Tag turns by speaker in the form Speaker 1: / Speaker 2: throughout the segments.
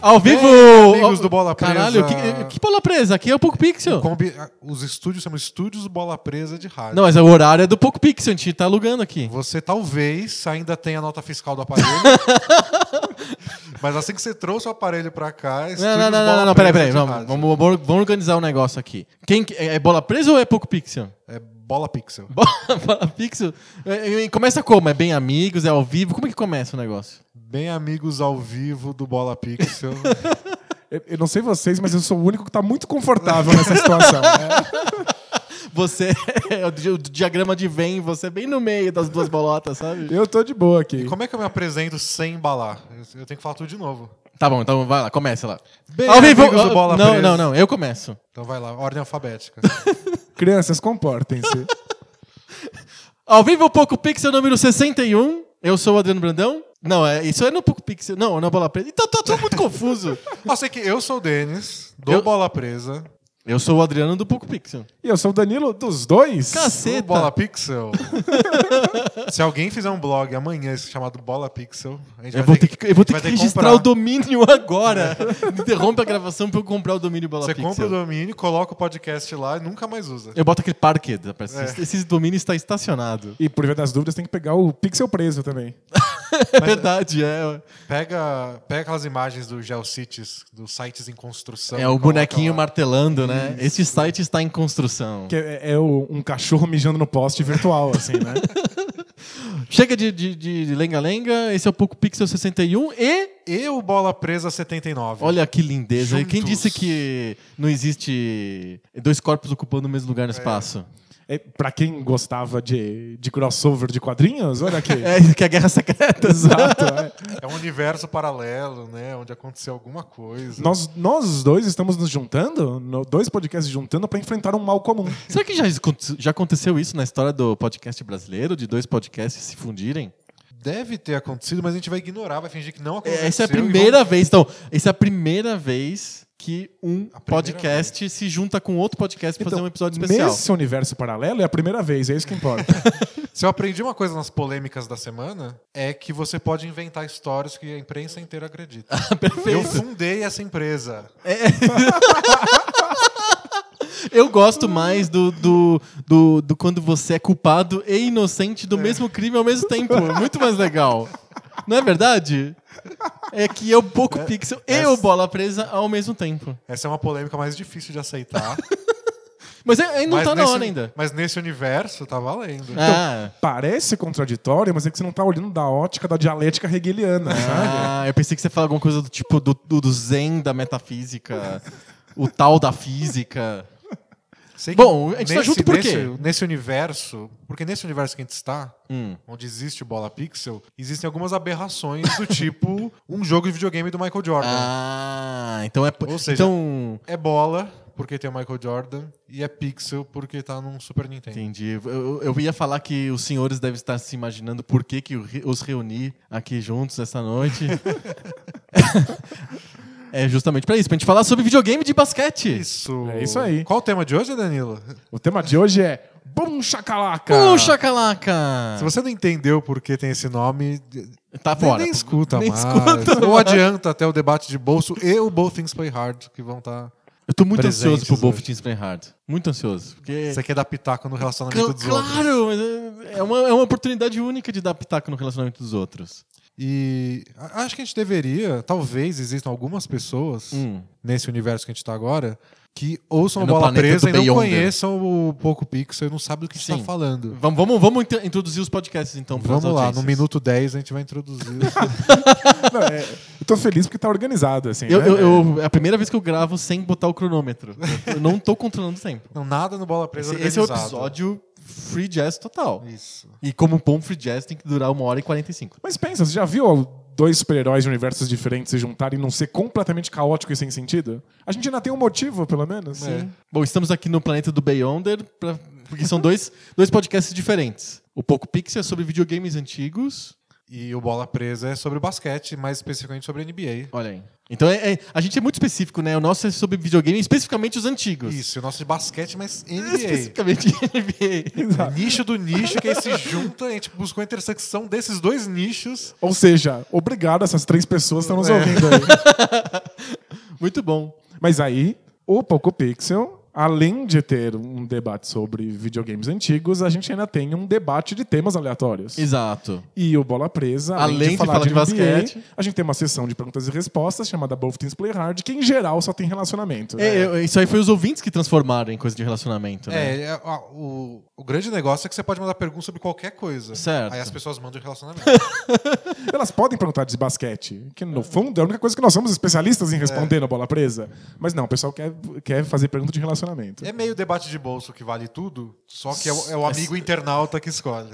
Speaker 1: Ao vivo!
Speaker 2: Bem, amigos
Speaker 1: Ó,
Speaker 2: do Bola Presa.
Speaker 1: Caralho, que, que bola presa? Aqui é o Poco Pixel.
Speaker 2: Combi- ah, Os estúdios são estúdios bola presa de rádio.
Speaker 1: Não, mas o horário é do Poco Pixel, a gente tá alugando aqui.
Speaker 2: Você talvez ainda tenha a nota fiscal do aparelho. mas assim que você trouxe o aparelho pra cá,
Speaker 1: Não, não, não, não, não, não, peraí, peraí. Vamos, vamos, vamos organizar um negócio aqui. Quem, que- é é bola presa ou é Poco Pixel?
Speaker 2: É bola pixel.
Speaker 1: Bola, bola pixel? É, é, Começa como? É bem amigos? É ao vivo? Como é que começa o negócio?
Speaker 2: Bem amigos ao vivo do Bola Pixel.
Speaker 3: Eu, eu não sei vocês, mas eu sou o único que tá muito confortável nessa situação. né?
Speaker 1: Você é o, di- o diagrama de Venn, você é bem no meio das duas bolotas, sabe?
Speaker 3: Eu tô de boa aqui.
Speaker 2: Como é que eu me apresento sem embalar? Eu- Eu tenho que falar tudo de novo.
Speaker 1: Tá bom, então vai lá, começa lá.
Speaker 2: Bem,
Speaker 1: ao vivo!
Speaker 2: amigos do
Speaker 1: ó,
Speaker 2: Bola
Speaker 1: não,
Speaker 2: Presa.
Speaker 1: não, não, eu começo.
Speaker 2: Então vai lá, ordem alfabética.
Speaker 3: Crianças, comportem-se.
Speaker 1: Ao vivo, Poco Pixel número 61. Eu sou o Adriano Brandão. Não, é, isso é no Poco Pixel. Não, na Bola Presa. Então tá tudo muito confuso.
Speaker 2: eu sei que eu sou o Denis, do
Speaker 1: Eu-
Speaker 2: Bola Presa,
Speaker 1: Eu sou o Adriano do Poco Pixel.
Speaker 3: E eu sou o Danilo dos dois.
Speaker 1: Caceta.
Speaker 2: do Bola Pixel. Se alguém fizer um blog amanhã chamado Bola Pixel, a gente
Speaker 1: Eu
Speaker 2: vai
Speaker 1: vou
Speaker 2: ter
Speaker 1: ter que, eu vou ter
Speaker 2: vai
Speaker 1: que
Speaker 2: ter que
Speaker 1: registrar
Speaker 2: comprar.
Speaker 1: o domínio agora. Interrompe a gravação pra eu comprar o domínio Bola
Speaker 2: Você
Speaker 1: Pixel.
Speaker 2: compra o domínio, coloca o podcast lá e nunca mais usa.
Speaker 1: Eu boto aquele parquet. rapaz.
Speaker 2: É.
Speaker 1: Esse- Esse domínio está estacionado.
Speaker 3: E por via das dúvidas, tem que pegar o pixel preso também.
Speaker 1: É verdade,
Speaker 2: Então,
Speaker 1: é.
Speaker 2: Pega, pega aquelas imagens do GeoCities, dos sites em construção.
Speaker 1: É o
Speaker 2: coloca
Speaker 1: bonequinho
Speaker 2: lá.
Speaker 1: martelando, né? Este site está em construção.
Speaker 3: Que é, é o- um cachorro mijando no poste virtual, assim, né?
Speaker 1: Chega de- de de lenga-lenga. Esse é o Poco Pixel 61 e
Speaker 2: E o Bola Presa 79.
Speaker 1: Olha que lindeza. E Quem
Speaker 2: Juntos.
Speaker 1: disse que não existe dois corpos ocupando o mesmo lugar no espaço?
Speaker 3: É, pra quem gostava de, de crossover de quadrinhos, olha aqui.
Speaker 1: É, isso que é a guerra secreta.
Speaker 3: Exato. é.
Speaker 2: É um universo paralelo, né? Onde aconteceu alguma coisa.
Speaker 3: Nós, nós dois estamos nos juntando, no- dois podcasts juntando pra enfrentar um mal comum.
Speaker 1: Será que já, escon- já aconteceu isso na história do podcast brasileiro, de dois podcasts se fundirem?
Speaker 2: Deve ter acontecido, mas a gente vai ignorar, vai fingir que não aconteceu.
Speaker 1: É, essa é a
Speaker 2: e vamos-
Speaker 1: primeira vez. Então, essa é a primeira vez que um
Speaker 2: A primeira Então,
Speaker 1: podcast se junta com outro podcast pra fazer um episódio especial.
Speaker 3: Então, Nesse universo paralelo é a primeira vez, é isso que importa.
Speaker 2: Se eu aprendi uma coisa nas polêmicas da semana, é que você pode inventar histórias que a imprensa inteira acredita. eu fundei essa empresa.
Speaker 1: Eu gosto mais do, do, do, do quando você é culpado e inocente
Speaker 2: É.
Speaker 1: do mesmo crime ao mesmo tempo. É Muito mais legal. Não é verdade? É que eu pouco pixel e eu bola presa ao mesmo tempo.
Speaker 2: Essa é uma polêmica mais difícil de aceitar.
Speaker 1: Mas é- ainda não
Speaker 2: Mas
Speaker 1: tá na
Speaker 2: nesse-
Speaker 1: hora ainda.
Speaker 2: Mas nesse universo tá valendo.
Speaker 1: Ah,
Speaker 3: Parece contraditório, mas é que você não tá olhando da ótica da dialética hegeliana, né? sabe?
Speaker 1: ah, eu pensei que você ia falar alguma coisa do tipo do, do, do zen da metafísica, o tal da física.
Speaker 2: Sei que
Speaker 1: Bom, a gente tá junto por quê?
Speaker 2: Nesse, nesse universo, porque nesse universo que a gente está,
Speaker 1: Hum.
Speaker 2: onde existe o Bola Pixel, existem algumas aberrações do tipo um jogo de videogame do Michael Jordan.
Speaker 1: Ah, então é.
Speaker 2: Ou seja-
Speaker 1: então,
Speaker 2: É bola, porque tem o Michael Jordan, e é pixel, porque tá num Super Nintendo.
Speaker 1: Entendi. Eu- Eu, eu ia falar que os senhores devem estar se imaginando por que, que o re- os reuni aqui juntos essa noite. é justamente pra isso, pra gente falar sobre videogame de basquete.
Speaker 2: Isso.
Speaker 3: É isso aí.
Speaker 2: Qual o tema de hoje, Danilo?
Speaker 1: Ah.
Speaker 3: O tema de hoje é Bum Chacalaca!
Speaker 1: Puxa, calaca!
Speaker 2: Se você não entendeu por que tem esse nome,
Speaker 1: Tá
Speaker 2: nem,
Speaker 1: fora.
Speaker 2: nem escuta
Speaker 1: Nem
Speaker 2: mais.
Speaker 1: escuta
Speaker 2: Ou
Speaker 1: mais.
Speaker 2: adianta até o debate de bolso e o Both Things Play Hard, que vão tá estar...
Speaker 1: Eu tô muito
Speaker 2: Presentes
Speaker 1: ansioso pro
Speaker 2: hoje.
Speaker 1: Both Teams Play Hard. Muito ansioso. Porque...
Speaker 2: Você quer dar pitaco no relacionamento
Speaker 1: Cl-
Speaker 2: dos outros.
Speaker 1: Claro, mas é é uma, é uma oportunidade única de dar pitaco no relacionamento dos outros.
Speaker 2: E a- acho que a gente deveria, talvez existam algumas pessoas
Speaker 1: Hum.
Speaker 2: nesse universo que a gente tá agora que ouçam
Speaker 1: É
Speaker 2: a
Speaker 1: no
Speaker 2: bola
Speaker 1: planeta
Speaker 2: presa
Speaker 1: do
Speaker 2: e não
Speaker 1: Beyonder.
Speaker 2: conheçam o Poco Pixel e não sabem do que a gente
Speaker 1: Sim.
Speaker 2: tá falando.
Speaker 1: Vamos, vamos, vamos inter- introduzir os podcasts então. pras
Speaker 2: Vamos lá, no
Speaker 1: audiências.
Speaker 2: minuto 10 a gente vai introduzir.
Speaker 3: Não, é, eu tô feliz porque tá organizado, assim.
Speaker 1: Eu,
Speaker 3: né?
Speaker 1: eu- eu- é a primeira vez que eu gravo sem botar o cronômetro. Eu- Eu não tô controlando o tempo.
Speaker 2: não, nada no bola presa
Speaker 1: Esse, esse é o
Speaker 2: organizado.
Speaker 1: episódio free jazz total.
Speaker 2: Isso.
Speaker 1: E como bom free jazz tem que durar uma hora e 45.
Speaker 3: Mas pensa, você já viu dois super-heróis de universos diferentes se juntarem e não ser completamente caótico e sem sentido? A gente ainda tem um motivo, pelo menos.
Speaker 2: É.
Speaker 1: Bom, estamos aqui no planeta do Beyonder, pra- porque são dois, dois podcasts diferentes. O Poco Pixel é sobre videogames antigos
Speaker 2: E o Bola Presa é sobre basquete, mais especificamente sobre NBA.
Speaker 1: Olha aí. Então é, é- a gente é muito específico, né? O nosso é sobre videogame, especificamente os antigos.
Speaker 2: Isso, o nosso de basquete, mas NBA.
Speaker 1: Especificamente NBA.
Speaker 3: Exato.
Speaker 2: Nicho do nicho que aí se junta e a gente buscou a intersecção desses dois nichos.
Speaker 3: Ou seja, obrigado essas três pessoas que estão nos
Speaker 2: É.
Speaker 3: ouvindo aí.
Speaker 1: Muito bom.
Speaker 3: Mas aí, o Poco Pixel, além de ter um debate sobre videogames antigos, a gente ainda tem um debate de temas aleatórios.
Speaker 1: Exato.
Speaker 3: E o Bola Presa, além, de, falar de, NBA,
Speaker 1: basquete.
Speaker 3: a gente tem uma sessão de perguntas e respostas chamada Both Teams Play Hard, que em geral só tem relacionamento. né?
Speaker 1: É, eu- isso aí foi os ouvintes que transformaram em coisa de relacionamento, né?
Speaker 2: É, é, a- o, o grande negócio é que você pode mandar pergunta sobre qualquer coisa.
Speaker 1: Certo.
Speaker 2: Aí as pessoas mandam de relacionamento.
Speaker 3: Elas podem perguntar de basquete, que no fundo é a única coisa que nós somos especialistas em responder na bola presa. Mas não, o pessoal quer, quer fazer pergunta de relacionamento.
Speaker 2: é meio debate de bolso que vale tudo, só que é o, é o amigo internauta que escolhe.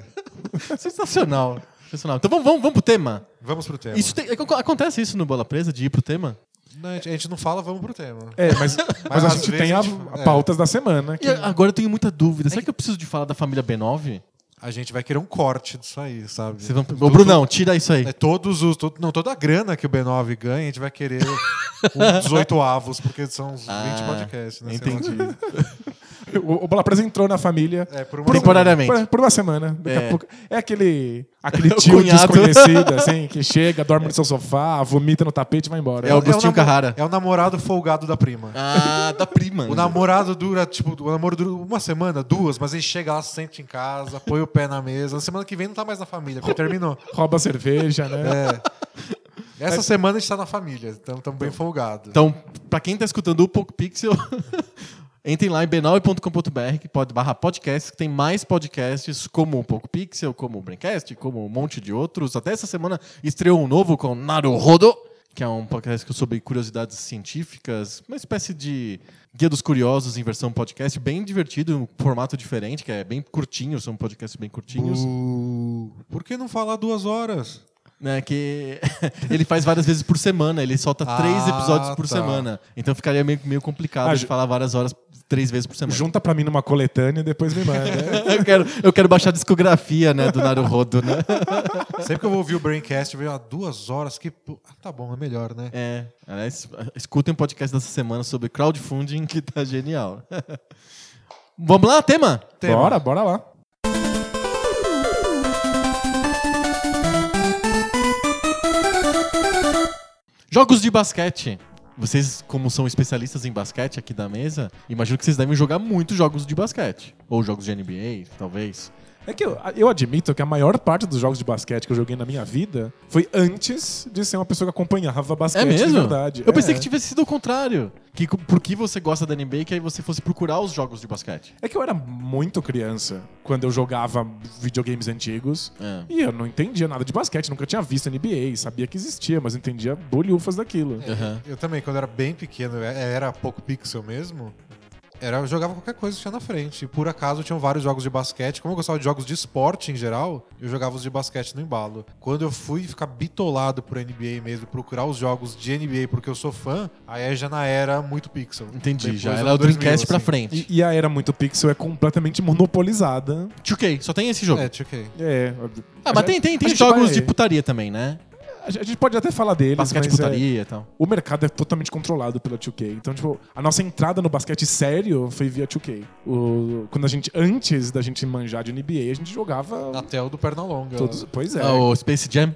Speaker 1: Sensacional. Sensacional. Então vamos, vamos, vamos pro tema.
Speaker 2: Vamos pro tema.
Speaker 1: Isso tem- ac- acontece isso no Bola Presa, de ir pro tema?
Speaker 2: Não, a gente- a gente não fala, vamos pro tema.
Speaker 3: É, mas, mas a
Speaker 2: às
Speaker 3: gente
Speaker 2: vezes
Speaker 3: tem
Speaker 2: a
Speaker 3: a,
Speaker 2: gente-
Speaker 3: a
Speaker 2: é.
Speaker 3: pautas da semana. Que
Speaker 1: E a- agora eu tenho muita dúvida. Será É que eu preciso de falar da família B9?
Speaker 2: A gente vai querer um corte disso aí, sabe?
Speaker 1: Vocês vão... Ô,
Speaker 2: Tudo-
Speaker 1: Brunão, tira isso aí.
Speaker 2: É, todos os. todo- não, toda a grana que o B9 ganha, a gente vai querer uns 18 avos, porque são uns 20
Speaker 1: Ah,
Speaker 2: podcasts, né? sei lá.
Speaker 1: Entendi.
Speaker 3: o, o bola presa entrou na família
Speaker 2: É, por uma
Speaker 1: Temporariamente.
Speaker 3: por, por uma semana. Daqui a
Speaker 1: É.
Speaker 3: pouco- é aquele, aquele
Speaker 1: O
Speaker 3: tio
Speaker 1: cunhado.
Speaker 3: desconhecido, assim, que chega, dorme no seu sofá, vomita no tapete e vai embora.
Speaker 1: É o-
Speaker 2: semana.
Speaker 1: Agostinho
Speaker 2: namo-
Speaker 1: Carrara.
Speaker 2: É o namorado folgado da prima.
Speaker 1: Ah, da prima.
Speaker 2: O namorado dura, tipo, o namoro dura uma semana, duas, mas ele chega lá, sente em casa, põe o pé na mesa. Na semana que vem não tá mais na família, porque terminou.
Speaker 3: Rouba cerveja, né?
Speaker 2: Essa semana a gente tá na família, então estamos bem folgados.
Speaker 1: Então, pra quem tá escutando o Poco Pixel, entrem lá em b9.com.br que pode barra podcast, que tem mais podcasts como o Poco Pixel, como o Braincast, como um monte de outros. Até essa semana estreou um novo com Naruhodo, que é um podcast sobre curiosidades científicas, uma espécie de Guia dos Curiosos em versão podcast, bem divertido, um formato diferente, que é bem curtinho, são podcasts bem curtinhos,
Speaker 2: Uh, por que não falar duas horas?
Speaker 1: né, que ele faz várias vezes por semana, ele solta
Speaker 2: Ah,
Speaker 1: três episódios por
Speaker 2: tá.
Speaker 1: semana. Então ficaria meio, meio complicado
Speaker 3: Ah,
Speaker 1: de
Speaker 3: ju-
Speaker 1: falar várias horas três vezes por semana.
Speaker 3: Junta pra mim numa coletânea e depois me manda.
Speaker 1: eu, quero, eu quero baixar a discografia, né, do Naruhodo, né?
Speaker 2: Sempre que eu vou ouvir o Braincast, eu vejo ah, duas horas que. pu- Ah, tá bom, é melhor, né?
Speaker 1: É, aliás, escutem o podcast dessa semana sobre crowdfunding que tá genial. Vamos lá, tema?
Speaker 2: Tema.
Speaker 3: Bora, bora lá.
Speaker 1: Jogos de basquete. Vocês, como são especialistas em basquete aqui da mesa, imagino que vocês devem jogar muitos jogos de basquete. Ou jogos de NBA, talvez.
Speaker 3: É que eu, eu admito que a maior parte dos jogos de basquete que eu joguei na minha vida foi antes de ser uma pessoa que acompanhava basquete
Speaker 1: É mesmo?
Speaker 3: de verdade.
Speaker 1: Eu pensei
Speaker 3: É.
Speaker 1: que tivesse sido o contrário. Que co- porque você gosta da NBA, que aí você fosse procurar os jogos de basquete.
Speaker 3: É que eu era muito criança quando eu jogava videogames antigos.
Speaker 1: É.
Speaker 3: E eu não entendia nada de basquete, nunca tinha visto NBA, sabia que existia, mas entendia bolhufas daquilo.
Speaker 1: Aham.
Speaker 2: Eu também, quando eu era bem pequeno, eu era pouco pixel mesmo. Era, eu jogava qualquer coisa que tinha na frente. E por acaso tinham vários jogos de basquete. Como eu gostava de jogos de esporte em geral, eu jogava os de basquete no embalo. Quando eu fui ficar bitolado por NBA mesmo, procurar os jogos de NBA porque eu sou fã, aí já na era muito pixel.
Speaker 1: Entendi,
Speaker 2: Depois
Speaker 1: já
Speaker 2: do
Speaker 1: era o
Speaker 2: 2000,
Speaker 1: Dreamcast pra
Speaker 2: assim.
Speaker 1: frente.
Speaker 3: E, e a era muito pixel é completamente monopolizada.
Speaker 1: 2K, só tem esse jogo.
Speaker 2: É, ok.
Speaker 3: É.
Speaker 1: Ah, mas tem, tem, tem jogos de putaria também, né?
Speaker 3: A gente pode até falar deles,
Speaker 1: Basquete
Speaker 3: mas é,
Speaker 1: putaria e tal.
Speaker 3: o mercado é totalmente controlado pela 2K. Então, tipo, a nossa entrada no basquete sério foi via 2K. O- quando a gente, antes da gente manjar de NBA, a gente jogava
Speaker 2: Até o do Pernalonga.
Speaker 3: todos. Pois é.
Speaker 1: Ah, o Space Jam.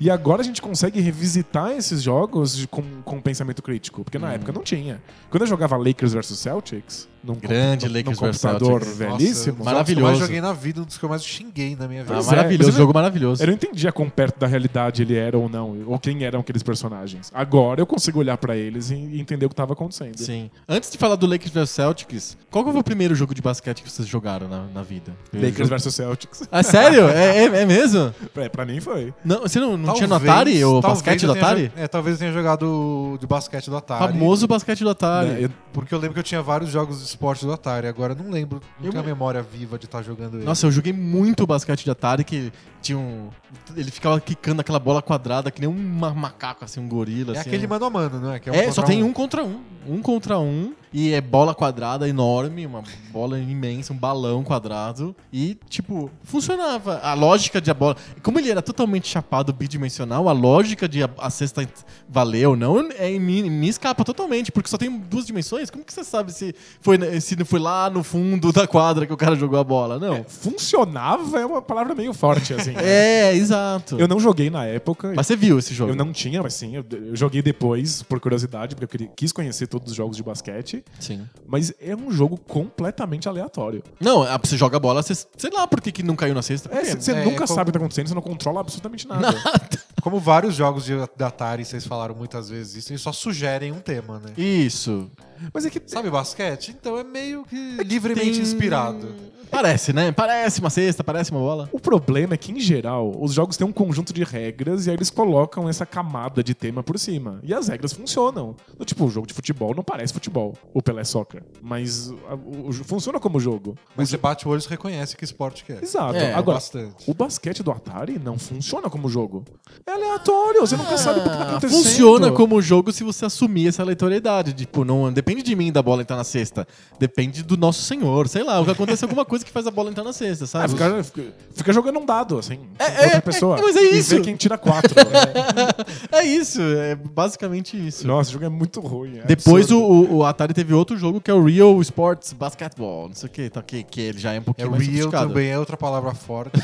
Speaker 3: E agora a gente consegue revisitar esses jogos de- com, com um pensamento crítico, porque
Speaker 1: Hum.
Speaker 3: na época não tinha. Quando eu jogava Lakers vs Celtics, num, compu-
Speaker 1: Grande
Speaker 3: num-
Speaker 1: Lakers
Speaker 3: num
Speaker 1: versus
Speaker 3: computador
Speaker 1: Celtics.
Speaker 3: velhíssimo,
Speaker 1: Nossa,
Speaker 2: Maravilhoso. Eu mais
Speaker 1: Maravilhoso.
Speaker 2: joguei na vida, um dos que eu mais xinguei na minha vida.
Speaker 1: Ah,
Speaker 3: Pois é,
Speaker 1: maravilhoso,
Speaker 3: mas eu-
Speaker 1: jogo maravilhoso.
Speaker 3: eu não entendia quão perto da realidade ele era ou não, ou quem eram aqueles personagens. Agora eu consigo olhar pra eles e- e entender o que estava acontecendo.
Speaker 1: Sim. Antes de falar do Lakers vs Celtics, qual que foi o primeiro jogo de basquete que vocês jogaram na, na vida?
Speaker 3: Lakers vs Celtics.
Speaker 1: Ah, sério? É, é, é mesmo?
Speaker 3: É, pra mim foi.
Speaker 1: Não, você não, não tinha no
Speaker 2: Talvez-
Speaker 1: Atari? O
Speaker 2: talvez
Speaker 1: basquete
Speaker 2: eu
Speaker 1: do
Speaker 2: tenha
Speaker 1: Atari?
Speaker 2: jo- É, talvez eu tenha jogado de basquete do Atari.
Speaker 1: Famoso basquete do Atari.
Speaker 3: Né, eu-
Speaker 2: Porque eu lembro que eu tinha vários jogos de esporte do Atari, agora eu não lembro, não
Speaker 1: Eu
Speaker 2: tenho a
Speaker 1: me-
Speaker 2: memória viva de estar jogando ele.
Speaker 1: Nossa, eu joguei muito basquete de Atari, que tinha um. Ele ficava quicando aquela bola quadrada que nem um ma- macaco, assim, um gorila.
Speaker 2: é
Speaker 1: assim,
Speaker 2: aquele
Speaker 1: né?
Speaker 2: mano a mano, não é? Que
Speaker 1: É,
Speaker 2: contra
Speaker 1: só tem um contra um. Um contra um. E é bola quadrada enorme, uma bola imensa, um balão quadrado. E, tipo, funcionava. A lógica de a bola. Como ele era totalmente chapado bidimensional, a lógica de a, a cesta valer ou não é, me, me escapa totalmente, porque só tem duas dimensões. Como que você sabe se foi, na- se foi lá no fundo da quadra que o cara jogou a bola? Não.
Speaker 3: Funcionava é uma palavra meio forte, assim.
Speaker 1: É, exato.
Speaker 3: Eu não joguei na época.
Speaker 1: Mas você viu esse jogo?
Speaker 3: Eu não tinha, mas sim, eu, eu joguei depois, por curiosidade, porque eu queria- quis conhecer todos os jogos de basquete.
Speaker 1: Sim.
Speaker 3: Mas é um jogo completamente aleatório.
Speaker 1: Não, a- você joga a bola, você, sei lá por que, que não caiu na cesta.
Speaker 3: É,
Speaker 1: porque-
Speaker 3: você
Speaker 2: é,
Speaker 3: nunca
Speaker 2: é como-
Speaker 3: sabe o que tá acontecendo, você não controla absolutamente nada.
Speaker 1: um.
Speaker 2: Como vários jogos de, da Atari, vocês falaram muitas vezes isso, eles só sugerem um tema, né?
Speaker 1: Isso.
Speaker 3: Mas é que
Speaker 2: Sabe basquete? Então é meio que livremente
Speaker 1: Tem-
Speaker 2: inspirado.
Speaker 1: Parece, né? Parece uma cesta, parece uma bola.
Speaker 3: o problema é que, em geral, os jogos têm um conjunto de regras e aí eles colocam essa camada de tema por cima. E as regras funcionam. Do tipo, o jogo de futebol não parece futebol, o Pelé Soccer. Mas a- o- o- funciona como jogo.
Speaker 2: Mas você bate o olho e você reconhece que esporte que é.
Speaker 3: Exato.
Speaker 1: É,
Speaker 3: Agora,
Speaker 2: bastante.
Speaker 3: o basquete do Atari não funciona como jogo. É aleatório, você nunca sabe o que tá
Speaker 1: Ah,
Speaker 3: acontecendo.
Speaker 1: Funciona como jogo se você assumir essa aleatoriedade. Tipo, não depende de mim da bola entrar na cesta. Depende do nosso senhor. Sei lá, o que acontece alguma coisa que faz a bola entrar na cesta,
Speaker 3: Ah,
Speaker 1: sabe?
Speaker 3: fica, fica- fica jogando um dado, assim, com
Speaker 1: é,
Speaker 3: outra
Speaker 1: é,
Speaker 3: pessoa.
Speaker 1: mas é
Speaker 3: E
Speaker 1: isso.
Speaker 3: vê quem tira quatro.
Speaker 1: É isso, é basicamente isso.
Speaker 3: Nossa, o jogo é muito ruim. é
Speaker 1: Depois o,
Speaker 3: absurdo.
Speaker 1: o- o Atari teve outro jogo que é o Real Sports Basketball, não sei o que, tá, que, que ele já é um
Speaker 2: É
Speaker 1: pouquinho mais
Speaker 2: real
Speaker 1: sofisticado.
Speaker 2: também, é outra palavra forte.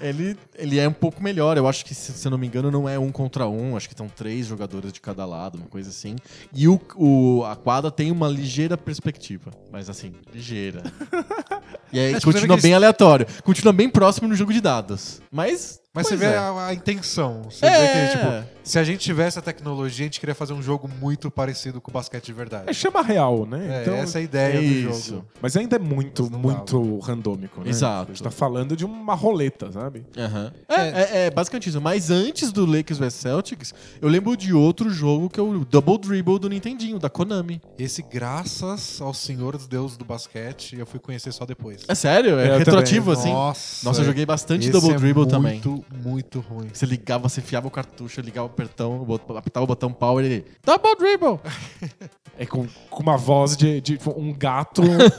Speaker 1: ele, ele é um pouco melhor. Eu acho que, se, se eu não me engano, não é um contra um. Acho que estão três jogadores de cada lado, uma coisa assim. E o, o- a quadra tem uma ligeira perspectiva. Mas assim, ligeira. E aí
Speaker 2: É, tipo,
Speaker 1: continua
Speaker 2: que
Speaker 1: bem aleatório. Continua bem próximo no jogo de dados. Mas.
Speaker 2: Mas
Speaker 1: pois
Speaker 2: você vê
Speaker 1: é.
Speaker 2: a, a intenção. Você
Speaker 1: É.
Speaker 2: vê que, tipo, se a gente tivesse a tecnologia, a gente queria fazer um jogo muito parecido com o basquete de verdade.
Speaker 3: É chama real, né?
Speaker 2: É,
Speaker 3: Então-
Speaker 2: essa é a ideia
Speaker 1: é
Speaker 2: do
Speaker 1: isso.
Speaker 2: jogo.
Speaker 3: Mas ainda é muito,
Speaker 2: Mas não
Speaker 3: muito randômico, né?
Speaker 1: Exato.
Speaker 3: A gente tá falando de uma roleta, sabe?
Speaker 1: Aham. É, é, é basicamente isso. Mas antes do Lakers vs Celtics, eu lembro de outro jogo que é o Double Dribble do Nintendinho, da Konami.
Speaker 2: Esse, graças ao Senhor dos Deuses do basquete, eu fui conhecer só depois.
Speaker 1: É sério? É,
Speaker 3: Eu
Speaker 1: retroativo, assim?
Speaker 2: Nossa,
Speaker 1: Nossa, eu joguei bastante
Speaker 2: esse
Speaker 1: Double
Speaker 2: é
Speaker 1: Dribble também.
Speaker 2: Muito, muito ruim.
Speaker 1: Você ligava, você enfiava o cartucho, ligava o apertão, bot- apertava o botão power e ele. Double dribble!
Speaker 3: É com, com uma voz de, de um gato
Speaker 1: dá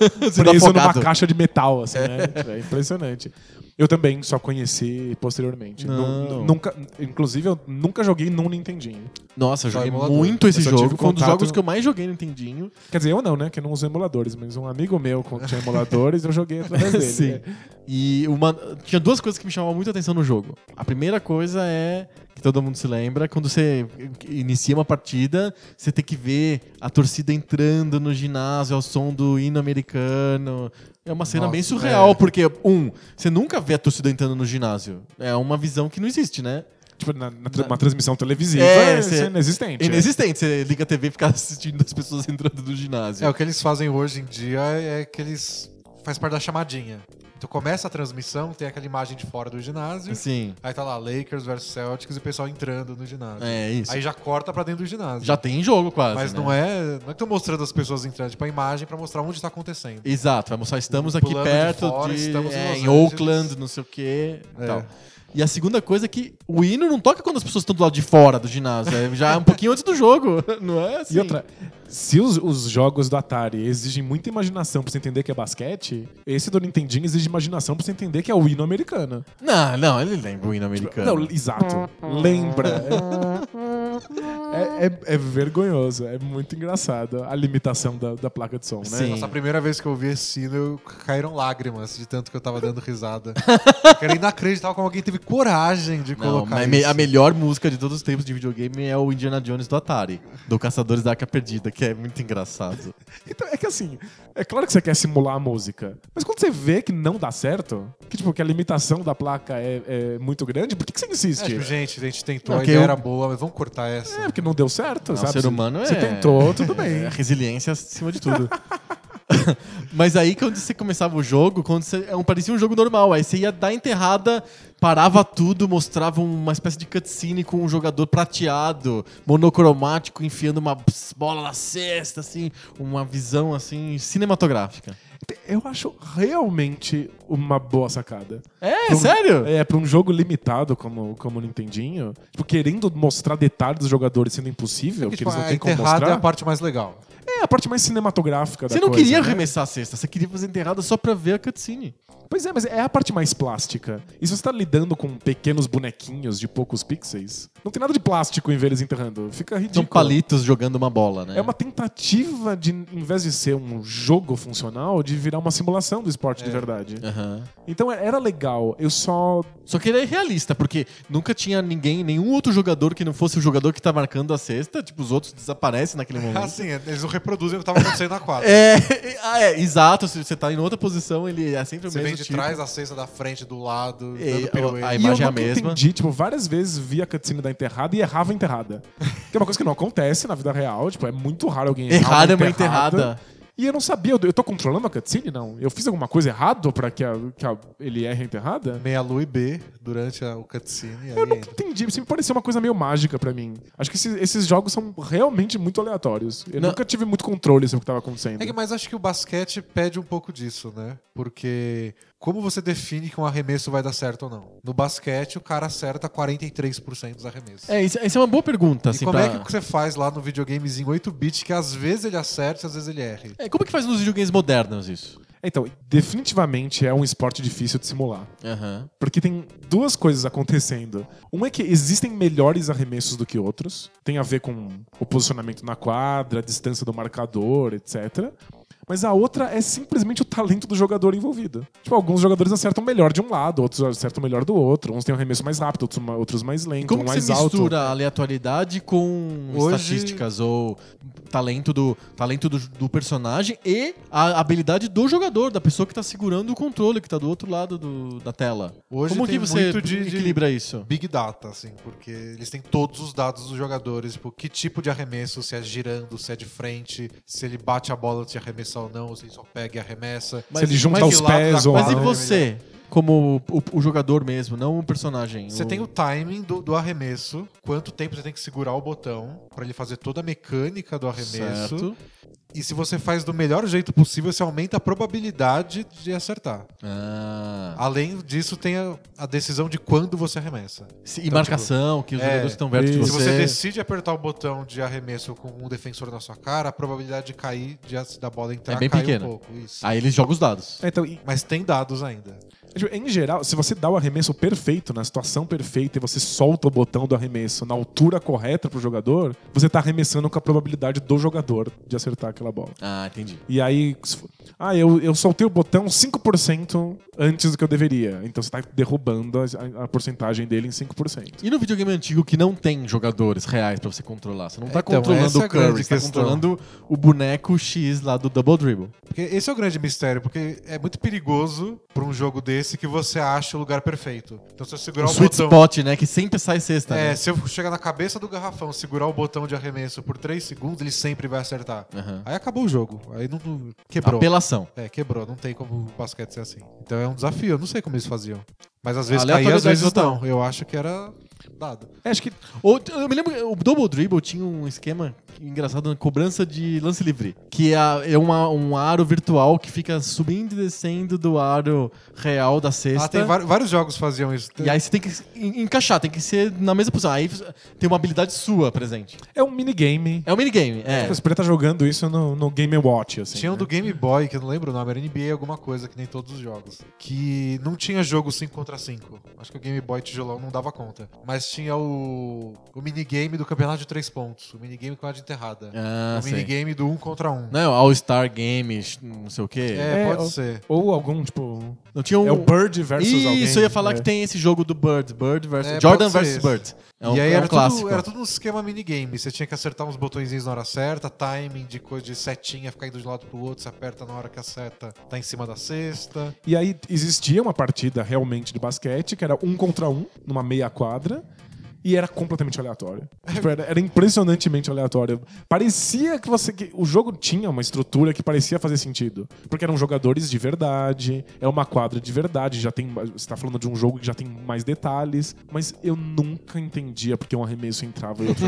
Speaker 3: preso numa
Speaker 1: afogado.
Speaker 3: caixa de metal, assim, né? É impressionante. Eu também só conheci posteriormente.
Speaker 1: Não.
Speaker 3: Nu- Nunca, inclusive, eu nunca joguei num Nintendinho.
Speaker 1: Nossa, eu
Speaker 2: Só
Speaker 1: joguei
Speaker 2: emulador.
Speaker 1: muito esse
Speaker 3: Eu só
Speaker 1: jogo.
Speaker 3: tive
Speaker 1: Foi um dos
Speaker 3: contato-
Speaker 1: jogos que eu mais joguei no Nintendinho.
Speaker 3: Quer dizer, eu não, né? Que eu não uso emuladores, mas um amigo meu que tinha emuladores, eu joguei através dele.
Speaker 1: Sim.
Speaker 3: né?
Speaker 1: E uma, tinha duas coisas que me chamavam muita atenção no jogo. A primeira coisa é, que todo mundo se lembra, quando você inicia uma partida, você tem que ver a torcida entrando no ginásio ao som do hino americano. É uma cena
Speaker 2: Nossa,
Speaker 1: bem surreal,
Speaker 2: é.
Speaker 1: porque, um, você nunca vê a torcida entrando no ginásio. É uma visão que não existe, né?
Speaker 3: Tipo, na, na tra- uma transmissão televisiva,
Speaker 1: É,
Speaker 3: é, isso
Speaker 1: cê-
Speaker 3: é inexistente.
Speaker 1: Inexistente. Você liga a TV e fica assistindo as pessoas entrando no ginásio.
Speaker 2: É, o que eles fazem hoje em dia é que eles... Faz parte da chamadinha. Tu começa a transmissão, tem aquela imagem de fora do ginásio.
Speaker 1: Sim.
Speaker 2: Aí tá lá, Lakers versus Celtics e o pessoal entrando no ginásio.
Speaker 1: É isso.
Speaker 2: Aí já corta pra dentro do ginásio.
Speaker 1: Já tem jogo quase. né?
Speaker 2: Mas não é. Não é que tô mostrando as pessoas entrando, tipo, a imagem pra mostrar onde tá acontecendo.
Speaker 1: Exato, vai mostrar, estamos
Speaker 2: O
Speaker 1: aqui
Speaker 2: plano de
Speaker 1: perto de.
Speaker 2: fora, estamos em
Speaker 1: é,
Speaker 2: Los
Speaker 1: em
Speaker 2: Angeles.
Speaker 1: Oakland, não sei o quê. e
Speaker 2: É.
Speaker 1: tal. E a segunda coisa é que o hino não toca quando as pessoas estão do lado de fora do ginásio. É já um pouquinho antes do jogo, não é? Assim.
Speaker 3: E outra, se os, os jogos do Atari exigem muita imaginação pra você entender que é basquete, esse do Nintendinho exige imaginação pra você entender que é o hino americano.
Speaker 1: Não, não, ele lembra o hino americano.
Speaker 3: Não, exato. Lembra. É, é- é vergonhoso, é muito engraçado a limitação da, da placa de som, né?
Speaker 1: Sim.
Speaker 2: Nossa, a primeira vez que eu ouvi esse sino, eu- caíram lágrimas de tanto que eu tava dando risada. Era inacreditável como alguém teve coragem de
Speaker 1: Não,
Speaker 2: colocar
Speaker 1: mas me-
Speaker 2: isso.
Speaker 1: a melhor música de todos os tempos de videogame é o Indiana Jones do Atari, do Caçadores da Arca Perdida, que é muito engraçado.
Speaker 3: Então, é que assim, é claro que você quer simular a música, mas quando você vê que não dá certo, que tipo, que a limitação da placa é, é muito grande, por que, que você
Speaker 2: É,
Speaker 3: insiste?
Speaker 2: tipo, gente, a gente tentou,
Speaker 1: Não,
Speaker 2: a
Speaker 1: que
Speaker 2: ideia
Speaker 1: eu-
Speaker 2: era boa, mas vamos cortar essa.
Speaker 3: É, porque não deu certo,
Speaker 1: Não,
Speaker 3: sabe?
Speaker 1: o ser humano
Speaker 3: Você
Speaker 1: é.
Speaker 3: tentou, tudo bem.
Speaker 1: É, resiliência acima de tudo. Mas aí, quando você começava o jogo, quando você, é um- parecia um jogo normal. Aí você ia dar enterrada, parava tudo, mostrava uma espécie de cutscene com um jogador prateado, monocromático, enfiando uma bola na cesta, assim, uma visão assim cinematográfica.
Speaker 3: Eu acho realmente uma boa sacada.
Speaker 1: É,
Speaker 3: Pra um-
Speaker 1: sério?
Speaker 3: É, pra um jogo limitado como, como o Nintendinho, tipo, querendo mostrar detalhes dos jogadores sendo impossível,
Speaker 2: Porque,
Speaker 3: que
Speaker 2: tipo,
Speaker 3: eles não
Speaker 2: a
Speaker 3: têm como
Speaker 2: enterrada é
Speaker 3: mostrar.
Speaker 2: a parte mais legal.
Speaker 3: É a parte mais cinematográfica da
Speaker 1: Você não
Speaker 3: coisa,
Speaker 1: queria
Speaker 3: né?
Speaker 1: arremessar a cesta, você queria fazer enterrada só pra ver a cutscene.
Speaker 3: Pois é, mas é a parte mais plástica. E se você tá lidando com pequenos bonequinhos de poucos pixels, não tem nada de plástico em ver eles enterrando. Fica
Speaker 1: São
Speaker 3: ridículo.
Speaker 1: palitos um jogando uma bola, né?
Speaker 3: É uma tentativa de, em vez de ser um jogo funcional, de virar uma simulação do esporte de verdade.
Speaker 1: Aham.
Speaker 3: Então é- era legal. Eu só.
Speaker 1: Só que ele é realista, porque nunca tinha ninguém, nenhum outro jogador que não fosse o jogador que tá marcando a cesta, tipo, os outros desaparecem naquele momento.
Speaker 2: Assim, eles não reproduzem o que tava acontecendo na quadra.
Speaker 1: É, ah, é, exato. Se você tá em outra posição, ele é sempre o
Speaker 2: Você
Speaker 1: mesmo
Speaker 2: vem de
Speaker 1: tipo.
Speaker 2: trás, a cesta da frente, do lado,
Speaker 1: É,
Speaker 2: dando pirueta.
Speaker 1: a- a
Speaker 3: e
Speaker 1: imagem
Speaker 3: eu
Speaker 1: é a
Speaker 3: nunca
Speaker 1: mesma.
Speaker 3: entendi, tipo, várias vezes vi a cutscene da enterrada e errava a enterrada. Que é uma coisa que não acontece na vida real, tipo, é muito raro alguém errar
Speaker 1: Errada é uma enterrada.
Speaker 3: E eu não sabia, eu, eu tô controlando a cutscene? Não. Eu fiz alguma coisa errada pra que, a- que a- ele erre a enterrada?
Speaker 2: Meia lua e B durante a, o cutscene.
Speaker 3: Eu
Speaker 2: aí
Speaker 3: nunca
Speaker 2: entra.
Speaker 3: entendi, sempre parecia uma coisa meio mágica pra mim. Acho que esses, esses jogos são realmente muito aleatórios. Eu
Speaker 1: Não.
Speaker 3: nunca tive muito controle sobre o que tava acontecendo.
Speaker 2: É que, mas acho que o basquete pede um pouco disso, né? Porque como você define que um arremesso vai dar certo ou não? No basquete, o cara acerta 43% dos arremessos.
Speaker 1: É, isso, isso é uma boa pergunta,
Speaker 2: e
Speaker 1: assim,
Speaker 2: como
Speaker 3: tá.
Speaker 1: pra...
Speaker 2: é que você faz lá no videogamezinho 8-bit que às vezes ele acerta e às vezes ele erra?
Speaker 1: É, como é que faz nos videogames modernos isso?
Speaker 3: Então, definitivamente é um esporte difícil de simular.
Speaker 1: Aham.
Speaker 3: Porque tem duas coisas acontecendo. Uma é que existem melhores arremessos do que outros. Tem a ver com o posicionamento na quadra, a distância do marcador, etc. Mas a outra é simplesmente o talento do jogador envolvido. Tipo, alguns jogadores acertam melhor de um lado, outros acertam melhor do outro. Uns têm um arremesso mais rápido, outros, ma- outros mais lento,
Speaker 1: Como
Speaker 3: um
Speaker 1: que
Speaker 3: mais
Speaker 1: você
Speaker 3: alto.
Speaker 1: mistura a aleatoriedade com
Speaker 2: Então, Hoje-
Speaker 1: estatísticas ou talento, do, talento do, do personagem e a habilidade do jogador, da pessoa que tá segurando o controle, que tá do outro lado do- da tela?
Speaker 2: Hoje
Speaker 1: como
Speaker 2: tem
Speaker 1: que você
Speaker 2: muito de- de-
Speaker 1: equilibra isso?
Speaker 2: Big data, assim, porque eles têm todos os dados dos jogadores, tipo, que tipo de arremesso, se é girando, se é de frente, se ele bate a bola antes de arremessar ou não, ou se ele só pega e arremessa.
Speaker 1: Mas-
Speaker 3: ele juntar
Speaker 1: mas
Speaker 3: os
Speaker 2: que lado
Speaker 3: pés
Speaker 2: da
Speaker 3: ou
Speaker 1: Mas e
Speaker 2: Claro.
Speaker 3: não.
Speaker 1: você, como o, o- o jogador mesmo, não o personagem?
Speaker 2: Você
Speaker 1: o-
Speaker 2: tem o timing do, do arremesso, quanto tempo você tem que segurar o botão pra ele fazer toda a mecânica do arremesso.
Speaker 1: Certo.
Speaker 2: E se você faz do melhor jeito possível, você aumenta a probabilidade de acertar.
Speaker 1: Ah.
Speaker 2: Além disso, tem a, a decisão de quando você arremessa.
Speaker 1: Se- E
Speaker 2: Então,
Speaker 1: marcação, que os
Speaker 2: é,
Speaker 1: jogadores estão perto de
Speaker 3: isso.
Speaker 1: você.
Speaker 2: Se você decide apertar o botão de arremesso com um defensor na sua cara, a probabilidade de cair, de a- da bola entrar,
Speaker 1: É bem
Speaker 2: cai
Speaker 1: pequena.
Speaker 2: um pouco. Isso.
Speaker 1: Aí eles jogam os dados.
Speaker 3: É, Então, e-
Speaker 2: Mas tem dados ainda.
Speaker 3: Tipo, Em geral, se você dá o arremesso perfeito, na situação perfeita, e você solta o botão do arremesso na altura correta pro jogador, você tá arremessando com a probabilidade do jogador de acertar aquela bola.
Speaker 1: Ah, entendi.
Speaker 3: E aí, se for- ah, eu, eu soltei o botão 5% antes do que eu deveria. Então você tá derrubando a, a- a porcentagem dele em 5%.
Speaker 1: E no videogame antigo que não tem jogadores reais pra você controlar? Você não tá
Speaker 2: Então,
Speaker 1: controlando
Speaker 2: essa é
Speaker 1: o
Speaker 2: a
Speaker 1: Curry,
Speaker 2: grande
Speaker 1: você tá
Speaker 2: questão.
Speaker 1: controlando o boneco X lá do Double Dribble.
Speaker 2: Porque esse é o grande mistério, porque é muito perigoso pra um jogo desse que você acha o lugar perfeito. Então se eu segurar
Speaker 1: O
Speaker 2: o,
Speaker 1: sweet
Speaker 2: botão.
Speaker 1: spot, né? Que sempre sai sexta,
Speaker 2: É,
Speaker 1: né?
Speaker 2: se eu chegar na cabeça do garrafão, segurar o botão de arremesso por 3 segundos, ele sempre vai acertar.
Speaker 1: Aham.
Speaker 2: Aí acabou o jogo. Aí não, não- quebrou.
Speaker 1: Apelação.
Speaker 2: É, quebrou. Não tem como o basquete ser assim. Então é um desafio. Eu não sei como eles faziam. Mas às vezes caía,
Speaker 1: Ah,
Speaker 2: às
Speaker 1: Aleatoriedade
Speaker 2: vezes
Speaker 1: total.
Speaker 2: não. Eu acho que era dado. Ah,
Speaker 3: É, acho que
Speaker 1: Ou- eu me lembro que o Double Dribble tinha um esquema engraçado na cobrança de lance livre. Que é, a- é uma- um aro virtual que fica subindo e descendo do aro real da cesta.
Speaker 2: Ah, tem vari- vários jogos faziam isso.
Speaker 1: E aí você tem que en- encaixar, tem que ser na mesma posição. Aí tem uma habilidade sua presente.
Speaker 3: é um minigame.
Speaker 1: É um minigame, é.
Speaker 3: Você poderia estar jogando isso no, no Game Watch, assim.
Speaker 2: Tinha um
Speaker 3: né?
Speaker 2: do Game Boy, que eu não lembro o nome, era NBA alguma coisa, que nem todos os jogos. Que não tinha jogo 5 contra 5. Acho que o Game Boy tijolão não dava conta. Mas tinha o, o minigame do campeonato de 3 pontos. O minigame com a de enterrada.
Speaker 1: Ah,
Speaker 2: o
Speaker 1: sei.
Speaker 2: minigame do 1 um contra 1. Um.
Speaker 1: Não é o All-Star Games, não sei o quê.
Speaker 2: É,
Speaker 3: É,
Speaker 2: pode
Speaker 3: o-
Speaker 2: ser.
Speaker 3: Ou algum, tipo.
Speaker 1: Não tinha um...
Speaker 3: É o Bird versus
Speaker 1: Isso,
Speaker 3: alguém.
Speaker 1: eu ia falar
Speaker 3: é.
Speaker 1: que tem esse jogo do Bird. Bird versus...
Speaker 2: né? É,
Speaker 1: Jordan
Speaker 2: pode ser
Speaker 1: versus
Speaker 2: esse.
Speaker 1: Bird. É um,
Speaker 2: e aí
Speaker 1: é um
Speaker 2: era,
Speaker 1: clássico.
Speaker 2: tudo, era tudo um esquema minigame. Você tinha que acertar uns botõezinhos na hora certa, timing de coisa de setinha, ficar indo de um lado pro outro, você aperta na hora que acerta, tá em cima da cesta.
Speaker 3: E aí existia uma partida realmente de basquete, que era um contra um, numa meia quadra. E era completamente aleatório. Tipo, era, era impressionantemente aleatório. Parecia que você. Que o jogo tinha uma estrutura que parecia fazer sentido. Porque eram jogadores de verdade, é uma quadra de verdade, já tem. Você tá falando de um jogo que já tem mais detalhes. Mas eu nunca entendia porque um arremesso entrava e outro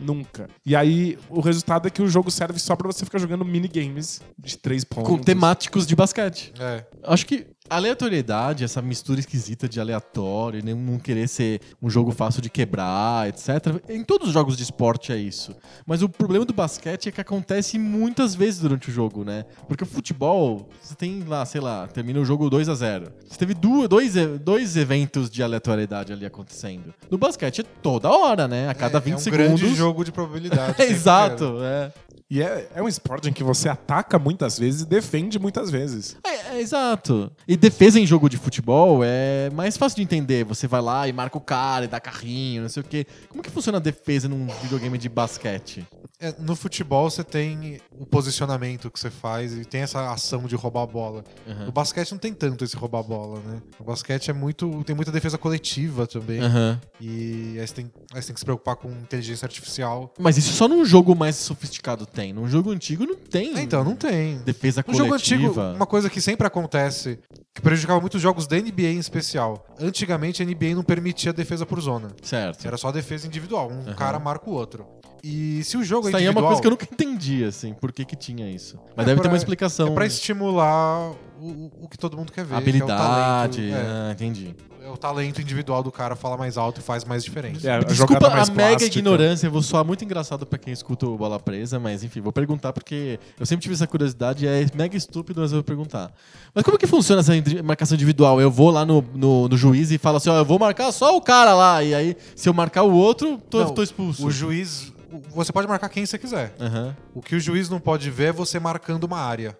Speaker 3: não. Nunca. E aí, o resultado é que o jogo serve só pra você ficar jogando minigames de três pontos.
Speaker 1: Com temáticos de basquete.
Speaker 2: É.
Speaker 1: Acho que aleatoriedade, essa mistura esquisita de aleatório, nem- não querer ser um jogo fácil de quebrar, etc. Em todos os jogos de esporte é isso. Mas o problema do basquete é que acontece muitas vezes durante o jogo, né? Porque o futebol, você tem lá, sei lá, termina o jogo 2 a 0 Você teve du- dois, e- dois eventos de aleatoriedade ali acontecendo. No basquete é toda hora, né? A cada
Speaker 2: É-
Speaker 1: 20
Speaker 2: é um
Speaker 1: segundos.
Speaker 2: grande jogo de né? probabilidade.
Speaker 1: É, exato, é.
Speaker 3: E é, é um esporte em que você ataca muitas vezes e defende muitas vezes.
Speaker 1: É, é, exato. E defesa em jogo de futebol é mais fácil de entender. Você vai lá e marca o cara e dá carrinho, não sei o quê. Como que funciona a defesa num videogame de basquete?
Speaker 2: É, no futebol você tem o posicionamento que você faz e tem essa ação de roubar a bola.
Speaker 1: Aham.
Speaker 2: No basquete não tem tanto esse roubar a bola, né? No basquete é muito. tem muita defesa coletiva também.
Speaker 1: Aham.
Speaker 2: E aí você, tem, aí você tem que se preocupar com inteligência artificial.
Speaker 1: Mas isso só num jogo mais sofisticado tem. Num jogo antigo não tem.
Speaker 2: É, então, não tem.
Speaker 1: Defesa
Speaker 2: No jogo
Speaker 1: Hum. coletiva.
Speaker 2: antigo, uma coisa que sempre acontece, que prejudicava muitos jogos da NBA em especial. Antigamente a NBA não permitia defesa por zona.
Speaker 1: Certo.
Speaker 2: Era só defesa individual, um
Speaker 1: Aham.
Speaker 2: cara marca o outro. E se o jogo
Speaker 1: Isso
Speaker 2: é
Speaker 1: aí é uma
Speaker 2: individual,
Speaker 1: coisa que eu nunca entendi, assim, por que que tinha isso. Mas
Speaker 2: É
Speaker 1: deve ter
Speaker 2: pra-
Speaker 1: uma explicação.
Speaker 2: é pra estimular o, o que todo mundo quer ver,
Speaker 1: Habilidade.
Speaker 2: que é o talento,
Speaker 1: ah, entendi.
Speaker 2: é, é o talento individual do cara fala mais alto e faz mais diferença.
Speaker 3: É, a
Speaker 1: Desculpa
Speaker 3: jogada
Speaker 1: a
Speaker 3: mais
Speaker 1: mega
Speaker 3: plástica.
Speaker 1: ignorância, eu vou soar muito engraçado pra quem escuta o Bola Presa, mas enfim, vou perguntar porque eu sempre tive essa curiosidade e é mega estúpido, mas eu vou perguntar. Mas como que funciona essa indi- marcação individual? Eu vou lá no, no, no juiz e falo assim, ó, eu vou marcar só o cara lá, e aí se eu marcar o outro, tô,
Speaker 2: Não,
Speaker 1: tô expulso.
Speaker 2: O juiz, o- você pode marcar quem você quiser.
Speaker 1: Aham.
Speaker 2: O que o juiz não pode ver é você marcando uma área.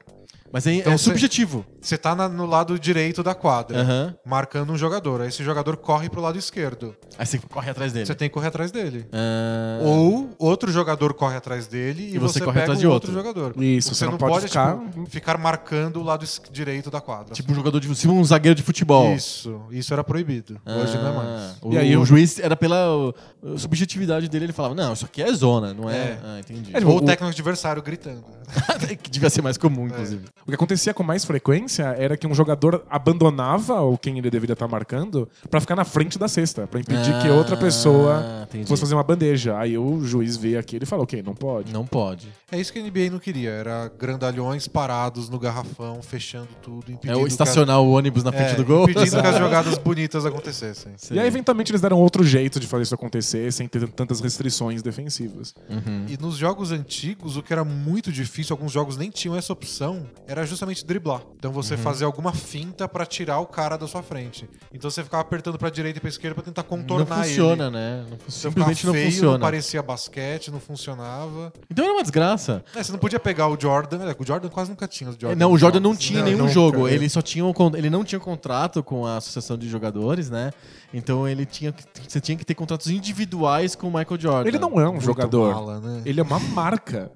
Speaker 1: Mas aí
Speaker 2: Então
Speaker 1: é
Speaker 2: você-
Speaker 1: subjetivo.
Speaker 2: Você tá na- no lado direito da quadra.
Speaker 1: Aham.
Speaker 2: Marcando um jogador. Aí esse jogador corre pro lado esquerdo.
Speaker 1: Aí você corre atrás dele.
Speaker 2: Você tem que correr atrás dele.
Speaker 1: Ah,
Speaker 2: Ou outro jogador corre atrás dele e,
Speaker 1: E você
Speaker 2: você,
Speaker 1: corre
Speaker 2: pega
Speaker 1: atrás
Speaker 2: um
Speaker 1: de
Speaker 2: outro.
Speaker 1: outro.
Speaker 2: jogador.
Speaker 3: Isso,
Speaker 2: O que
Speaker 3: você não pode ficar-
Speaker 2: tipo, ficar marcando o lado es- direito da quadra.
Speaker 1: Tipo um jogador de. Tipo um zagueiro de futebol.
Speaker 2: Isso, isso era proibido.
Speaker 1: Ah.
Speaker 2: Hoje não é mais.
Speaker 1: O,
Speaker 3: E aí
Speaker 1: o
Speaker 3: eu-
Speaker 1: juiz era pela o- a subjetividade dele, ele falava: Não, isso aqui é zona, não é.
Speaker 2: É.
Speaker 1: Ah, entendi.
Speaker 3: É, tipo,
Speaker 2: Ou o
Speaker 3: o-
Speaker 2: técnico adversário gritando.
Speaker 1: que devia ser mais comum, inclusive.
Speaker 3: O que acontecia com mais frequência era que um jogador abandonava o quem ele deveria estar marcando pra ficar na frente da cesta, pra impedir que outra
Speaker 1: Ah,
Speaker 3: pessoa
Speaker 1: entendi.
Speaker 3: fosse fazer uma bandeja. Aí o juiz vê aquilo e fala, ok, não pode.
Speaker 1: Não pode.
Speaker 2: É isso que a NBA não queria. Era grandalhões parados no garrafão, fechando tudo,
Speaker 1: É
Speaker 2: impedindo
Speaker 1: o
Speaker 2: que as-
Speaker 1: estacionar o ônibus na frente
Speaker 2: é,
Speaker 1: do gol.
Speaker 2: Impedindo que as jogadas bonitas acontecessem.
Speaker 1: Sei.
Speaker 3: E aí, eventualmente, eles deram outro jeito de fazer isso acontecer sem ter tantas restrições defensivas.
Speaker 1: Uhum.
Speaker 2: E nos jogos antigos, o que era muito difícil, alguns jogos nem tinham essa opção, era justamente driblar. Então
Speaker 1: Uhum.
Speaker 2: você fazer alguma finta pra tirar o cara da sua frente. Então você ficava apertando pra direita e pra esquerda pra tentar
Speaker 1: Não
Speaker 2: contornar
Speaker 1: funciona,
Speaker 2: ele.
Speaker 1: né? Não fun-
Speaker 2: Então ficava
Speaker 1: simplesmente não
Speaker 2: feio,
Speaker 1: funciona.
Speaker 2: Não parecia basquete, não funcionava.
Speaker 1: Então era uma desgraça.
Speaker 2: É, você não podia pegar o Jordan. é, O Jordan quase nunca tinha os Jordan.
Speaker 1: É, não, o Jordan não tinha
Speaker 2: Não,
Speaker 1: nenhum
Speaker 2: nunca,
Speaker 1: jogo.
Speaker 2: é.
Speaker 1: Ele só tinha um, con- ele não tinha contrato com a associação de jogadores, né? Então ele tinha que- você tinha que ter contratos individuais com o Michael Jordan.
Speaker 3: Ele não é um
Speaker 2: Muito
Speaker 3: jogador.
Speaker 2: mala, né?
Speaker 3: Ele é uma marca.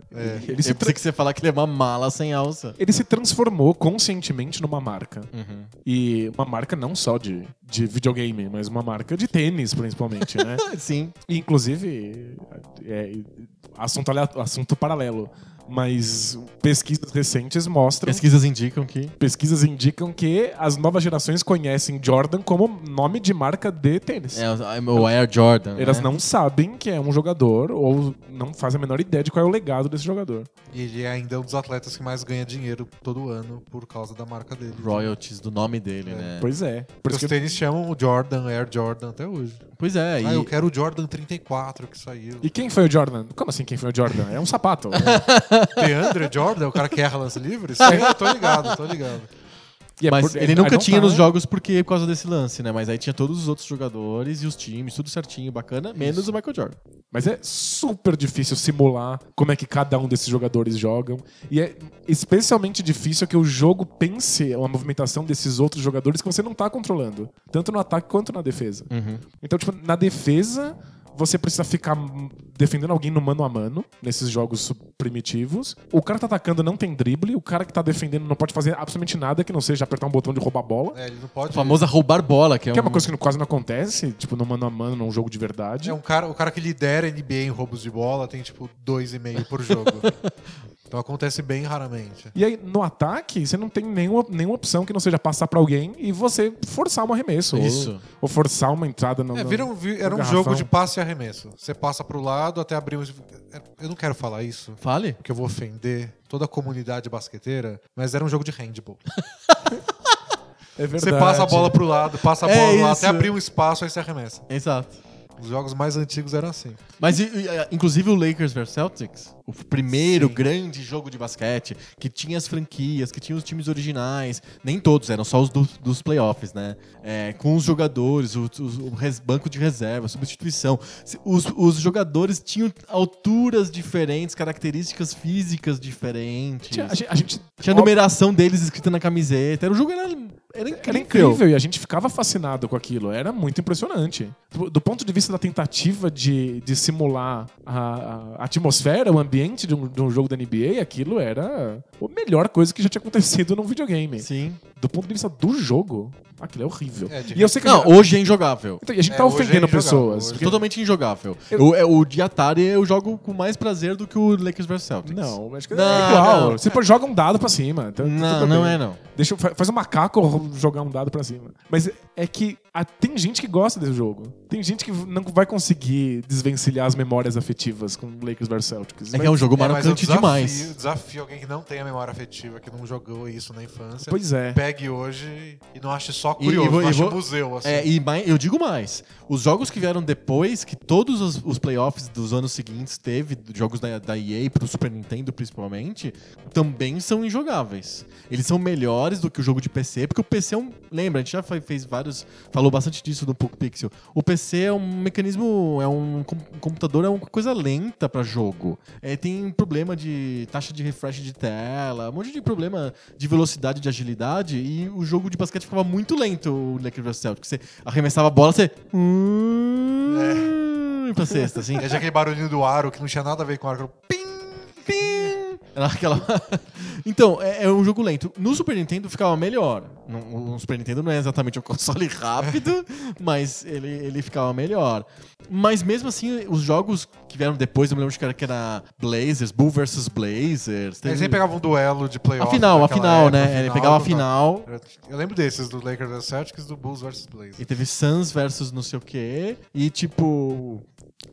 Speaker 3: Ele, se
Speaker 1: Eu
Speaker 3: tra-
Speaker 1: pensei que você ia falar que ele é uma mala sem alça.
Speaker 3: ele se transformou conscientemente numa marca.
Speaker 1: Uhum.
Speaker 3: E uma marca não só de, de videogame, mas uma marca de tênis, principalmente, né?
Speaker 1: Sim.
Speaker 3: E, Inclusive, é, assunto, alea- assunto paralelo, mas pesquisas recentes mostram.
Speaker 1: Pesquisas indicam que.
Speaker 3: Pesquisas indicam que as novas gerações conhecem Jordan como nome de marca de tênis.
Speaker 1: É, o Air Jordan. né?
Speaker 3: Elas não sabem que é um jogador ou não fazem a menor ideia de qual é o legado desse jogador.
Speaker 2: Ele é ainda um dos atletas que mais ganha dinheiro todo ano por causa da marca dele.
Speaker 1: Royalties do nome dele, né?
Speaker 3: Pois é. Por
Speaker 2: Os
Speaker 3: isso que
Speaker 2: tênis chamam o Jordan, Air Jordan até hoje.
Speaker 1: Pois é.
Speaker 2: Ah,
Speaker 1: e-
Speaker 2: eu quero o Jordan 34 que saiu.
Speaker 3: E quem foi o Jordan? Como assim quem foi o Jordan? É um sapato.
Speaker 2: Deandre Jordan, é o cara que erra lance livre? Sim, eu tô ligado, tô ligado.
Speaker 3: E é
Speaker 1: Mas
Speaker 3: por-
Speaker 1: ele
Speaker 3: é-
Speaker 1: nunca
Speaker 3: não
Speaker 1: tinha
Speaker 3: tá-
Speaker 1: nos jogos porque por causa desse lance, né? Mas aí tinha todos os outros jogadores e os times, tudo certinho, bacana, menos o Michael Jordan.
Speaker 3: Mas é super difícil simular como é que cada um desses jogadores jogam. E é especialmente difícil que o jogo pense a movimentação desses outros
Speaker 1: Uhum.
Speaker 3: jogadores que você não tá controlando. Tanto no ataque quanto na defesa. Então, tipo, na defesa. Você precisa ficar defendendo alguém no mano a mano, nesses jogos primitivos. O cara que tá atacando não tem drible, o cara que tá defendendo não pode fazer absolutamente nada que não seja apertar um botão de roubar bola.
Speaker 2: É, ele não pode.
Speaker 1: A famosa roubar bola, que é,
Speaker 3: Que é uma
Speaker 1: um-
Speaker 3: coisa que quase não acontece, tipo, no mano a mano, num jogo de verdade.
Speaker 2: É um cara, o cara que lidera a NBA em roubos de bola tem tipo 2,5 por jogo. então acontece bem raramente.
Speaker 3: E aí, no ataque, você não tem nenhuma, nenhuma opção que não seja passar pra alguém e você forçar um arremesso. ou-
Speaker 1: Isso.
Speaker 3: Ou, forçar uma entrada no.
Speaker 2: É,
Speaker 3: no-
Speaker 2: vira um- vi- era um
Speaker 3: garrafão.
Speaker 2: jogo de passe e arremesso. Você passa pro lado até abrir um. Eu não quero falar isso,
Speaker 1: Fale.
Speaker 2: porque eu vou ofender toda a comunidade basqueteira, mas era um jogo de handball.
Speaker 3: É verdade.
Speaker 2: Você passa a bola pro lado, passa a
Speaker 1: É
Speaker 2: bola pro lado,
Speaker 1: isso.
Speaker 2: até abrir um espaço, aí você arremessa.
Speaker 1: Exato.
Speaker 2: Os jogos mais antigos eram assim.
Speaker 1: Mas, e- e, eh, inclusive, o Lakers vs Celtics, o primeiro
Speaker 2: Sim.
Speaker 1: grande jogo de basquete, que tinha as franquias, que tinha os times originais, nem todos, eram só os do- dos playoffs, né? É, com os jogadores, o, os- o res- banco de reserva, substituição. Se- Os, os jogadores tinham alturas diferentes, características físicas diferentes.
Speaker 3: Tinha-
Speaker 1: Tinha,
Speaker 3: A gente, a gente-
Speaker 1: a numeração deles escrita na camiseta. Era, o jogo era, era incrível.
Speaker 3: Era incrível e a gente ficava fascinado com aquilo. Era muito impressionante. Do, do ponto de vista da tentativa de, de simular a, a atmosfera, o ambiente de um, de um jogo da NBA, aquilo era a melhor coisa que já tinha acontecido num videogame.
Speaker 1: Sim.
Speaker 3: Do ponto de vista do jogo, aquilo é horrível.
Speaker 2: É, de-
Speaker 3: e eu sei que
Speaker 1: Não, hoje é injogável.
Speaker 3: Então, e a gente
Speaker 2: É,
Speaker 3: tá
Speaker 2: hoje é
Speaker 3: ofendendo
Speaker 2: injogável,
Speaker 3: pessoas.
Speaker 2: hoje-
Speaker 3: porque-
Speaker 1: Totalmente injogável.
Speaker 3: Eu-
Speaker 1: Eu, é, o de Atari eu jogo com mais prazer do que o Lakers vs Celtics.
Speaker 3: Não, acho que é
Speaker 1: Não,
Speaker 3: igual.
Speaker 1: não.
Speaker 3: Você pode joga um dado pra cima. tá- tá
Speaker 1: Não,
Speaker 3: tudo
Speaker 1: não
Speaker 3: bem.
Speaker 1: é não.
Speaker 3: Deixa, eu- fa- faz um macaco jogar um dado pra cima. Mas é que ah, tem gente que gosta desse jogo. Tem gente que não vai conseguir desvencilhar as memórias afetivas com Lakers vs Celtics.
Speaker 1: É
Speaker 3: Mas-
Speaker 1: que é um jogo
Speaker 2: mas eu
Speaker 1: marcante
Speaker 2: desafio, assim.
Speaker 1: demais.
Speaker 2: Desafio alguém que não tem a memória afetiva, que não jogou isso na infância.
Speaker 3: Pois é.
Speaker 2: Pegue hoje e não ache só
Speaker 1: E- e
Speaker 2: curioso,
Speaker 1: vou-
Speaker 2: não
Speaker 1: e
Speaker 2: ache
Speaker 1: vou-
Speaker 2: museu, assim.
Speaker 1: É, e mai- eu digo mais. Os jogos que vieram depois, que todos os, os playoffs dos anos seguintes teve, jogos da, da EA pro Super Nintendo principalmente, também são injogáveis. Eles são melhores do que o jogo de PC, porque o PC é um. Lembra, a gente já fe- fez vários. Falou bastante disso no Poco Pixel. O PC é um mecanismo. É um com- um computador, é uma coisa lenta pra jogo. É, tem problema de taxa de refresh de tela, um monte de problema de velocidade, de agilidade, e o jogo de basquete ficava muito lento, o Lakers vs Celtics. Você arremessava a bola, você... É. Pra cesta, assim.
Speaker 2: E aí tinha aquele barulhinho do aro que não tinha nada a ver com o aro.
Speaker 1: Era aquela- então, é, é um jogo lento. No Super Nintendo ficava melhor. No, o Super Nintendo não é exatamente um console rápido, mas ele, ele ficava melhor. Mas mesmo assim, os jogos que vieram depois, eu me lembro de que era, que era Blazers, Bull vs Blazers.
Speaker 2: Eles
Speaker 1: teve-
Speaker 2: nem pegavam um duelo de playoff.
Speaker 1: A final, a
Speaker 2: naquela
Speaker 1: final,
Speaker 2: época,
Speaker 1: né? ele pegava a
Speaker 2: não.
Speaker 1: final.
Speaker 2: Eu lembro desses, do Lakers vs Celtics do Bulls vs Blazers. É
Speaker 1: E teve Suns versus não sei o quê. E tipo.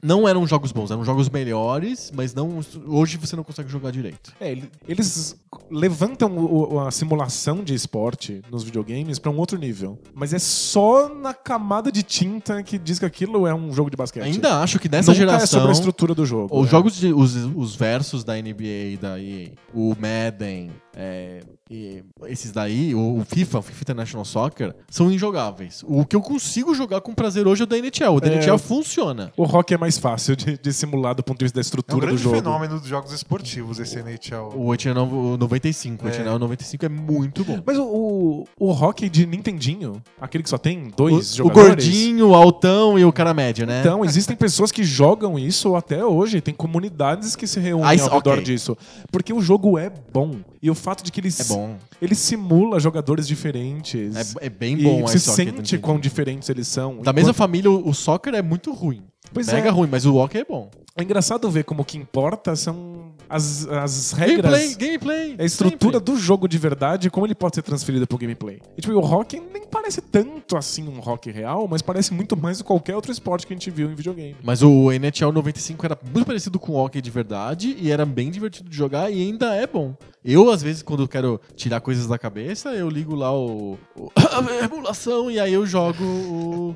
Speaker 1: Não eram jogos bons, eram jogos melhores, mas não. Hoje você não consegue jogar direito.
Speaker 3: É, ele- eles levantam o- o- a simulação de esporte nos videogames pra um outro nível. Mas é só na camada de tinta que diz que aquilo é um jogo de basquete.
Speaker 1: Ainda acho que nessa
Speaker 3: Nunca é
Speaker 1: geração.
Speaker 3: sobre a estrutura do jogo.
Speaker 1: os
Speaker 3: é.
Speaker 1: jogos de, os, os versos da NBA e da EA, o Madden, é, e esses daí, o, o FIFA, o FIFA International Soccer, são injogáveis. O que eu consigo jogar com prazer hoje é o da NHL. O da
Speaker 3: É.
Speaker 1: NHL funciona.
Speaker 3: O rock é mais fácil de, de simular do ponto de vista da
Speaker 2: É um
Speaker 3: estrutura do
Speaker 2: grande
Speaker 3: jogo.
Speaker 2: fenômeno dos jogos esportivos, esse NHL.
Speaker 1: O NHL 95, o
Speaker 2: É.
Speaker 1: NHL 95 é muito bom.
Speaker 3: Mas o, o, o hockey de Nintendinho, aquele que só tem dois
Speaker 1: o, o
Speaker 3: jogadores.
Speaker 1: gordinho, né? o altão e o cara médio, né?
Speaker 3: Então, existem pessoas que jogam isso até hoje. Tem comunidades que se reúnem
Speaker 1: Ah, isso-
Speaker 3: ao redor
Speaker 1: ok.
Speaker 3: disso. Porque o jogo é bom. E o fato de que ele,
Speaker 1: é
Speaker 3: s-
Speaker 1: bom.
Speaker 3: ele simula jogadores diferentes.
Speaker 1: É, é bem
Speaker 3: e
Speaker 1: bom o
Speaker 3: você
Speaker 1: ice hockey,
Speaker 3: sente
Speaker 1: não
Speaker 3: quão
Speaker 1: entendi.
Speaker 3: diferentes eles são.
Speaker 1: Da mesma família, o, o soccer é muito ruim.
Speaker 3: Pois
Speaker 1: Mega
Speaker 3: é.
Speaker 1: ruim, mas o hockey é bom.
Speaker 3: É engraçado ver como o que importa são as, as regras.
Speaker 1: Gameplay, gameplay.
Speaker 3: É a estrutura
Speaker 1: sempre.
Speaker 3: do jogo de verdade, como ele pode ser transferido pro gameplay. E, tipo, o rock nem parece tanto assim um rock real, mas parece muito mais do que qualquer outro esporte que a gente viu em videogame.
Speaker 1: Mas o NHL 95 era muito parecido com o hockey de verdade e era bem divertido de jogar e ainda é bom. Eu, às vezes, quando eu quero tirar coisas da cabeça, eu ligo lá o, o- a emulação e aí eu jogo o,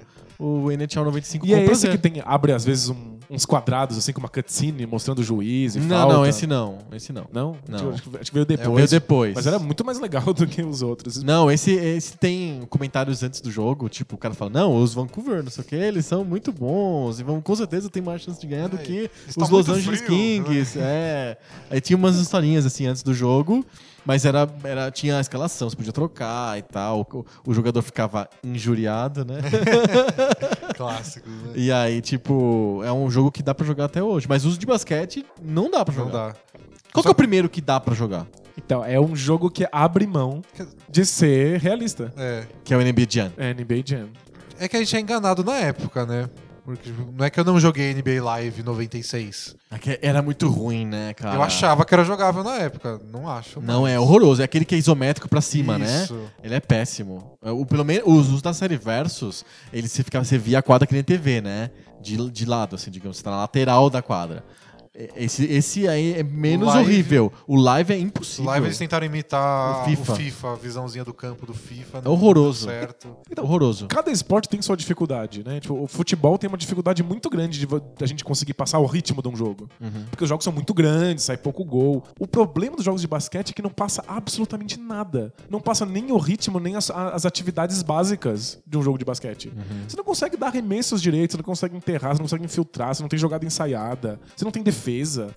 Speaker 1: o NHL 95
Speaker 3: E
Speaker 1: com
Speaker 3: é esse
Speaker 1: prazer.
Speaker 3: que tem, abre às vezes um- uns quadrados, assim, com uma cutscene mostrando o juiz e
Speaker 1: Não,
Speaker 3: falta.
Speaker 1: não, esse não. Esse não.
Speaker 3: Não?
Speaker 1: Não.
Speaker 3: Acho que, acho que veio depois.
Speaker 1: É, veio depois.
Speaker 3: Mas era muito mais legal do que os outros.
Speaker 1: Não, esse, esse tem comentários antes do jogo, tipo, o cara fala, não, os Vancouver, não sei o que, eles são muito bons, e vão, com certeza tem mais chance de ganhar do
Speaker 2: É,
Speaker 1: que
Speaker 2: está
Speaker 1: os Los
Speaker 2: muito né?"
Speaker 1: Angeles
Speaker 2: frio,
Speaker 1: Kings. É. Aí tinha umas historinhas assim antes do jogo. Mas era, era, tinha a escalação, você podia trocar e tal. O, o jogador ficava injuriado, né?
Speaker 2: Clássico, né?
Speaker 1: e aí, tipo, é um jogo que dá pra jogar até hoje. Mas uso de basquete não dá pra
Speaker 2: Não
Speaker 1: jogar.
Speaker 2: dá.
Speaker 1: Qual que é o primeiro que dá pra jogar?
Speaker 3: Então, é um jogo que abre mão de ser realista.
Speaker 2: É.
Speaker 1: Que é o NBA Jam.
Speaker 3: É NBA Jam.
Speaker 2: É que a gente é enganado na época, né? Porque não é que eu não joguei NBA Live 96.
Speaker 1: É que Era muito ruim, né, cara?
Speaker 2: Eu achava que era jogável na época. Não acho.
Speaker 1: Não, é horroroso. É aquele que é isométrico pra cima, né?
Speaker 2: Isso.
Speaker 1: Ele é péssimo. O, pelo menos os usos da série Versus, ele se fica, você via a quadra que nem TV, né? De, de lado, assim, digamos. Você tá na lateral da quadra. E- Esse, esse aí é menos
Speaker 2: Live-
Speaker 1: horrível. O live é
Speaker 2: O
Speaker 1: impossível.
Speaker 2: Live eles tentaram imitar
Speaker 1: O
Speaker 2: o
Speaker 1: FIFA.
Speaker 2: FIFA, a visãozinha do campo do FIFA.
Speaker 1: É horroroso.
Speaker 2: Não deu certo.
Speaker 1: é horroroso.
Speaker 3: Cada esporte tem sua dificuldade, né? Tipo, o futebol tem uma dificuldade muito grande de vo- da gente conseguir passar o ritmo de um jogo. Porque os jogos são muito grandes, sai pouco gol. O problema dos jogos de basquete é que não passa absolutamente nada. Não passa nem o ritmo, nem as, a- as atividades básicas de um jogo de basquete. Você não consegue dar arremessos direito, você não consegue enterrar, você não consegue infiltrar, você não tem jogada ensaiada, você não tem defesa.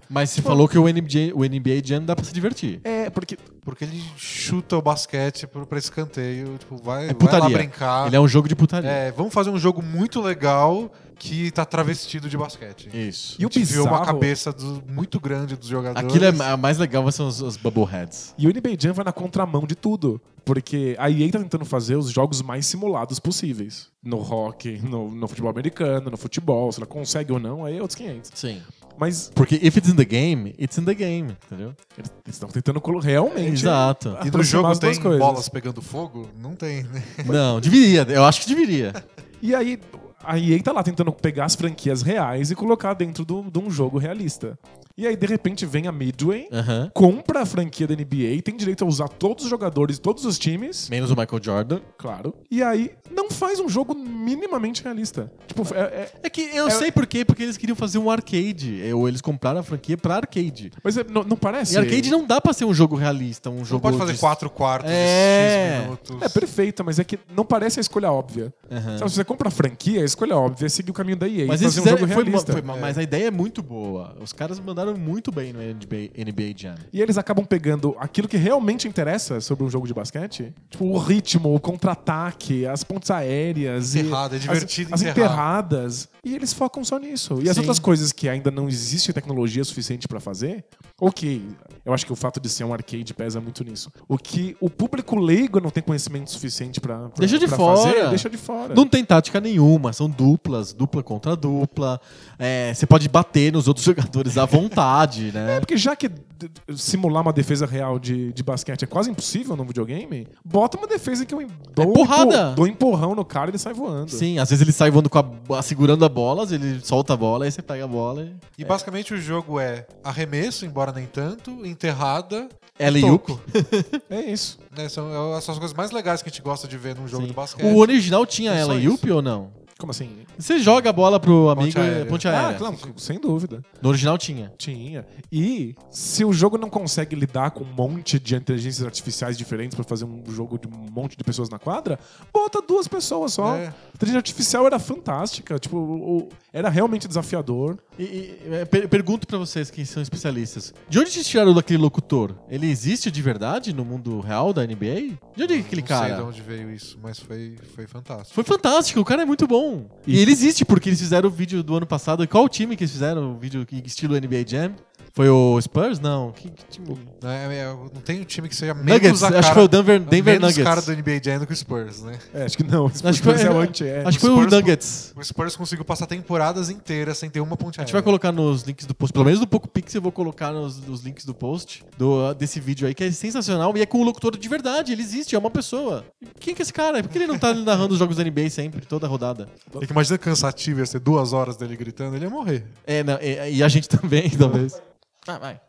Speaker 1: Mas
Speaker 2: Tipo,
Speaker 1: você falou que o NBA, o NBA Jam dá pra se divertir.
Speaker 3: É, porque
Speaker 2: Porque ele chuta o basquete pro, pra escanteio. Tipo, vai,
Speaker 1: É
Speaker 2: vai lá
Speaker 1: putaria.
Speaker 2: brincar.
Speaker 1: Ele é um jogo de putaria.
Speaker 2: É, vamos fazer um jogo muito legal que tá travestido de basquete.
Speaker 1: Isso.
Speaker 3: E o
Speaker 2: A gente viu uma
Speaker 3: bizarro-
Speaker 2: cabeça do- muito grande dos jogadores.
Speaker 1: Aquilo é a mais legal, são os, os Bubbleheads.
Speaker 3: E o NBA Jam vai na contramão de tudo. Porque a EA tá tentando fazer os jogos mais simulados possíveis. No hockey, no, no futebol americano, no futebol. Se ela consegue ou não, aí é outros 500.
Speaker 1: Sim.
Speaker 3: Mas
Speaker 1: Porque if it's in the game, it's in the game, entendeu?
Speaker 3: eles estão tentando colo- realmente...
Speaker 1: Exato.
Speaker 2: E no
Speaker 3: aproximar
Speaker 2: jogo
Speaker 3: as duas
Speaker 2: tem
Speaker 3: coisas.
Speaker 2: bolas pegando fogo? Não tem, né?
Speaker 1: Não, deveria. Eu acho que deveria.
Speaker 3: E aí a EA tá lá tentando pegar as franquias reais e colocar dentro do- de um jogo realista. E aí, de repente, vem a Midway...
Speaker 1: Aham.
Speaker 3: Compra a franquia da NBA, tem direito a usar todos os jogadores, todos os times.
Speaker 1: Menos o Michael Jordan.
Speaker 3: Claro. E aí, não faz um jogo minimamente realista. Tipo, é- é,
Speaker 1: É que eu sei por quê, porque eles queriam fazer um arcade. É, Ou eles compraram a franquia pra arcade.
Speaker 3: Mas é- não, não parece?
Speaker 1: E arcade não dá pra ser um jogo realista, um
Speaker 2: Não
Speaker 1: jogo.
Speaker 2: pode fazer
Speaker 1: de-
Speaker 2: quatro quartos
Speaker 1: É.
Speaker 2: de X minutos.
Speaker 3: É perfeita, mas é que não parece a escolha óbvia.
Speaker 1: Aham.
Speaker 3: Sabe, se você compra a franquia, a escolha óbvia é seguir o caminho da EA
Speaker 1: Mas
Speaker 3: e
Speaker 1: eles
Speaker 3: fazer um jogo
Speaker 1: fizeram, foi, uma-
Speaker 3: realista.
Speaker 1: foi uma- mas a ideia é muito boa. Os caras mandaram muito bem no NBA, NBA Jam.
Speaker 3: E eles acabam pegando aquilo que realmente interessa sobre um jogo de basquete. Tipo, o ritmo, o contra-ataque, as pontes aéreas. e
Speaker 2: Enterrada, é divertido
Speaker 3: as, as
Speaker 2: enterrar.
Speaker 3: enterradas. E eles focam só nisso. E as
Speaker 1: Sim.
Speaker 3: outras coisas que ainda não existe tecnologia suficiente pra fazer, ok. Eu acho que o fato de ser um arcade pesa muito nisso. O que o público leigo não tem conhecimento suficiente pra, pra,
Speaker 1: Deixa de
Speaker 3: pra
Speaker 1: fora.
Speaker 3: fazer, deixa de fora.
Speaker 1: Não tem tática nenhuma, são duplas, dupla contra dupla. É, você pode bater nos outros jogadores à vontade, né?
Speaker 3: É porque já que d- d- simular uma defesa real de, de basquete é quase impossível no videogame, bota uma defesa em que eu em- dou, um
Speaker 1: porrada.
Speaker 3: empu- dou um empurrão no cara e ele sai voando.
Speaker 1: Sim, às vezes ele sai voando com a, bo- segurando a bola, às vezes ele solta a bola, aí você pega a bola e.
Speaker 2: E basicamente o jogo é arremesso, embora nem tanto, enterrada.
Speaker 1: É
Speaker 2: toco.
Speaker 3: É isso.
Speaker 2: Né? São as coisas mais legais que a gente gosta de ver num jogo de basquete.
Speaker 1: O original tinha
Speaker 2: É só
Speaker 1: ela Yuppie ou não?
Speaker 3: Como assim?
Speaker 1: Você joga a bola pro amigo e
Speaker 2: aérea.
Speaker 1: ponte aérea.
Speaker 3: Ah, claro, sem dúvida.
Speaker 1: No original tinha.
Speaker 3: Tinha. E se o jogo não consegue lidar com um monte de inteligências artificiais diferentes pra fazer um jogo de um monte de pessoas na quadra, bota duas pessoas só.
Speaker 2: É.
Speaker 3: A inteligência artificial era fantástica, tipo, o- o- era realmente desafiador.
Speaker 1: E, e, é, per- pergunto pra vocês que são especialistas. De onde vocês tiraram daquele locutor? Ele existe de verdade no mundo real da NBA? De onde é aquele
Speaker 2: não sei de
Speaker 1: cara?
Speaker 2: onde veio isso, mas foi, foi fantástico.
Speaker 1: Foi fantástico, o cara é muito bom. E,
Speaker 3: E-
Speaker 1: ele existe porque eles fizeram o vídeo do ano passado. Qual o time que eles fizeram o vídeo que- estilo NBA Jam? Foi o Spurs? Não. Que, que time?
Speaker 2: Né? É, Não tem um time que seja menos
Speaker 1: Nuggets,
Speaker 2: a cara...
Speaker 1: acho que foi o Denver, Denver
Speaker 2: menos
Speaker 1: Nuggets.
Speaker 2: cara do NBA Jam do que o Spurs, né?
Speaker 3: É, acho que não.
Speaker 1: Acho que foi,
Speaker 3: é o anti, é.
Speaker 1: acho que foi o
Speaker 2: Spurs-
Speaker 1: Nuggets.
Speaker 2: O Spurs conseguiu passar temporadas inteiras sem ter uma ponte
Speaker 1: A gente vai colocar nos links do post, pelo menos do Poco Pix eu vou colocar nos, nos links do post do, desse vídeo aí, que é sensacional e é com o locutor de verdade, ele existe, é uma pessoa. Quem que é esse cara? Por que ele não tá narrando os jogos da NBA sempre, toda rodada?
Speaker 2: É que imagina cansativo ia ser duas horas dele gritando, ele ia morrer.
Speaker 1: É, não, é, e a gente também, talvez. Ah, vai.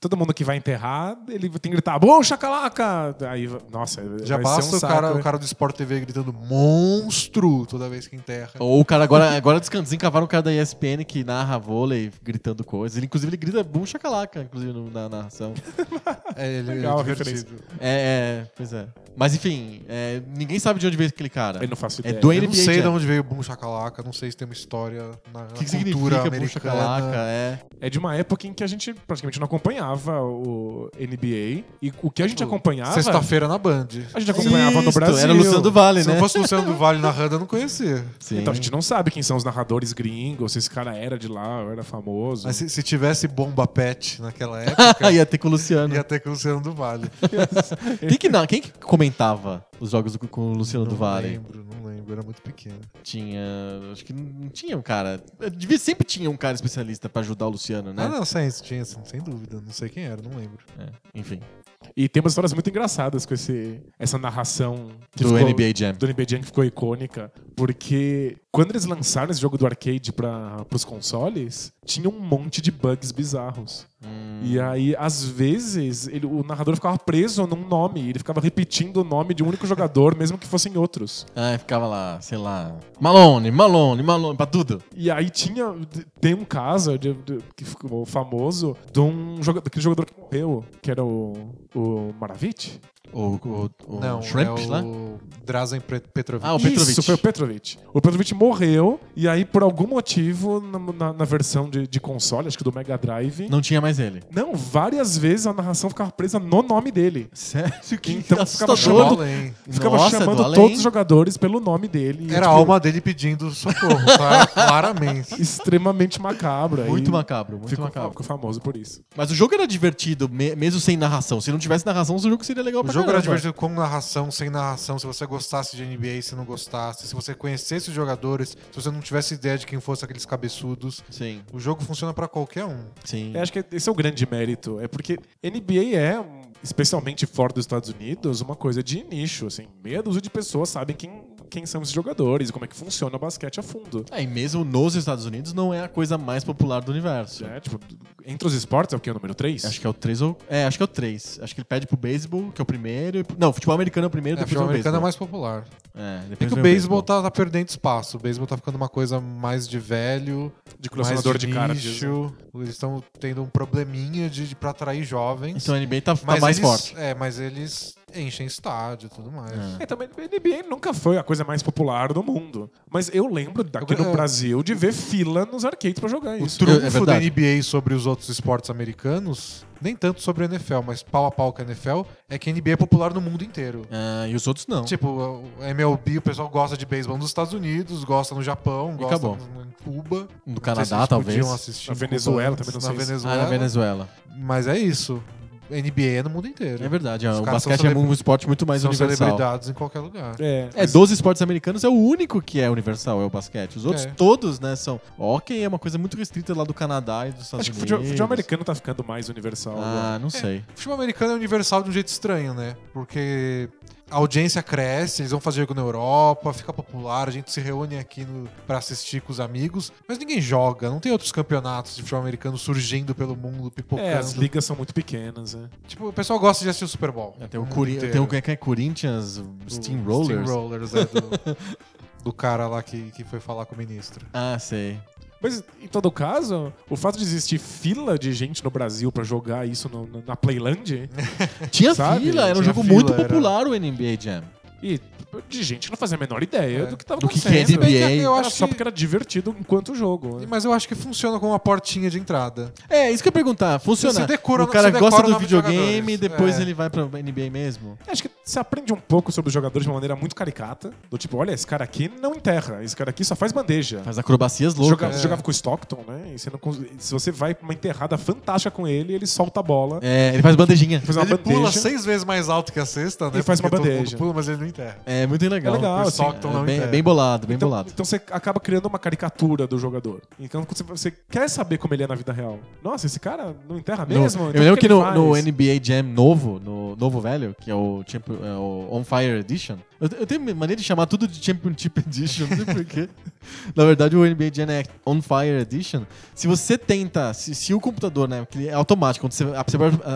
Speaker 3: Todo mundo que vai enterrar, ele tem que gritar, bom, chacalaca! Aí, vai- nossa,
Speaker 2: Já
Speaker 3: vai
Speaker 2: basta
Speaker 3: ser um
Speaker 2: o,
Speaker 3: saco,
Speaker 2: cara,
Speaker 3: né?
Speaker 2: o cara do Sport TV gritando monstro toda vez que enterra.
Speaker 1: Ou o cara agora, agora descan- desencavaram o cara da ESPN que narra vôlei gritando coisas. Ele, inclusive, ele grita bum chacalaca, inclusive, no- na narração.
Speaker 2: É, ele
Speaker 3: Legal a
Speaker 2: é divertido.
Speaker 1: É, é, pois é. Mas enfim, é, ninguém sabe de onde veio aquele cara.
Speaker 3: Eu não faço
Speaker 1: É
Speaker 3: ideia.
Speaker 1: do
Speaker 2: Eu
Speaker 1: NBA.
Speaker 2: não sei
Speaker 1: Jam.
Speaker 2: de onde veio o Boom Chacalaca, não sei se tem uma história na,
Speaker 1: O que, que
Speaker 2: na
Speaker 1: significa
Speaker 2: cultura
Speaker 1: bum
Speaker 2: americana.
Speaker 1: chacalaca? É.
Speaker 3: É de uma época em que a gente praticamente não acompanhava acompanhava o NBA e o que a gente
Speaker 2: Ah,
Speaker 3: acompanhava.
Speaker 2: Sexta-feira na Band.
Speaker 3: A gente acompanhava no
Speaker 1: Isto,
Speaker 3: Brasil.
Speaker 1: Era Luciano do Vale,
Speaker 2: Se não
Speaker 1: né?
Speaker 2: fosse o Luciano do Vale narrando, eu não conhecia.
Speaker 1: Sim.
Speaker 3: Então a gente não sabe quem são os narradores gringos, se esse cara era de lá, ou era famoso.
Speaker 2: Mas se, se tivesse bomba pet naquela época,
Speaker 1: Ah, ia ter com o Luciano.
Speaker 2: ia ter com o Luciano do Vale.
Speaker 1: Quem que, não- quem que comentava os jogos do- com o Luciano do Vale?
Speaker 2: Não lembro, não lembro, era muito pequeno.
Speaker 1: Tinha. Acho que não tinha um cara. Devia, sempre tinha um cara especialista pra ajudar o Luciano, né?
Speaker 2: Ah, não, sem, tinha, sem sem dúvida. Não sei quem era, não lembro.
Speaker 1: É, Enfim.
Speaker 3: E tem umas histórias muito engraçadas com esse, essa narração que
Speaker 1: Do
Speaker 3: ficou-
Speaker 1: NBA Jam.
Speaker 3: do NBA Jam que ficou icônica, porque quando eles lançaram esse jogo do arcade para os consoles, tinha um monte de bugs bizarros. E aí, às vezes, ele- o narrador ficava preso num nome, ele ficava repetindo o nome de um único jogador, mesmo que fossem outros.
Speaker 1: Ah, ficava lá, sei lá. Malone, Malone, Malone, pra tudo.
Speaker 3: E aí tinha. Tem um caso de- de- que ficou famoso de um jogador, daquele jogador que morreu, que era o, o Maravich.
Speaker 1: O, o, o
Speaker 2: não,
Speaker 1: Shrimp
Speaker 2: é o
Speaker 1: lá?
Speaker 2: Drazen Pre- Petrovic.
Speaker 1: Ah, o Petrovic.
Speaker 3: Isso, foi o Petrovic. O Petrovic morreu, e aí, por algum motivo, na, na- na versão de, de console, acho que do Mega Drive.
Speaker 1: Não tinha mais ele.
Speaker 3: Não, várias vezes a narração ficava presa no nome dele.
Speaker 1: Sério? Que
Speaker 3: Então ficava
Speaker 2: Do
Speaker 1: assustador.
Speaker 3: chamando-
Speaker 2: além.
Speaker 3: Ficava
Speaker 1: Nossa,
Speaker 3: chamando
Speaker 1: do além.
Speaker 3: todos os jogadores pelo nome dele.
Speaker 2: Era a
Speaker 3: tipo,
Speaker 2: alma dele pedindo socorro, tá? Claramente.
Speaker 3: Extremamente macabra.
Speaker 1: Muito
Speaker 3: e
Speaker 1: macabro, muito
Speaker 3: ficou,
Speaker 1: macabro.
Speaker 3: ficou famoso por isso.
Speaker 1: Mas o jogo era divertido, me- mesmo sem narração. Se não tivesse narração, o jogo seria legal
Speaker 2: O
Speaker 1: pra
Speaker 2: jogo era
Speaker 1: caramba.
Speaker 2: divertido com narração, sem narração, se você gostasse de NBA, se não gostasse, se você conhecesse os jogadores, se você não tivesse ideia de quem fossem aqueles cabeçudos.
Speaker 1: Sim,
Speaker 2: O jogo funciona pra qualquer um.
Speaker 1: sim.
Speaker 3: Eu acho que esse é o grande mérito. É porque NBA é, um- especialmente fora dos Estados Unidos, uma coisa de nicho. Assim, meia dúzia de pessoas sabem quem, quem são esses jogadores, como é que funciona o basquete a fundo.
Speaker 1: É, e mesmo nos Estados Unidos não é a coisa mais popular do universo.
Speaker 3: É, tipo, entre os esportes é o que? O número 3?
Speaker 1: Acho que é o 3 ou. É, acho que é o 3. Acho que ele pede pro beisebol, que é o primeiro. e pro- Não, futebol americano é o primeiro,
Speaker 2: É,
Speaker 1: depois
Speaker 2: futebol
Speaker 1: vem o
Speaker 2: americano é
Speaker 1: beisebol.
Speaker 2: mais popular.
Speaker 1: É,
Speaker 2: É
Speaker 1: depois
Speaker 2: que o
Speaker 1: vem
Speaker 2: beisebol tá, tá perdendo espaço. O beisebol tá ficando uma coisa mais de velho,
Speaker 3: de
Speaker 2: mais
Speaker 3: colecionador de, cartas.
Speaker 2: nicho. Eles estão tendo um probleminha de, de, pra atrair jovens.
Speaker 1: Então a NBA tá, tá mais
Speaker 2: eles,
Speaker 1: forte.
Speaker 2: É, mas eles enchem estádio e tudo mais.
Speaker 3: É, também NBA nunca foi a coisa mais popular do mundo. Mas eu lembro daqui
Speaker 2: Eu-
Speaker 3: no
Speaker 2: eu-
Speaker 3: Brasil de ver fila nos arcades pra jogar
Speaker 2: É. O
Speaker 3: isso.
Speaker 1: É
Speaker 2: trunfo da
Speaker 1: verdade.
Speaker 2: NBA sobre os outros esportes americanos, nem tanto sobre a NFL, mas pau a pau com a NFL, é que a NBA é popular no mundo inteiro.
Speaker 1: Ah, e os outros não.
Speaker 2: Tipo, a MLB, o pessoal gosta de beisebol nos Estados Unidos, gosta no Japão, gosta
Speaker 1: acabou.
Speaker 2: no- em
Speaker 1: No
Speaker 2: Cuba. Não sei se
Speaker 1: Canadá,
Speaker 2: eles
Speaker 1: talvez.
Speaker 2: podiam assistir
Speaker 3: Na
Speaker 2: em Cuba
Speaker 3: Venezuela,
Speaker 2: antes,
Speaker 3: também não
Speaker 2: na
Speaker 3: sei se-
Speaker 1: Ah,
Speaker 2: Venezuela,
Speaker 1: na Venezuela.
Speaker 2: Mas é isso. NBA é no mundo inteiro.
Speaker 1: É verdade, é,
Speaker 2: Os
Speaker 1: o
Speaker 2: caras são
Speaker 1: basquete é
Speaker 2: celebra-
Speaker 1: um esporte muito mais
Speaker 2: São
Speaker 1: universal.
Speaker 2: celebridades em qualquer lugar.
Speaker 3: É,
Speaker 1: É, dos esportes americanos é o único que é universal, é o basquete. Os outros
Speaker 2: É.
Speaker 1: todos, né, são... Hockey é uma coisa muito restrita lá do Canadá e dos Estados
Speaker 3: Acho que o
Speaker 1: Unidos.
Speaker 3: futebol, futebol americano tá ficando mais
Speaker 2: é
Speaker 3: universal agora.
Speaker 1: Ah, não sei.
Speaker 2: O futebol americano é universal de um jeito estranho, né? Porque a audiência cresce, eles vão fazer jogo na Europa, fica popular, a gente se reúne aqui no, pra assistir com os amigos, mas ninguém joga, não tem outros campeonatos de futebol americano surgindo pelo mundo, pipocando.
Speaker 3: É, as ligas são muito pequenas, né?
Speaker 2: Tipo, o pessoal gosta de assistir o Super Bowl.
Speaker 1: É, Tem o,
Speaker 2: mundo
Speaker 1: Cori-
Speaker 2: inteiro.
Speaker 1: tem o que é que é Corinthians o
Speaker 2: O
Speaker 1: Steamrollers.
Speaker 2: Steamrollers, é, do, do cara lá que, que foi falar com o ministro.
Speaker 1: Ah, sei.
Speaker 3: Mas, em todo caso, o fato de existir fila de gente no Brasil pra jogar isso no- no- na Playland
Speaker 1: Tinha
Speaker 3: Sabe?
Speaker 1: fila, era um
Speaker 2: Tinha
Speaker 1: jogo
Speaker 2: fila,
Speaker 1: muito
Speaker 2: era-
Speaker 1: popular o NBA Jam.
Speaker 3: e de gente que não fazia a menor ideia
Speaker 2: É.
Speaker 3: do que tava
Speaker 1: Do que que é
Speaker 3: acontecendo.
Speaker 1: NBA.
Speaker 2: Bem que Eu
Speaker 3: Era
Speaker 2: acho
Speaker 3: só
Speaker 2: que-
Speaker 3: porque era divertido enquanto jogo. né?
Speaker 2: Mas eu acho que funciona como uma portinha de entrada.
Speaker 1: É, isso que eu ia perguntar. Funciona.
Speaker 2: Você decora-
Speaker 1: o cara
Speaker 2: você
Speaker 1: gosta
Speaker 2: decora
Speaker 1: do
Speaker 2: o nome dos
Speaker 1: videogame,
Speaker 2: jogadores.
Speaker 1: depois
Speaker 2: É.
Speaker 1: ele vai pra NBA mesmo.
Speaker 3: Acho que você aprende um pouco sobre os jogadores de uma maneira muito caricata. Do tipo, olha, esse cara aqui não enterra, esse cara aqui só faz bandeja.
Speaker 1: Faz é. acrobacias
Speaker 3: Joga-
Speaker 1: loucas.
Speaker 3: Você jogava com o Stockton, né? E você não cons- se você vai pra uma enterrada fantástica com ele, ele solta a bola,
Speaker 1: É, ele faz bandejinha.
Speaker 3: faz uma
Speaker 2: ele
Speaker 3: bandeja.
Speaker 2: pula seis vezes mais alto que a cesta, né?
Speaker 3: E faz uma
Speaker 2: Porque todo mundo
Speaker 3: bandeja.
Speaker 2: Pula, mas ele não enterra.
Speaker 1: É muito legal.
Speaker 3: É legal,
Speaker 1: Por
Speaker 3: assim,
Speaker 1: Stockton,
Speaker 2: é
Speaker 1: não bem,
Speaker 2: ideia.
Speaker 1: bem bolado, bem
Speaker 3: então,
Speaker 1: bolado.
Speaker 3: então você acaba criando uma caricatura do jogador. Então você, você quer saber como ele é na vida real. Nossa, esse cara não enterra
Speaker 1: No-
Speaker 3: Ah, mesmo? Então
Speaker 1: eu lembro que no, no
Speaker 3: NBA.
Speaker 1: NBA Jam novo, no novo velho, que é o, Champion- é o On Fire Edition, eu, eu tenho mania de chamar tudo de Championship Edition, não sei porquê. Na verdade, o NBA Jam é On Fire Edition. Se você tenta, se, se o computador, né, que ele é automático, quando você, você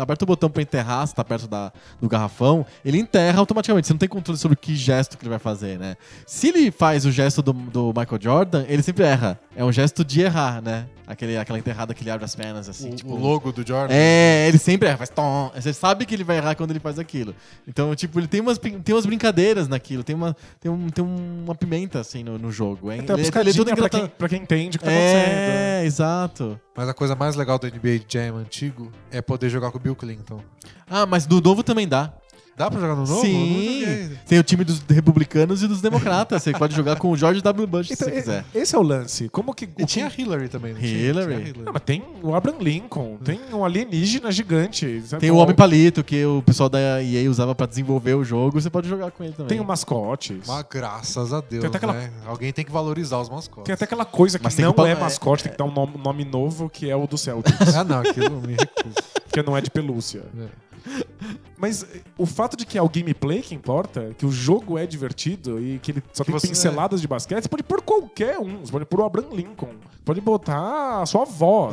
Speaker 1: aperta o botão pra enterrar, se tá perto da, do garrafão, ele enterra automaticamente, você não tem controle sobre que gesto que ele vai fazer, né? Se ele faz o gesto do, do Michael Jordan, ele sempre erra. É um gesto de errar, né? Aquele, aquela enterrada que ele abre as pernas, assim,
Speaker 2: O,
Speaker 1: tipo.
Speaker 2: o logo do Jordan.
Speaker 1: É, ele sempre erra, faz tom. Você sabe que ele vai errar quando ele faz aquilo. Então, tipo, ele tem umas, brin- tem umas brincadeiras naquilo, tem uma, tem um, tem uma pimenta, assim, no, no jogo. hein?
Speaker 3: Tem
Speaker 1: Ele-
Speaker 3: uma
Speaker 1: ele é todo
Speaker 3: piscadinha pra
Speaker 1: engrata-
Speaker 3: quem, pra quem entende o que tá acontecendo.
Speaker 1: É, exato.
Speaker 2: Mas a coisa mais legal do NBA Jam antigo é poder jogar com o Bill Clinton.
Speaker 1: Ah, mas do novo também dá.
Speaker 2: Dá pra jogar no novo?
Speaker 1: Sim.
Speaker 3: é
Speaker 2: Eu não joguei.
Speaker 1: Tem o time dos republicanos e dos democratas. Você pode jogar com o George W. Bush
Speaker 3: Então,
Speaker 1: se você
Speaker 3: e-
Speaker 1: quiser.
Speaker 3: esse é o lance. Como que.
Speaker 2: E tinha a Hillary também. não tinha?
Speaker 1: Hillary.
Speaker 2: Tinha a
Speaker 3: Não, mas tem o Abraham Lincoln, tem um alienígena gigante. sabe?
Speaker 1: Tem o Homem Palito, que o pessoal da EA usava pra desenvolver o jogo. Você pode jogar com ele também.
Speaker 3: Tem um o mascotes.
Speaker 2: Mas graças a Deus,
Speaker 3: Tem até aquela-
Speaker 2: né? Alguém tem que valorizar os mascotes.
Speaker 3: Tem até aquela coisa que
Speaker 1: Mas tem
Speaker 3: não
Speaker 1: que pa-
Speaker 3: é mascote, tem que dar um nome, nome novo que é o do Celtics,
Speaker 2: Ah, não, aquilo me recuso.
Speaker 3: que não é de pelúcia. Mas eh, o fato de que é o gameplay que importa, que o jogo é divertido e que ele só
Speaker 2: Que
Speaker 3: tem
Speaker 2: você-
Speaker 3: pinceladas de basquete, você pode pôr qualquer um. Você pode pôr o Abraham Lincoln, pode botar a sua avó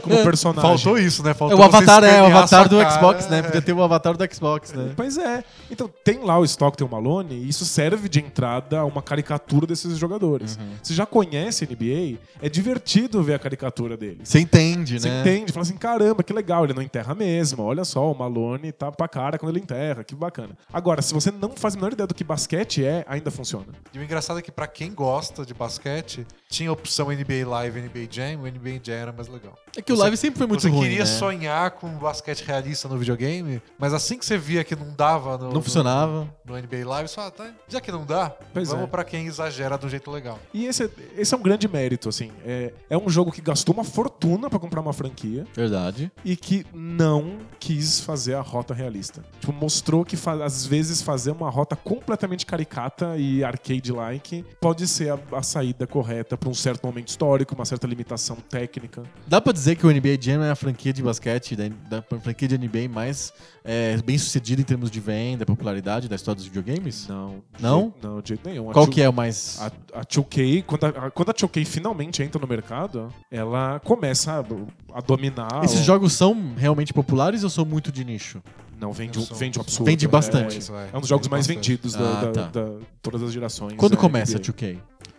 Speaker 3: como personagem.
Speaker 2: Ah, Faltou isso, né?
Speaker 1: É
Speaker 2: Faltou
Speaker 1: o avatar,
Speaker 2: você
Speaker 1: é o
Speaker 2: escanear
Speaker 1: avatar
Speaker 2: sua
Speaker 1: do
Speaker 2: cara. É.
Speaker 1: Xbox, né? Podia ter o avatar do Xbox, né?
Speaker 3: Pois é. Então, tem lá o Stockton Malone e isso serve de entrada a uma caricatura desses jogadores.
Speaker 2: Uhum.
Speaker 3: Você já conhece a NBA, é divertido ver a caricatura deles.
Speaker 1: Você entende,
Speaker 3: Você
Speaker 1: né?
Speaker 3: entende, fala assim, caramba, que legal, ele não enterra mesmo. Olha só, o Malone tá pra cara quando ele enterra, que bacana. Agora, se você não faz a menor ideia do que basquete é, ainda funciona.
Speaker 2: E o engraçado é que pra quem gosta de basquete, tinha a opção NBA Live e NBA Jam, o NBA Jam era mais legal.
Speaker 1: É que o live sempre foi muito
Speaker 2: você
Speaker 1: ruim,
Speaker 2: queria
Speaker 1: né?
Speaker 2: sonhar com um basquete realista no videogame, mas assim que você via que não dava no,
Speaker 1: Não funcionava.
Speaker 2: no, no NBA Live, só, ah, tá, já que não dá,
Speaker 3: Pois
Speaker 2: vamos
Speaker 3: é.
Speaker 2: pra quem exagera de um jeito legal.
Speaker 3: E esse, é- esse é um grande mérito, assim. É, é um jogo que gastou uma fortuna pra comprar uma franquia.
Speaker 1: Verdade.
Speaker 3: e que não quis fazer a rota realista. Tipo, mostrou que fa- às vezes fazer uma rota completamente caricata e arcade-like pode ser a, a saída correta para um certo momento histórico, uma certa limitação técnica.
Speaker 1: Dá pra dizer que o NBA Jam é a franquia de basquete, da, da franquia de NBA mais é, bem sucedida em termos de venda, popularidade da história dos videogames?
Speaker 3: Não. de
Speaker 1: Não?
Speaker 3: jeito- não, de jeito nenhum. A Ah,
Speaker 1: Qual
Speaker 3: Two-
Speaker 1: que é o mais...
Speaker 3: A, a 2K, quando a, a- quando a 2K finalmente entra no mercado, ela começa a, a dominar.
Speaker 1: Esses
Speaker 3: o-
Speaker 1: jogos são realmente populares ou são muito de nicho?
Speaker 3: Não, vende, um-
Speaker 2: São-
Speaker 3: vende um absurdo.
Speaker 1: Vende
Speaker 3: É-
Speaker 1: bastante.
Speaker 2: Isso,
Speaker 3: É, um dos jogos mais
Speaker 2: Bastante.
Speaker 3: vendidos da,
Speaker 1: Ah,
Speaker 3: da-
Speaker 1: tá.
Speaker 3: da- todas as gerações.
Speaker 1: Quando
Speaker 3: da
Speaker 1: começa a
Speaker 3: NBA.
Speaker 1: 2K?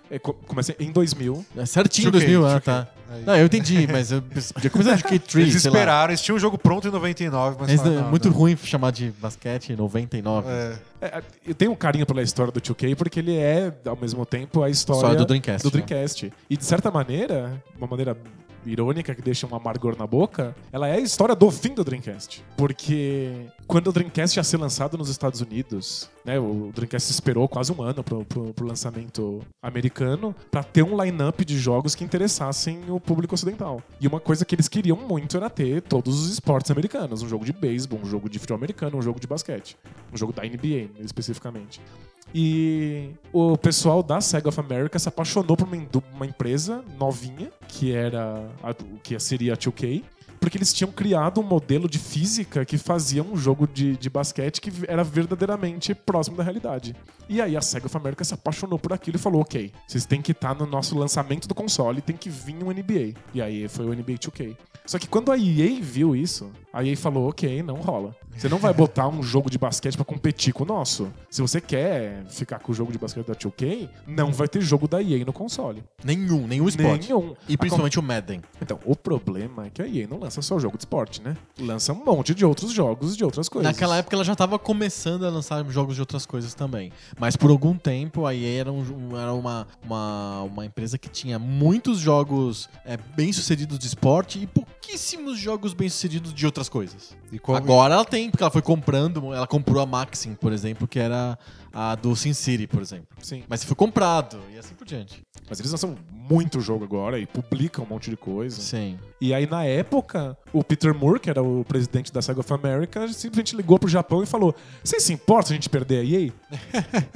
Speaker 3: É, co- começa em 2000.
Speaker 1: É certinho,
Speaker 2: 2K,
Speaker 1: 2000, ah,
Speaker 2: 2K.
Speaker 1: tá.
Speaker 2: Aí.
Speaker 1: Não, eu entendi, mas eu podia começar de K3,
Speaker 2: Eles
Speaker 1: sei lá.
Speaker 2: esperaram, eles tinham um jogo pronto em 99, mas
Speaker 1: Mas
Speaker 2: falaram,
Speaker 1: é
Speaker 2: não,
Speaker 1: muito
Speaker 2: não.
Speaker 1: ruim chamar de basquete 99. É.
Speaker 2: É.
Speaker 3: É, eu tenho um carinho pela história do 2K porque ele é, ao mesmo tempo, a história
Speaker 1: História do Dreamcast,
Speaker 3: do
Speaker 1: né?
Speaker 3: Dreamcast. E, de certa maneira, uma maneira irônica que deixa um amargor na boca, ela é a história do fim do Dreamcast. Porque quando o Dreamcast ia ser lançado nos Estados Unidos, né, o Dreamcast esperou quase um ano pro, pro- pro lançamento americano pra ter um line-up de jogos que interessassem o público ocidental. E uma coisa que eles queriam muito era ter todos os esportes americanos. Um jogo de beisebol, um jogo de futebol americano, um jogo de basquete um jogo da NBA especificamente. E o pessoal da SEGA of America se apaixonou por uma, indu- uma empresa novinha, que era a- o que seria a 2K, porque eles tinham criado um modelo de física que fazia um jogo de, de basquete que era verdadeiramente próximo da realidade. E aí a SEGA of America se apaixonou por aquilo e falou: ok, vocês têm que estar no nosso lançamento do console, tem que vir um NBA. E aí foi o NBA 2K. Só que quando a EA viu isso, a EA falou: ok, não rola. Você não vai botar um jogo de basquete pra competir com o nosso. Se você quer ficar com o jogo de basquete da 2K, não vai ter jogo da EA no console.
Speaker 1: Nenhum, nenhum esporte.
Speaker 3: Nenhum.
Speaker 1: E principalmente o Madden.
Speaker 3: Então, o problema é que a EA não lança só jogo de esporte, né? Lança um monte de outros jogos e de outras coisas.
Speaker 1: Naquela época ela já estava começando a lançar jogos de outras coisas também. Mas por algum tempo a EA era, um- era uma, uma, uma empresa que tinha muitos jogos é, bem-sucedidos de esporte e pouquíssimos jogos bem-sucedidos de outras coisas.
Speaker 2: E qual-
Speaker 1: Agora ela tem, porque ela foi comprando, ela comprou a Maxim, por exemplo, que era a do Sin City, por exemplo.
Speaker 3: Sim.
Speaker 1: Mas foi comprado e assim por diante.
Speaker 3: Mas eles lançam muito jogo agora e publicam um monte de coisa.
Speaker 1: Sim.
Speaker 3: E aí, na época, o Peter Moore, que era o presidente da Sega of America, simplesmente ligou pro Japão e falou: Vocês se importam se a gente perder a EA?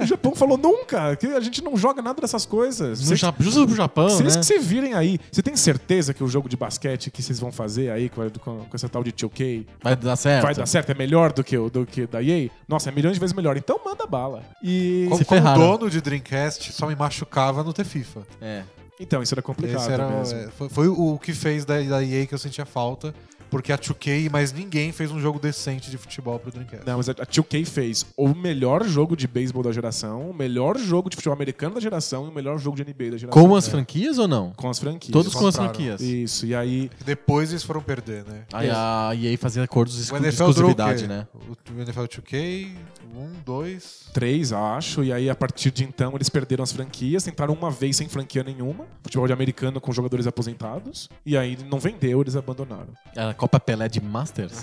Speaker 3: o Japão falou: Nunca, que a gente não joga nada dessas coisas.
Speaker 1: No
Speaker 3: Vocês-
Speaker 1: Ja- Justo pro Japão,
Speaker 3: Vocês
Speaker 1: né?
Speaker 3: que se virem aí, você tem certeza que o jogo de basquete que vocês vão fazer aí com, a- com- com essa tal de 2K
Speaker 1: Vai dar certo.
Speaker 3: vai dar certo? É melhor do que o do que da EA? Nossa, é milhões de vezes melhor. Então manda bala. E.
Speaker 2: Como,
Speaker 1: Se
Speaker 2: como
Speaker 1: ferraram.
Speaker 2: dono de Dreamcast, só me machucava não ter FIFA.
Speaker 1: É.
Speaker 3: Então, isso era complicado
Speaker 2: Esse era,
Speaker 3: mesmo.
Speaker 2: é, foi, foi o que fez da, da EA que eu sentia falta, porque a 2K e mais ninguém fez um jogo decente de futebol pro Dreamcast.
Speaker 3: Não, mas a a 2K fez o melhor jogo de beisebol da geração, o melhor jogo de futebol americano da geração e o melhor jogo de NBA da geração.
Speaker 1: Com as
Speaker 3: É.
Speaker 1: franquias ou não?
Speaker 3: Com as franquias.
Speaker 1: Todos com as
Speaker 2: compraram.
Speaker 1: franquias.
Speaker 3: Isso, e aí...
Speaker 2: Depois eles foram perder, né?
Speaker 1: Aí a EA fazia acordos de
Speaker 2: O
Speaker 1: Ah, exclu- de
Speaker 2: NFL durou o
Speaker 1: exclusividade,
Speaker 2: quê?
Speaker 1: né?
Speaker 2: O NFL 2K, 1, 2...
Speaker 3: Três, acho, e aí a partir de então eles perderam as franquias, tentaram uma vez sem franquia nenhuma, futebol de americano com jogadores aposentados, e aí não vendeu, eles abandonaram.
Speaker 1: Era né? a Copa Pelé de Masters.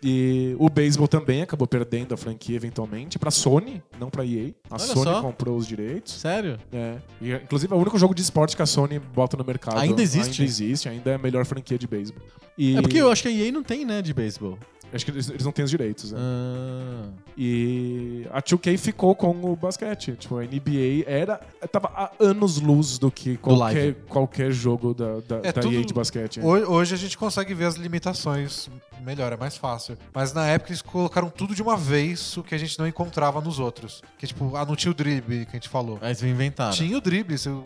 Speaker 3: E o beisebol também acabou perdendo a franquia eventualmente pra Sony, não pra EA. A
Speaker 1: Olha
Speaker 3: Sony
Speaker 1: só.
Speaker 3: comprou os direitos.
Speaker 1: Sério?
Speaker 3: É. E, inclusive é o único jogo de esporte que a Sony bota no mercado.
Speaker 1: Ainda existe?
Speaker 3: Ainda existe, ainda é a melhor franquia de beisebol. E
Speaker 1: É porque eu acho que a EA não tem, né, de beisebol.
Speaker 3: acho que eles, eles não têm os direitos. Né?
Speaker 1: Ah,
Speaker 3: E a 2K ficou com o basquete. Tipo, a NBA era. Tava a anos luz do que qualquer,
Speaker 1: live.
Speaker 3: qualquer jogo da, da,
Speaker 2: É,
Speaker 3: da
Speaker 2: tudo-
Speaker 3: EA de basquete.
Speaker 2: Hoje, hoje a gente consegue ver as limitações melhor, é mais fácil. Mas na época eles colocaram tudo de uma vez, o que a gente não encontrava nos outros. Que tipo, ah, não tinha o drible que a gente falou.
Speaker 1: aí eles inventaram.
Speaker 2: Tinha o drible, você- o-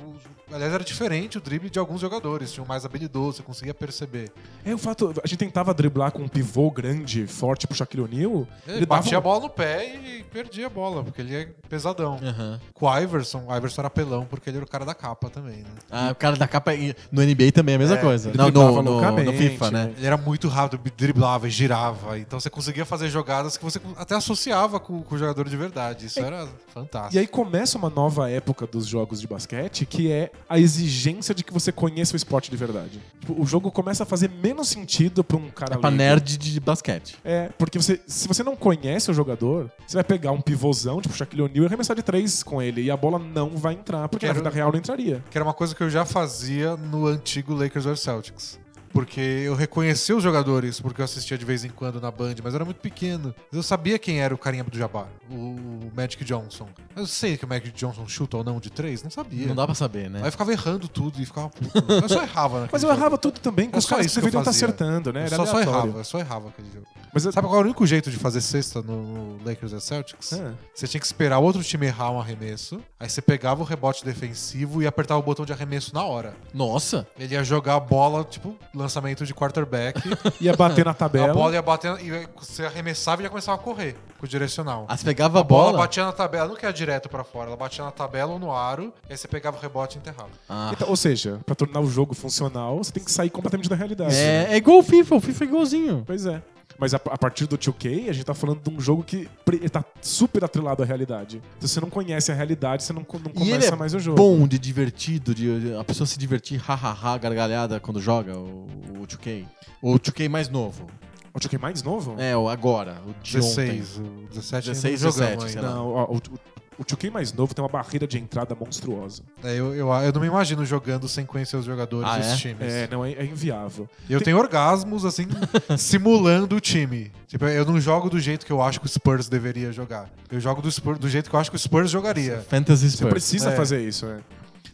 Speaker 2: aliás, era diferente o drible de alguns jogadores, tinha um mais habilidoso, você conseguia perceber.
Speaker 3: É o fato. A gente tentava driblar com um pivô grande, forte pro Shaquille O'Neal.
Speaker 1: É,
Speaker 2: Ele um batia
Speaker 3: dava um
Speaker 2: a bola no pé e perdia a bola, porque ele é pesadão.
Speaker 1: Aham.
Speaker 2: Com o Iverson, o Iverson era pelão, porque ele era o cara da capa também, né?
Speaker 1: Ah, o cara da capa e- no NBA também é a mesma
Speaker 2: É,
Speaker 1: coisa.
Speaker 3: ele
Speaker 1: Não,
Speaker 3: driblava
Speaker 1: no, no, no
Speaker 3: loucamente,
Speaker 1: FIFA, né?
Speaker 3: né?
Speaker 2: Ele era muito rápido, driblava e girava. Então você conseguia fazer jogadas que você até associava com, com o jogador de verdade. Isso era fantástico.
Speaker 3: E aí começa uma nova época dos jogos de basquete, que é a exigência de que você conheça o esporte de verdade. Tipo, o jogo começa a fazer menos sentido pra um cara
Speaker 1: É pra
Speaker 3: leigo.
Speaker 1: nerd de basquete.
Speaker 3: É, porque você, se você não conhece o jogador, você vai pegar um pivôzão, tipo Shaquille O'Neal, e arremessar de três com ele, e a bola não vai entrar, porque
Speaker 2: Quero-
Speaker 3: na vida real não entraria.
Speaker 2: Que era uma coisa que eu já fazia no antigo Lakers vs Celtics. Porque eu reconhecia os jogadores, porque eu assistia de vez em quando na Band, mas eu era muito pequeno. Eu sabia quem era o carinha do Jabá, o Magic Johnson. Eu sei que o Magic Johnson chuta ou não de três, não sabia.
Speaker 1: Não dá pra saber, né?
Speaker 2: Aí eu ficava errando tudo e ficava puto. Eu só errava naquele
Speaker 3: Mas eu
Speaker 2: jogo.
Speaker 3: errava tudo também, com
Speaker 2: É
Speaker 3: os
Speaker 2: só
Speaker 3: caras que
Speaker 2: isso que eu
Speaker 3: deveriam estar
Speaker 2: fazia.
Speaker 3: acertando, né?
Speaker 2: Eu
Speaker 3: Era
Speaker 2: só, só
Speaker 3: aleatório.
Speaker 2: errava, eu só errava aquele jogo.
Speaker 3: Mas eu-
Speaker 2: Sabe qual era o único jeito de fazer cesta no no Lakers vs Celtics?
Speaker 3: Ah.
Speaker 2: Você tinha que esperar o outro time errar um arremesso, aí você pegava o rebote defensivo e apertava o botão de arremesso na hora.
Speaker 1: Nossa!
Speaker 2: Ele ia jogar a bola, tipo, lançamento de quarterback,
Speaker 3: Ia bater na
Speaker 2: a
Speaker 3: tabela.
Speaker 2: bola é ia bater, e você arremessava e já começava a correr com o direcional.
Speaker 1: Ah, você pegava a
Speaker 2: A bola
Speaker 1: bola.
Speaker 2: batia na tabela, não que era direto pra fora, ela batia na tabela ou no aro, aí você pegava o rebote e enterrava.
Speaker 1: Ah.
Speaker 3: Então, ou seja, pra tornar o jogo funcional, você tem que sair completamente da realidade. né?
Speaker 1: É, é igual o FIFA, o FIFA é igualzinho.
Speaker 3: Pois é. Mas a, a partir do 2K, a gente tá falando de um jogo que pre- tá super atrelado à realidade. Então, Se você não conhece a realidade, você não, co- não
Speaker 1: E ele
Speaker 3: começa
Speaker 1: é
Speaker 3: mais o jogo.
Speaker 1: bom de divertido, de, de- a pessoa se divertir, hahaha, gargalhada quando joga o, o 2K. O 2K mais novo.
Speaker 3: O 2K mais novo?
Speaker 1: É, o agora, o de ontem.
Speaker 2: 16, o 17 ainda
Speaker 1: 16,
Speaker 2: não jogamos
Speaker 1: 17, sei
Speaker 2: ainda.
Speaker 1: lá.
Speaker 3: Não, ó, o, o, o 2K mais novo tem uma barreira de entrada monstruosa.
Speaker 2: É, eu, eu, eu não me imagino jogando sem conhecer os jogadores
Speaker 1: Ah,
Speaker 2: dos
Speaker 1: é?
Speaker 2: times.
Speaker 3: É, não, é, é inviável.
Speaker 2: Eu tenho orgasmos, assim, simulando o time. Tipo, eu não jogo do jeito que eu acho que o Spurs deveria jogar. Eu jogo do, Spurs, do jeito que eu acho que o Spurs jogaria.
Speaker 1: Fantasy
Speaker 3: Você
Speaker 1: Spurs.
Speaker 3: precisa
Speaker 2: É.
Speaker 3: fazer isso, né?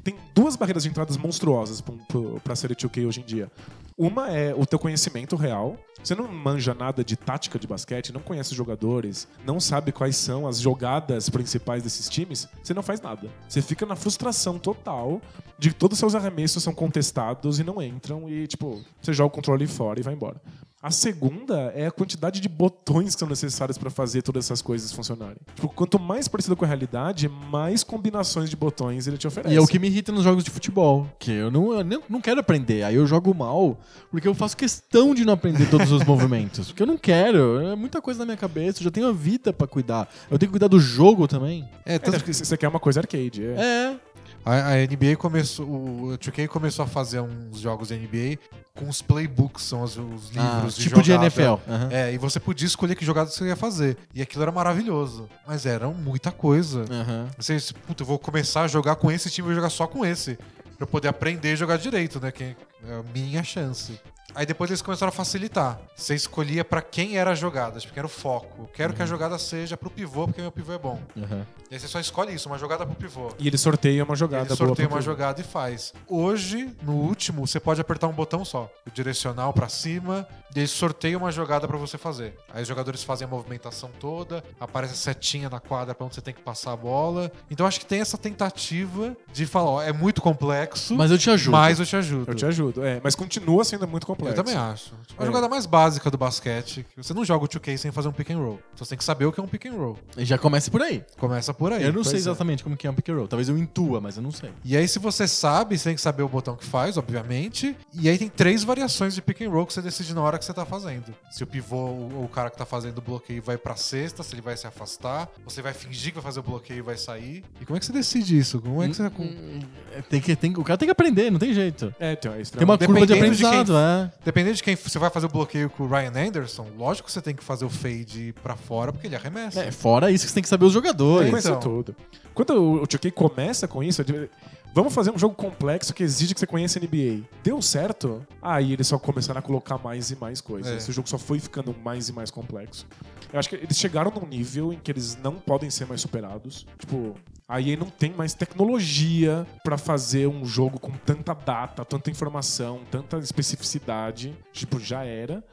Speaker 3: Tem duas barreiras de entradas monstruosas pra um- pro- pra série 2K hoje em dia. Uma é o teu conhecimento real. Você não manja nada de tática de basquete, não conhece os jogadores, não sabe quais são as jogadas principais desses times, você não faz nada. Você fica na frustração total de que todos os seus arremessos são contestados e não entram e, tipo, você joga o controle fora e vai embora. A segunda é a quantidade de botões que são necessários pra fazer todas essas coisas funcionarem. Tipo, quanto mais parecido com a realidade, mais combinações de botões ele te oferece.
Speaker 1: E é o que me irrita nos jogos de futebol, que eu não, eu nem- não quero aprender. Aí eu jogo mal, porque eu faço questão de não aprender todos os movimentos. Porque eu não quero, é muita coisa na minha cabeça, eu já tenho a vida pra cuidar. Eu tenho que cuidar do jogo também.
Speaker 2: É,
Speaker 3: É,
Speaker 2: tanto
Speaker 3: tanto que você quer uma coisa arcade. É.
Speaker 1: É,
Speaker 2: A, a NBA começou. O 2K começou a fazer uns jogos de NBA com os playbooks, são os, os livros
Speaker 1: Ah,
Speaker 2: de
Speaker 1: tipo de
Speaker 2: jogada.
Speaker 1: NFL. Aham.
Speaker 2: É, e você podia escolher que jogada você ia fazer. E aquilo era maravilhoso. Mas era muita coisa.
Speaker 1: Aham.
Speaker 2: Você, disse, puta, eu vou começar a jogar com esse time, eu vou jogar só com esse. Pra eu poder aprender a jogar direito, né? Que é a minha chance. Aí depois eles começaram a facilitar. Você escolhia pra quem era a jogada, tipo, quem era o foco. Quero que a jogada seja pro pivô, porque meu pivô é bom. E aí você só escolhe isso, uma jogada pro pivô.
Speaker 3: E ele sorteia uma jogada
Speaker 2: Ele
Speaker 3: boa.
Speaker 2: sorteia
Speaker 3: pra
Speaker 2: uma
Speaker 3: todo mundo.
Speaker 2: jogada e faz. Hoje, no último, você pode apertar um botão só. O direcional pra cima. E ele sorteia uma jogada pra você fazer. Aí os jogadores fazem a movimentação toda. Aparece a setinha na quadra pra onde você tem que passar a bola. Então acho que tem essa tentativa de falar, ó, é muito complexo,
Speaker 1: Mas
Speaker 2: mas,
Speaker 1: eu te ajudo.
Speaker 2: eu te ajudo.
Speaker 3: Eu te ajudo. É, mas continua sendo muito
Speaker 2: Eu
Speaker 3: complexo.
Speaker 2: também acho. Tipo, a
Speaker 3: É.
Speaker 2: jogada mais básica do basquete, que você não joga o 2K sem fazer um pick and roll. Então você tem que saber o que é um pick and roll.
Speaker 1: Já começa por aí.
Speaker 2: Começa por aí.
Speaker 1: Eu não
Speaker 2: Pois
Speaker 1: sei
Speaker 2: é.
Speaker 1: exatamente como que é um pick and roll. Talvez eu intua, mas eu não sei.
Speaker 2: E aí, se você sabe, você tem que saber o botão que faz, obviamente. E aí tem três variações de pick and roll que você decide na hora que você tá fazendo. Se o pivô ou o cara que tá fazendo o bloqueio vai pra cesta, se ele vai se afastar, você vai fingir que vai fazer o bloqueio e vai sair. E como é que você decide isso? Como é que você.
Speaker 3: Hum.
Speaker 1: É, Tem que, tem, o cara tem que aprender, não tem jeito.
Speaker 3: É, então, é isso pra
Speaker 1: Tem uma
Speaker 3: mim.
Speaker 1: curva de
Speaker 2: Dependendo de quem-
Speaker 1: aprendizado, é.
Speaker 2: Dependendo de quem você vai fazer o bloqueio com o Ryan Anderson, lógico que você tem que fazer o fade pra fora, porque ele arremessa.
Speaker 1: É, fora isso que você tem que saber os jogadores.
Speaker 3: Conhece
Speaker 2: então.
Speaker 3: tudo. Quando o 2K começa com isso, ele- vamos fazer um jogo complexo que exige que você conheça a NBA. Deu certo? Aí eles só começaram a colocar mais e mais coisas.
Speaker 2: É.
Speaker 3: Esse jogo só foi ficando mais e mais complexo. Eu acho que eles chegaram num nível em que eles não podem ser mais superados. Tipo, a EA não tem mais tecnologia pra fazer um jogo com tanta data, tanta informação, tanta especificidade. Tipo, já era.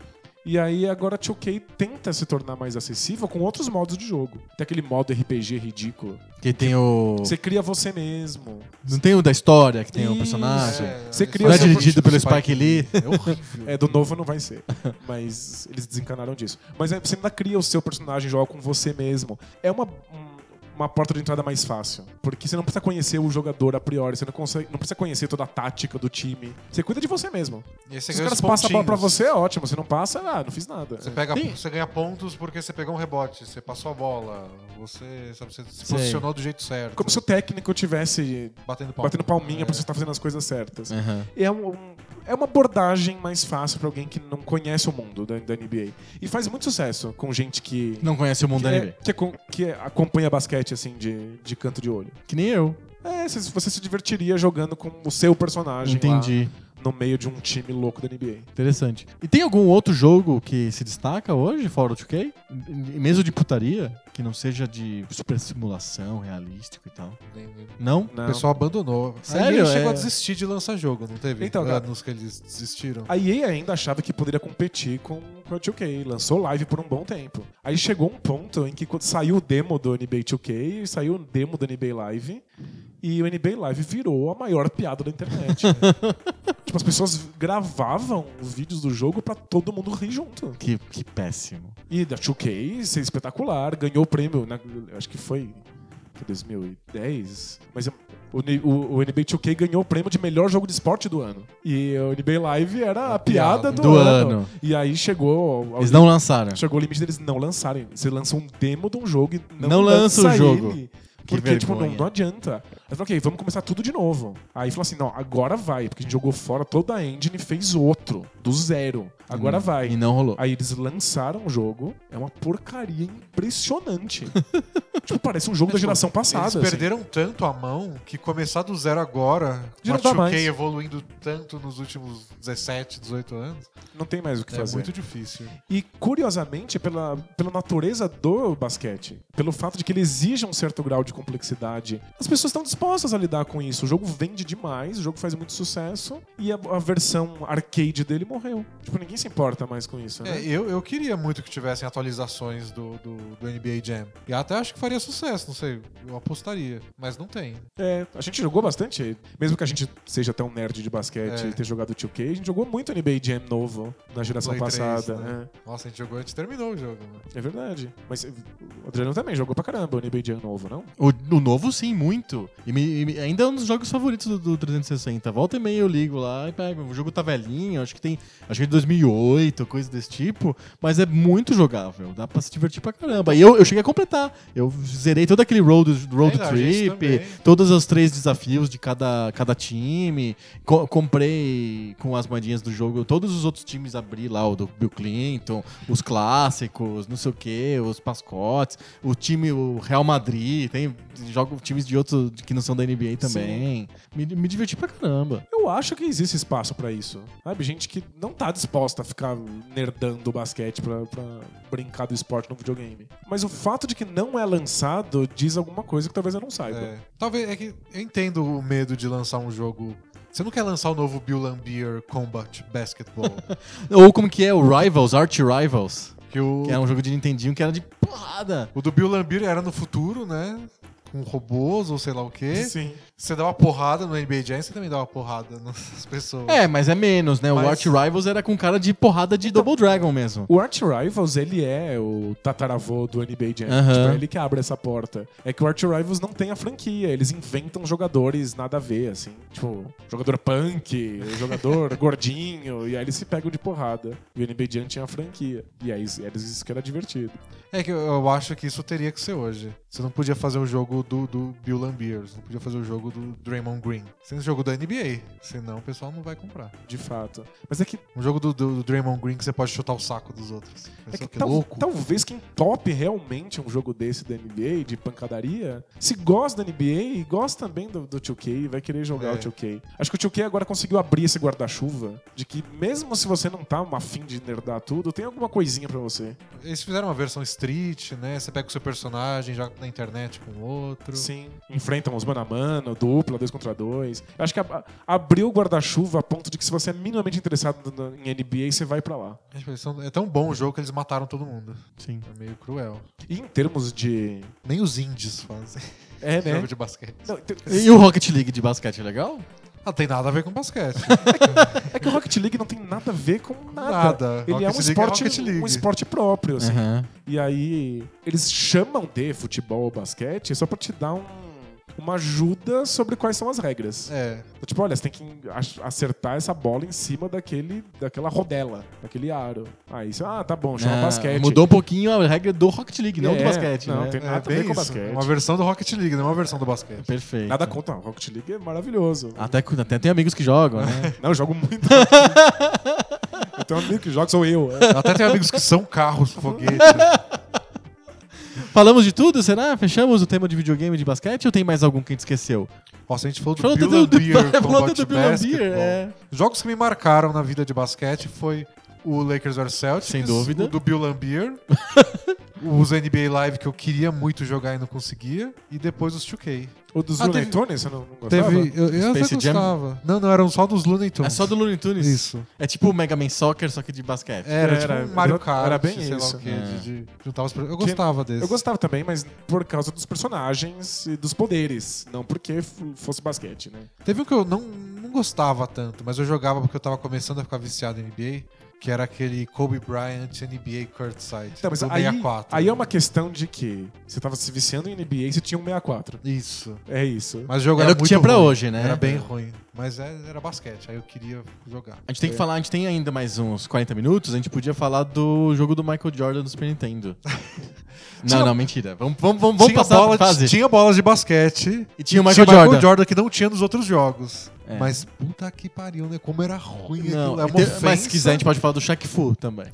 Speaker 3: E aí agora a 2K tenta se tornar mais acessível com outros modos de jogo. Tem aquele modo RPG ridículo.
Speaker 1: Que tem o.
Speaker 3: Você cria você mesmo.
Speaker 1: Não tem o da história que tem o
Speaker 3: Isso.
Speaker 1: personagem.
Speaker 2: É,
Speaker 3: Você
Speaker 2: isso
Speaker 3: cria
Speaker 1: Não é
Speaker 3: seu-
Speaker 1: dirigido pelo Spike Lee.
Speaker 2: É horrível.
Speaker 3: É, do novo não vai ser. Mas eles desencanaram disso. Mas aí você ainda cria o seu personagem, joga com você mesmo. É uma, um- uma porta de entrada mais fácil. Porque você não precisa conhecer o jogador a priori, você não, consegue, não precisa conhecer toda a tática do time. Você cuida de você mesmo.
Speaker 2: E aí você
Speaker 3: Se os
Speaker 2: ganha
Speaker 3: caras
Speaker 2: os
Speaker 3: passam a bola pra
Speaker 2: pontinhos.
Speaker 3: você, é ótimo. Se não passa, ah, não fiz nada.
Speaker 2: Você, pega,
Speaker 1: Sim.
Speaker 2: você ganha pontos porque você pegou um rebote, você passou a bola, você, sabe, você se
Speaker 1: Sei.
Speaker 2: posicionou do jeito certo.
Speaker 3: Como se o técnico tivesse
Speaker 2: batendo palma.
Speaker 3: batendo palminha
Speaker 2: É.
Speaker 3: pra você estar fazendo as coisas certas.
Speaker 1: Aham.
Speaker 3: é, um- um- é uma abordagem mais fácil pra alguém que não conhece o mundo da, da NBA. E faz muito sucesso com gente que.
Speaker 1: Não conhece o mundo
Speaker 3: que,
Speaker 1: da
Speaker 3: é,
Speaker 1: NBA.
Speaker 3: que, é com- que é- acompanha basquete assim de, de canto de olho.
Speaker 1: Que nem eu.
Speaker 3: É, você, você se divertiria jogando com o seu personagem lá
Speaker 1: Entendi.
Speaker 3: no meio de um time louco da NBA.
Speaker 1: Interessante. E tem algum outro jogo que se destaca hoje, fora o 2K? E- e Mesmo de putaria? Que não seja de super simulação, realístico e tal.
Speaker 2: Nem- nem-
Speaker 1: Não?
Speaker 3: Não.
Speaker 2: O pessoal abandonou.
Speaker 1: Sério?
Speaker 2: Aí ele chegou
Speaker 1: É.
Speaker 2: a desistir de lançar jogo, não teve?
Speaker 3: Então, cara-
Speaker 2: anos que eles desistiram.
Speaker 3: A EA ainda achava que poderia competir com, com a 2K. Lançou live por um bom tempo. Aí chegou um ponto em que quando saiu o demo do NBA 2K, e saiu o demo do NBA Live, e o NBA Live virou a maior piada da internet. tipo, as pessoas gravavam os vídeos do jogo pra todo mundo rir junto.
Speaker 1: Que, que péssimo.
Speaker 3: E da 2K, isso é espetacular, ganhou o prêmio, né? Eu acho que foi em 2010, mas eu- o, N- o, o NBA 2K ganhou o prêmio de melhor jogo de esporte do ano. E o NBA Live era a
Speaker 2: piada
Speaker 3: piada do,
Speaker 1: do
Speaker 3: ano.
Speaker 1: ano.
Speaker 3: E aí chegou ao,
Speaker 1: Eles não lançaram.
Speaker 3: chegou o limite deles não lançarem. Você lança um demo de um jogo e não,
Speaker 1: Não lança
Speaker 3: lança,
Speaker 1: o jogo.
Speaker 3: ele.
Speaker 1: Que
Speaker 3: Porque, tipo, não,
Speaker 1: vergonha.
Speaker 3: não adianta. Aí falou, ok, vamos começar tudo de novo. Aí falou assim, não, agora vai, porque a gente jogou fora toda a engine e fez outro, do zero. Agora vai.
Speaker 1: Hum, E não rolou.
Speaker 3: Aí eles lançaram o jogo, é uma porcaria impressionante. tipo, parece um jogo da geração passada.
Speaker 2: É, Eles
Speaker 3: assim.
Speaker 2: perderam tanto a mão que começar do zero agora,
Speaker 3: Já
Speaker 2: com
Speaker 3: não
Speaker 2: a
Speaker 3: dá mais.
Speaker 2: 2K evoluindo tanto nos últimos 17, 18 anos,
Speaker 3: Não tem mais o que
Speaker 2: é
Speaker 3: fazer.
Speaker 2: muito difícil.
Speaker 3: E curiosamente, pela, pela natureza do basquete, pelo fato de que ele exige um certo grau de complexidade, as pessoas estão dispostas a lidar com isso. O jogo vende demais, o jogo faz muito sucesso e a, a versão arcade dele morreu. Tipo, ninguém se importa mais com isso,
Speaker 2: É,
Speaker 3: né?
Speaker 2: eu, eu queria muito que tivessem atualizações do, do, do NBA Jam. E até acho que faria sucesso, não sei, eu apostaria. Mas não tem.
Speaker 3: É, a gente jogou bastante, mesmo que a gente seja até um nerd de basquete
Speaker 2: É.
Speaker 3: e ter jogado 2K, a gente jogou muito NBA Jam novo na geração
Speaker 2: Play três,
Speaker 3: passada.
Speaker 2: né?
Speaker 3: né?
Speaker 2: Nossa, a gente jogou, a gente terminou o jogo. Né?
Speaker 3: É verdade. Mas eh, o Adriano também jogou pra caramba o NBA Jam novo, não?
Speaker 1: O, o novo, sim, muito. E, me- e me- ainda é um dos jogos favoritos do, do 360. Volta e meia eu ligo lá e pego. O jogo tá velhinho, acho que tem. Acho que é de 2008, coisa desse tipo. Mas é muito jogável. Dá pra se divertir pra caramba. E eu, eu cheguei a completar. Eu zerei todo aquele road, road
Speaker 2: É, a gente
Speaker 1: trip,
Speaker 2: também.
Speaker 1: todos os três desafios de cada, cada time. Co- comprei com as moedinhas do jogo todos os outros times abri lá, o do Bill Clinton, os clássicos, não sei o que, os mascotes, o time, o Real Madrid, tem jogo times de outros que não são da NBA também. Me, me diverti pra caramba.
Speaker 3: Eu acho que existe espaço pra isso. Sabe, gente que não tá disposta a ficar nerdando o basquete pra, pra brincar do esporte no videogame. Mas o fato de que não é lançado diz alguma coisa que talvez eu não saiba.
Speaker 2: É. Talvez é que eu entendo o medo de lançar um jogo. Você não quer lançar o novo Bill and Beer Combat Basketball.
Speaker 1: Ou como que é o Rivals, Arch Rivals,
Speaker 2: que o,
Speaker 1: que era um jogo de Nintendinho que era de porrada.
Speaker 2: o do Bill and Beer era no futuro, né? Com robôs ou sei lá o quê.
Speaker 3: Sim.
Speaker 2: Você dá uma porrada no NBA Jam, você também dá uma porrada nas pessoas.
Speaker 1: É, mas Então, é menos, né?
Speaker 2: Mas-
Speaker 1: O Arch Rivals era com cara de porrada de Double Dragon mesmo.
Speaker 3: O Arch Rivals, ele é o tataravô do NBA Jam.
Speaker 1: Aham.
Speaker 3: Tipo, é ele que abre essa porta. É que o Arch Rivals não tem a franquia. Eles inventam jogadores nada a ver, assim. Tipo, jogador punk, jogador gordinho. E aí eles se pegam de porrada. E o NBA Jam tinha a franquia. E aí eles isso que era divertido.
Speaker 2: É que eu, eu acho que isso teria que ser hoje. Você não podia fazer o jogo do, do Bill Lambier, você não podia fazer o jogo do Draymond Green. Sem o jogo da NBA, senão o pessoal não vai comprar.
Speaker 3: De fato. Mas é que,
Speaker 2: Um jogo do, do- do Draymond Green que você pode chutar o saco dos outros.
Speaker 3: é
Speaker 2: Pessoal,
Speaker 3: que
Speaker 2: que
Speaker 3: tal-
Speaker 2: louco.
Speaker 3: talvez quem top realmente um jogo desse da NBA, de pancadaria, se gosta da NBA e gosta também do, do 2K e vai querer jogar
Speaker 2: É.
Speaker 3: o 2K. Acho que o 2K agora conseguiu abrir esse guarda-chuva de que mesmo se você não tá afim de nerdar tudo, tem alguma coisinha pra você.
Speaker 2: Eles fizeram uma versão street, né? Você pega o seu personagem, joga na internet com outro.
Speaker 3: Sim. Enfrentam os mano a mano, dupla, dois contra dois. Eu Acho que ab- abriu o guarda-chuva a ponto de que se você é minimamente interessado no- em NBA, você vai pra lá.
Speaker 2: Gente, eles são- É tão bom o jogo que eles mataram todo mundo.
Speaker 1: Sim.
Speaker 2: É meio cruel.
Speaker 3: E em termos de...
Speaker 2: Nem os indies fazem
Speaker 3: É,
Speaker 2: jogo
Speaker 3: né?
Speaker 2: de basquete.
Speaker 3: Não, tem-
Speaker 1: E o Rocket League de basquete é legal?
Speaker 2: Ah, tem nada a ver com basquete.
Speaker 3: É que o Rocket League não tem nada a ver com nada.
Speaker 2: Nada.
Speaker 3: Ele é
Speaker 2: Rocket
Speaker 3: um,
Speaker 2: League é
Speaker 3: esporte,
Speaker 2: Rocket League.
Speaker 3: um esporte próprio, assim.
Speaker 1: Aham.
Speaker 3: E aí, eles chamam de futebol ou basquete só pra te dar um- uma ajuda sobre quais são as regras.
Speaker 2: é.
Speaker 3: Tipo, olha, você tem que ach- acertar essa bola em cima daquele, daquela rodela, daquele aro. Aí você, ah, tá bom, chama
Speaker 1: Ah,
Speaker 3: basquete.
Speaker 1: Mudou um pouquinho a regra do Rocket League, não
Speaker 3: É,
Speaker 1: do basquete.
Speaker 3: não,
Speaker 1: né?
Speaker 3: tem-
Speaker 2: É,
Speaker 3: Nada a
Speaker 2: bem
Speaker 3: ver com
Speaker 2: isso.
Speaker 3: basquete.
Speaker 2: Uma versão do Rocket League, não é uma versão do basquete.
Speaker 1: Perfeito.
Speaker 3: Nada contra. O Rocket League é maravilhoso.
Speaker 1: Até, cu- até tem amigos que jogam, né?
Speaker 3: Não, eu jogo muito. eu tenho um amigo que joga, sou eu. É.
Speaker 2: Até tem amigos que são carros, foguete.
Speaker 1: Falamos de tudo, será? Fechamos o tema de videogame de basquete ou tem mais algum que a gente esqueceu?
Speaker 2: Nossa, a gente falou do
Speaker 1: Falou
Speaker 2: Bill
Speaker 1: do-
Speaker 2: and
Speaker 1: do-
Speaker 2: Beer,
Speaker 1: falou
Speaker 2: Combat
Speaker 1: do Bill and Beer,
Speaker 2: Basketball.
Speaker 1: é.
Speaker 2: Jogos que me marcaram na vida de basquete foi o Lakers vs Celtics,
Speaker 1: Sem dúvida.
Speaker 2: o do Bill Lambier, os NBA Live que eu queria muito jogar e não conseguia, e depois os 2K.
Speaker 3: O dos
Speaker 2: Ah,
Speaker 3: Looney
Speaker 2: teve-
Speaker 3: Tunes, você não, não gostava?
Speaker 2: Teve, eu, eu até
Speaker 1: Space Jam?
Speaker 2: gostava. Não, não, eram só dos Looney Tunes.
Speaker 1: É só do Looney Tunes?
Speaker 2: Então, Isso.
Speaker 1: É tipo o Mega Man Soccer, só que de basquete.
Speaker 2: Era,
Speaker 3: Era-
Speaker 2: tipo um Mario
Speaker 3: era-
Speaker 2: Kart,
Speaker 3: era bem
Speaker 2: sei
Speaker 3: isso.
Speaker 2: lá o quê,
Speaker 1: É.
Speaker 2: de, de juntar os... per- Eu gostava desse.
Speaker 3: Eu gostava também, mas por causa dos personagens e dos poderes, não porque f- fosse basquete, né?
Speaker 2: Teve um que eu não, não gostava tanto, mas eu jogava porque eu tava começando a ficar viciado em NBA, que era aquele Kobe Bryant NBA Courtside,
Speaker 3: Então, mas
Speaker 2: Tipo, do
Speaker 3: aí,
Speaker 2: 64.
Speaker 3: aí é uma questão de que você tava se viciando em NBA e você tinha um 64.
Speaker 2: Isso.
Speaker 3: É isso.
Speaker 2: Mas o jogo
Speaker 1: Era
Speaker 2: era,
Speaker 1: o que
Speaker 2: muito
Speaker 1: tinha pra
Speaker 2: ruim.
Speaker 1: hoje, né?
Speaker 2: Era bem
Speaker 1: É.
Speaker 2: ruim. Mas é- era basquete, aí eu queria jogar.
Speaker 1: A gente tem que falar, a gente tem ainda mais uns 40 minutos, a gente podia falar do jogo do Michael Jordan do Super Nintendo. não, não, mentira. Vamos, vamos, vamos, vamos
Speaker 2: tinha,
Speaker 1: passar
Speaker 2: bola
Speaker 1: a fase.
Speaker 2: de, tinha bolas de basquete.
Speaker 1: E tinha o Michael Jordan.
Speaker 2: que não tinha nos outros jogos.
Speaker 1: É.
Speaker 2: Mas puta que pariu, né? Como era ruim
Speaker 1: Não,
Speaker 2: aquilo. É uma
Speaker 1: e te- mas se
Speaker 2: ofensa.
Speaker 1: quiser, a gente pode falar do Shaq Fu também.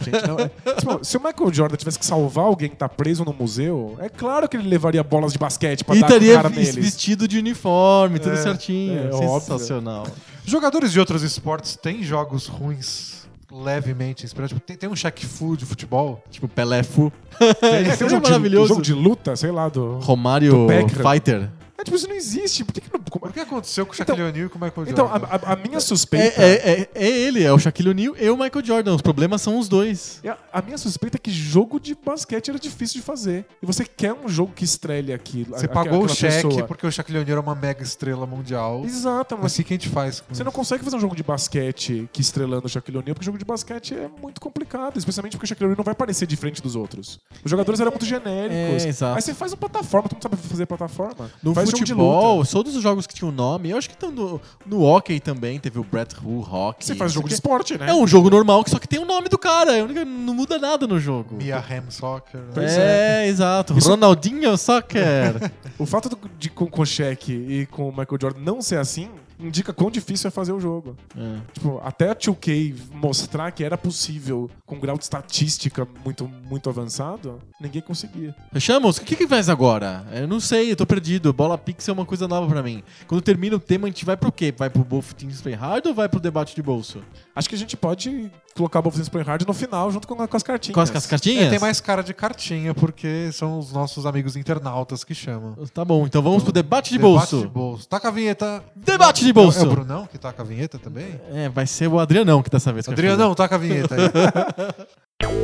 Speaker 3: Gente, não, é- Tipo, se o Michael Jordan tivesse que salvar alguém que tá preso no museu, é claro que ele levaria bolas de basquete pra
Speaker 1: e
Speaker 3: dar com o
Speaker 1: estaria
Speaker 3: cara
Speaker 1: vis-
Speaker 3: neles.
Speaker 1: vestido de uniforme, tudo
Speaker 2: É,
Speaker 1: certinho.
Speaker 3: é, óbvio.
Speaker 1: Sensacional.
Speaker 2: Jogadores de outros esportes têm jogos ruins levemente inspirados. Tipo, tem, tem um Shaq Fu de futebol.
Speaker 1: Tipo Pelé Fu.
Speaker 3: Ele tem um
Speaker 1: Ele é
Speaker 3: jogo, de, um
Speaker 1: maravilhoso.
Speaker 3: jogo de luta, sei lá, do.
Speaker 1: Romário
Speaker 3: Do Beckham.
Speaker 1: Fighter.
Speaker 3: É, tipo, isso não existe. Por que, que não. como-
Speaker 2: O que aconteceu com o
Speaker 3: Então-
Speaker 2: Shaquille O'Neal e com o Michael
Speaker 3: Então, a,
Speaker 2: Jordan?
Speaker 3: a- a minha suspeita.
Speaker 1: É, é- é- é ele, é o Shaquille O'Neal e o Michael Jordan. Os problemas são os dois.
Speaker 3: E a- A minha suspeita é que jogo de basquete era difícil de fazer. E você quer um jogo que estrele aquilo.
Speaker 2: Você
Speaker 3: aque-
Speaker 2: pagou o
Speaker 3: aquela
Speaker 2: cheque
Speaker 3: pessoa.
Speaker 2: porque o Shaquille O'Neal era uma mega estrela mundial.
Speaker 3: Exato,
Speaker 2: Mas
Speaker 3: mas
Speaker 2: o que a gente faz com
Speaker 3: você não
Speaker 2: isso?
Speaker 3: consegue fazer um jogo de basquete que estrelando o Shaquille O'Neal, porque jogo de basquete é muito complicado, especialmente porque o Shaquille O'Neal não vai aparecer de frente dos outros. Os jogadores eram muito genéricos.
Speaker 1: é, exato.
Speaker 3: Aí você faz uma plataforma, tu não sabe fazer plataforma.
Speaker 1: No
Speaker 3: faz jogo de
Speaker 1: futebol,
Speaker 3: luta.
Speaker 1: todos os jogos que tinham nome, eu acho que estão no, no hockey também, teve o Brett Hu Hockey.
Speaker 3: Você faz jogo de
Speaker 1: não sei o quê.
Speaker 3: esporte, né?
Speaker 1: assim, É um jogo normal, que só que tem o nome do cara. é a única- Não muda nada no jogo.
Speaker 2: Mia Ham Soccer. né?
Speaker 3: Pois
Speaker 1: É, exato.
Speaker 3: Isso-
Speaker 1: Ronaldinho Soccer.
Speaker 3: O fato do- de com, com o Shaq e com o Michael Jordan não ser assim indica quão difícil é fazer o jogo.
Speaker 1: É.
Speaker 3: Tipo, até a 2K mostrar que era possível com um grau de estatística muito, muito avançado, ninguém conseguia.
Speaker 1: Fechamos? O que que faz agora? Eu não sei, eu tô perdido. Bola Pixel é uma coisa nova pra mim. Quando termina o tema, a gente vai pro quê? Vai pro Both Teams Play Hard ou vai pro debate de bolso?
Speaker 3: Acho que a gente pode colocar o Wolfenstein Play Hard no final, junto com, com as cartinhas.
Speaker 1: Com as, com as cartinhas?
Speaker 2: É, tem mais cara de cartinha, porque são os nossos amigos internautas que chamam.
Speaker 1: Tá bom, então vamos pro debate de
Speaker 2: Debate
Speaker 1: bolso.
Speaker 2: de bolso. Taca a vinheta.
Speaker 1: Debate de
Speaker 2: É o
Speaker 1: bolso!
Speaker 2: Brunão que taca a vinheta também?
Speaker 1: É, vai ser o Adrianão que é dessa vez. quer fazer.
Speaker 2: Adrianão, taca a vinheta aí.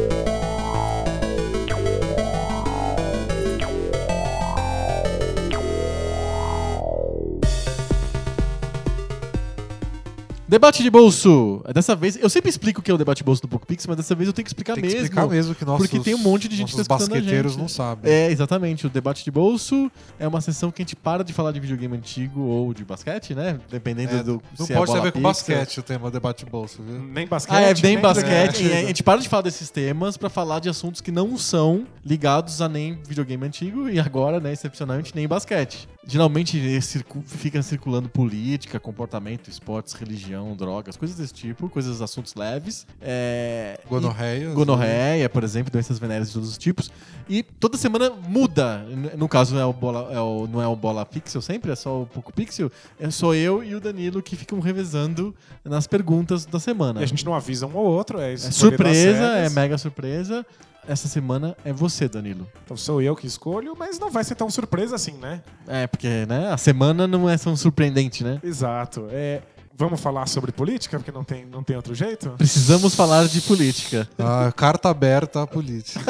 Speaker 1: Debate de bolso! É, Dessa vez, eu sempre explico o que é o debate de bolso do PocoPix, mas dessa vez eu tenho que explicar
Speaker 2: Tem que
Speaker 1: É mesmo.
Speaker 2: explicar mesmo que nossos,
Speaker 1: porque tem um monte de gente
Speaker 2: nossos
Speaker 1: que tá escutando a
Speaker 2: basqueteiros
Speaker 1: gente.
Speaker 2: não sabem.
Speaker 1: É, exatamente. O debate de bolso é uma sessão que a gente para de falar de videogame antigo ou de basquete, né? Dependendo
Speaker 2: É,
Speaker 1: do
Speaker 2: não
Speaker 1: se é
Speaker 2: pode
Speaker 1: bola
Speaker 2: saber com
Speaker 1: pizza.
Speaker 2: basquete o tema debate bolso, viu?
Speaker 3: Nem basquete. né?
Speaker 1: Ah, é bem basquete.
Speaker 2: É.
Speaker 1: e a gente para de falar desses temas pra falar de assuntos que não são ligados a nem videogame antigo e agora, né, excepcionalmente, nem basquete. Geralmente eh, circu- fica circulando política, comportamento, esportes, religião, drogas, coisas desse tipo, coisas, assuntos leves. É... e-
Speaker 2: Gonorreia.
Speaker 1: Gonorreia, por exemplo, doenças venéreas de todos os tipos. E toda semana muda. N- No caso, é o bola, é o- não é o Bola Pixel sempre, é só o Poco Pixel. É só eu e o Danilo que ficam revezando nas perguntas da semana.
Speaker 3: E a gente não avisa um ao outro. É,
Speaker 1: É
Speaker 3: escolher
Speaker 1: surpresa,
Speaker 3: das
Speaker 1: é
Speaker 3: regras.
Speaker 1: mega surpresa. Essa semana é você, Danilo.
Speaker 3: Então sou eu que escolho, mas não vai ser tão surpresa assim, né?
Speaker 1: É, porque, né, a semana não é tão surpreendente, né?
Speaker 3: Exato. É, vamos falar sobre política, porque não tem, não tem outro jeito?
Speaker 1: Precisamos falar de política.
Speaker 2: Ah, carta aberta à política.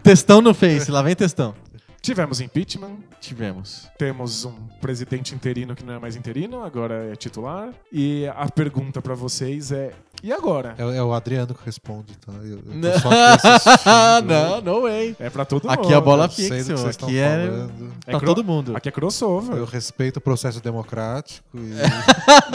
Speaker 1: Textão no Face, lá vem textão.
Speaker 3: Tivemos impeachment,
Speaker 1: Tivemos.
Speaker 3: temos um presidente interino que não é mais interino, agora é titular. E a pergunta pra vocês é: e agora?
Speaker 2: é, é o Adriano que responde, tá? Eu, eu tô
Speaker 1: Não.
Speaker 2: só aqui
Speaker 1: Ah,
Speaker 2: assistindo.
Speaker 1: não, não way.
Speaker 3: É pra todo mundo.
Speaker 1: Aqui a bola
Speaker 2: Eu sei do que
Speaker 1: pixel,
Speaker 2: vocês estão
Speaker 1: aqui é
Speaker 2: falando.
Speaker 3: É
Speaker 1: pra
Speaker 3: cro-
Speaker 1: todo mundo.
Speaker 3: Aqui é crossover.
Speaker 2: Eu respeito o processo democrático e
Speaker 1: É.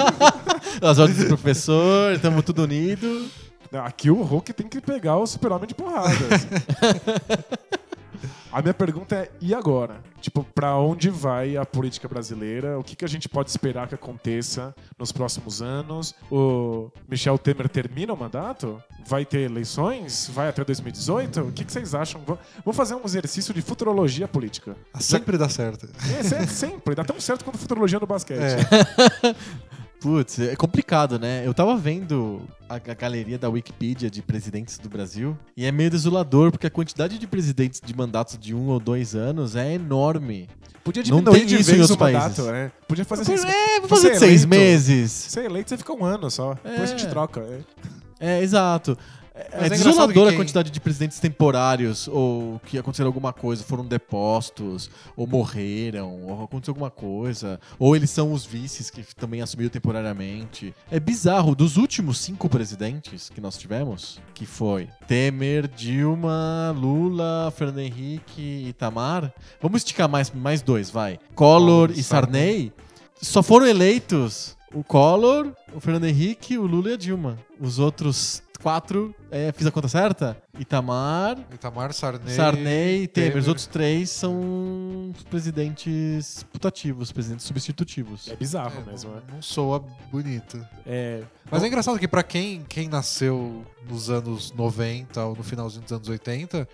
Speaker 1: As ordens do professor, estamos tudo unido.
Speaker 3: Aqui o Hulk tem que pegar o super-homem de porrada. assim. a minha pergunta é, e agora? Tipo, pra onde vai a política brasileira? O que, que a gente pode esperar que aconteça nos próximos anos? O Michel Temer termina o mandato? Vai ter eleições? Vai até 2018? O que, que vocês acham? Vou- Vou fazer um exercício de futurologia política.
Speaker 1: Assim?
Speaker 2: sempre dá certo.
Speaker 3: Esse é sempre, dá tão certo quanto futurologia no basquete.
Speaker 2: É,
Speaker 1: Putz, é complicado, né? Eu tava vendo a, a galeria da Wikipedia de presidentes do Brasil e é meio desolador porque a quantidade de presidentes de mandatos de um ou dois anos é enorme.
Speaker 3: Podia
Speaker 1: Não
Speaker 3: diminuir
Speaker 1: tem
Speaker 3: de
Speaker 1: isso em
Speaker 3: vez o
Speaker 1: outros
Speaker 3: mandato,
Speaker 1: países.
Speaker 3: né? Podia fazer seis
Speaker 1: É, vou
Speaker 3: Você
Speaker 1: fazer
Speaker 3: é
Speaker 1: de seis
Speaker 3: eleito?
Speaker 1: meses.
Speaker 3: Você é eleito, você fica um ano só. Depois a
Speaker 1: É.
Speaker 3: gente troca. É.
Speaker 1: É, exato.
Speaker 2: Mas
Speaker 1: É,
Speaker 2: é engraçado
Speaker 1: desolador
Speaker 2: que
Speaker 1: a
Speaker 2: quem-
Speaker 1: quantidade de presidentes temporários ou que aconteceram alguma coisa, foram depostos, ou morreram, ou aconteceu alguma coisa, ou eles são os vices que também assumiram temporariamente. É bizarro, dos últimos cinco presidentes que nós tivemos, que foi Temer, Dilma, Lula, Fernando Henrique, Itamar, vamos esticar mais, mais dois, vai. Collor e Sarney, só foram eleitos o Collor, o Fernando Henrique, o Lula e a Dilma. Os outros quatro, é, fiz a conta certa? Itamar,
Speaker 2: Itamar Sarney.
Speaker 1: Sarney e Temer.
Speaker 2: Temer.
Speaker 1: Os outros três são os presidentes putativos, presidentes substitutivos.
Speaker 3: É bizarro
Speaker 2: É,
Speaker 3: mesmo, né?
Speaker 2: não, não soa bonito.
Speaker 3: É,
Speaker 2: Mas é engraçado que pra quem, quem nasceu nos anos 90 ou no finalzinho dos anos 80,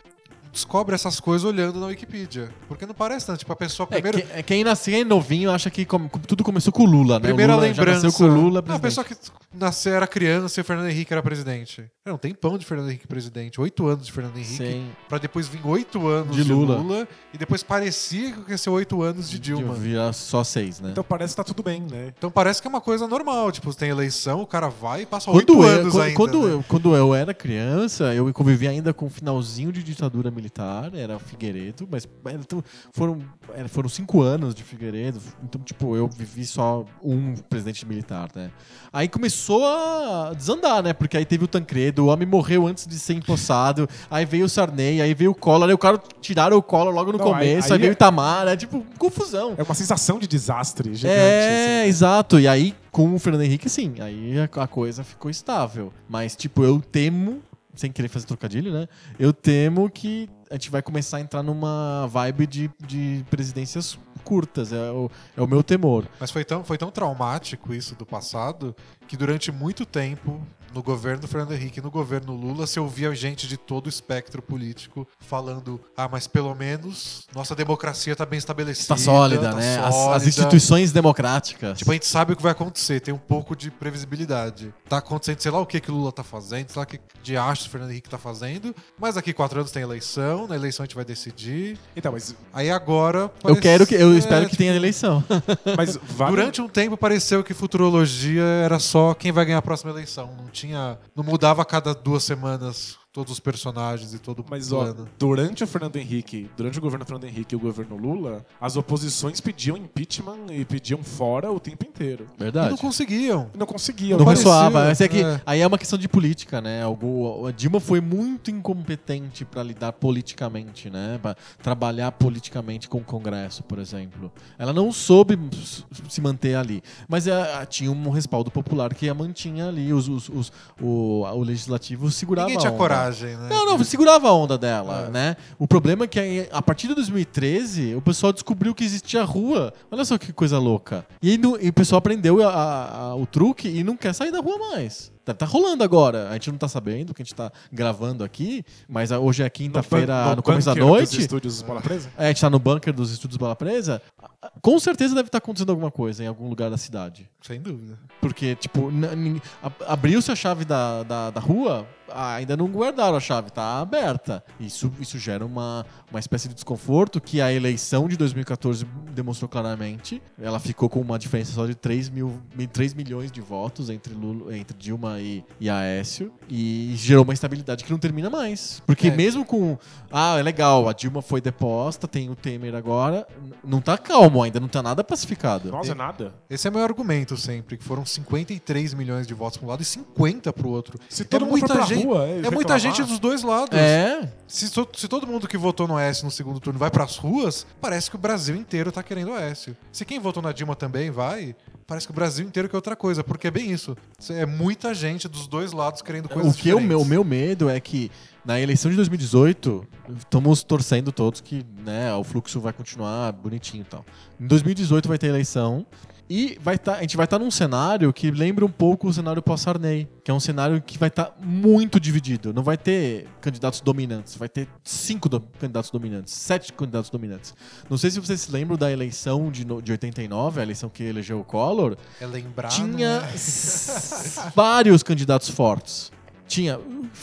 Speaker 2: descobre essas coisas olhando na Wikipedia. Porque não parece tanto. Tipo, a pessoa
Speaker 1: É,
Speaker 2: primeiro...
Speaker 1: que- é, quem nasceu é novinho acha que com- com- tudo começou com o Lula, né?
Speaker 2: Primeira
Speaker 1: o Lula já
Speaker 2: lembrança.
Speaker 1: nasceu com o Lula,
Speaker 2: não, a
Speaker 1: presidente.
Speaker 2: pessoa que nasceu era criança e o Fernando Henrique era presidente. Era um tempão de Fernando Henrique presidente. Oito anos de Fernando Henrique.
Speaker 1: Sim.
Speaker 2: Pra depois vir oito anos
Speaker 1: De
Speaker 2: de,
Speaker 1: Lula.
Speaker 2: Lula. E depois parecia que ia ser oito anos de Dilma.
Speaker 1: Vira só seis, né?
Speaker 3: então parece que tá tudo bem, né?
Speaker 2: Então parece que é uma coisa normal. Tipo, tem eleição, o cara vai e passa
Speaker 1: Quando,
Speaker 2: oito
Speaker 1: eu,
Speaker 2: anos
Speaker 1: quando,
Speaker 2: ainda.
Speaker 1: quando
Speaker 2: né?
Speaker 1: eu, quando eu era criança, eu convivi ainda com o finalzinho de ditadura militar, era Figueiredo, mas era tão- foram, era- foram cinco anos de Figueiredo, então, tipo, eu vivi só um presidente militar, né? Aí começou a desandar, né? Porque aí teve o Tancredo, o homem morreu antes de ser empossado, aí veio o Sarney, aí veio o Collor, aí o cara tiraram o Collor logo no
Speaker 3: Não, aí-
Speaker 1: começo, aí,
Speaker 3: aí
Speaker 1: veio
Speaker 3: é-
Speaker 1: o Itamar, é tipo, confusão.
Speaker 3: É uma sensação de desastre gigante.
Speaker 1: É,
Speaker 3: assim.
Speaker 1: exato. E aí, com o Fernando Henrique, sim. Aí a, a coisa ficou estável. Mas, tipo, eu temo, sem querer fazer trocadilho, né? Eu temo que a gente vai começar a entrar numa vibe de, de presidências curtas, é o, é o meu temor.
Speaker 2: Mas foi tão, foi tão traumático isso do passado que durante muito tempo, no governo Fernando Henrique e no governo Lula, se ouvia gente de todo o espectro político falando: ah, mas pelo menos nossa democracia tá bem estabelecida.
Speaker 1: Tá sólida,
Speaker 2: tá
Speaker 1: né? As- As,
Speaker 2: sólida."
Speaker 1: instituições democráticas.
Speaker 2: Tipo, a gente sabe o que vai acontecer, tem um pouco de previsibilidade. Tá acontecendo, sei lá o que que o Lula tá fazendo, sei lá o que de acho o Fernando Henrique tá fazendo, mas daqui quatro anos tem eleição, na eleição a gente vai decidir.
Speaker 3: Então, mas,
Speaker 2: Aí agora.
Speaker 1: eu quero que. Eu
Speaker 2: parece-
Speaker 1: espero
Speaker 2: é,
Speaker 1: que tenha eleição.
Speaker 3: mas vale-
Speaker 2: Durante um tempo pareceu que futurologia era só quem vai ganhar a próxima eleição. Não tinha. Não mudava a cada duas semanas todos os personagens e todo o
Speaker 3: Mas ó,
Speaker 2: plano.
Speaker 3: durante o Fernando Henrique, durante o governo Fernando Henrique e o governo Lula, as oposições pediam impeachment e pediam fora o tempo inteiro.
Speaker 2: E
Speaker 1: Verdade.
Speaker 2: não conseguiam.
Speaker 3: Não conseguiam.
Speaker 1: Não
Speaker 2: Parecia,
Speaker 1: ressoava. Mas é que
Speaker 2: é.
Speaker 1: aí é uma questão de política, né? Algo, a Dilma foi muito incompetente pra lidar politicamente, né? Pra trabalhar politicamente com o Congresso, por exemplo. Ela não soube s- se manter ali. Mas é, tinha um respaldo popular que a mantinha ali. Os, os- os- o, o legislativo segurava.
Speaker 2: Ninguém tinha
Speaker 1: a onda.
Speaker 2: coragem, né?
Speaker 1: Não, não, segurava a onda dela,
Speaker 2: É.
Speaker 1: né? O problema é que aí, a partir de 2013 o pessoal descobriu que existia rua. Olha só que coisa louca. E, aí não- e o pessoal aprendeu a- a- a- o truque e não quer sair da rua mais. Tá, tá rolando agora. A gente não tá sabendo, porque a gente tá gravando aqui, mas ah, hoje é quinta-feira, no, começo da noite.
Speaker 3: estúdios Bola Presa?
Speaker 1: É, a gente tá no bunker dos estudos Bala Presa. Ah, ah, Com certeza deve estar acontecendo alguma coisa em algum lugar da cidade.
Speaker 2: Sem dúvida.
Speaker 1: Porque, tipo, n- nin- a- abriu-se a chave da, da, da rua, ah, ainda não guardaram a chave, tá aberta. Isso, isso gera uma, uma espécie de desconforto que a eleição de 2014 demonstrou claramente. Ela ficou com uma diferença só de 3, mil, mi- 3 milhões de votos entre, Lula, entre Dilma e, e Aécio. E gerou uma estabilidade que não termina mais. Porque
Speaker 2: É.
Speaker 1: mesmo com. Ah, é legal, a Dilma foi deposta, tem o Temer agora. n- Não tá calmo ainda, não tá nada pacificado.
Speaker 3: Nossa, nada.
Speaker 2: Esse é meu argumento sempre, que foram 53 milhões de votos para um lado e 50 para o outro.
Speaker 3: Se
Speaker 2: É
Speaker 3: todo mundo for pra
Speaker 2: gente,
Speaker 3: rua,
Speaker 2: é
Speaker 3: é
Speaker 2: muita
Speaker 3: reclamar.
Speaker 2: gente dos dois lados.
Speaker 1: É,
Speaker 2: Se, to- se todo mundo que votou no Aécio no segundo turno vai pras ruas, parece que o Brasil inteiro tá querendo o Aécio. Se quem votou na Dilma também vai, parece que o Brasil inteiro quer outra coisa, porque é bem isso. Cê- É muita gente dos dois lados querendo coisas
Speaker 1: O que é o
Speaker 2: diferentes.
Speaker 1: meu, o meu medo é que na eleição de 2018, estamos torcendo todos que né, o fluxo vai continuar bonitinho e tal. Em 2018 vai ter eleição e vai tá, a gente vai estar num cenário que lembra um pouco o cenário pós-Sarney, que é um cenário que vai estar muito dividido. Não vai ter candidatos dominantes, vai ter cinco do- candidatos dominantes, sete candidatos dominantes. Não sei se vocês se lembram da eleição de, no- de 89, a eleição que elegeu o Collor,
Speaker 2: É lembrar...
Speaker 1: tinha
Speaker 2: né?
Speaker 1: s- vários candidatos fortes. Tinha.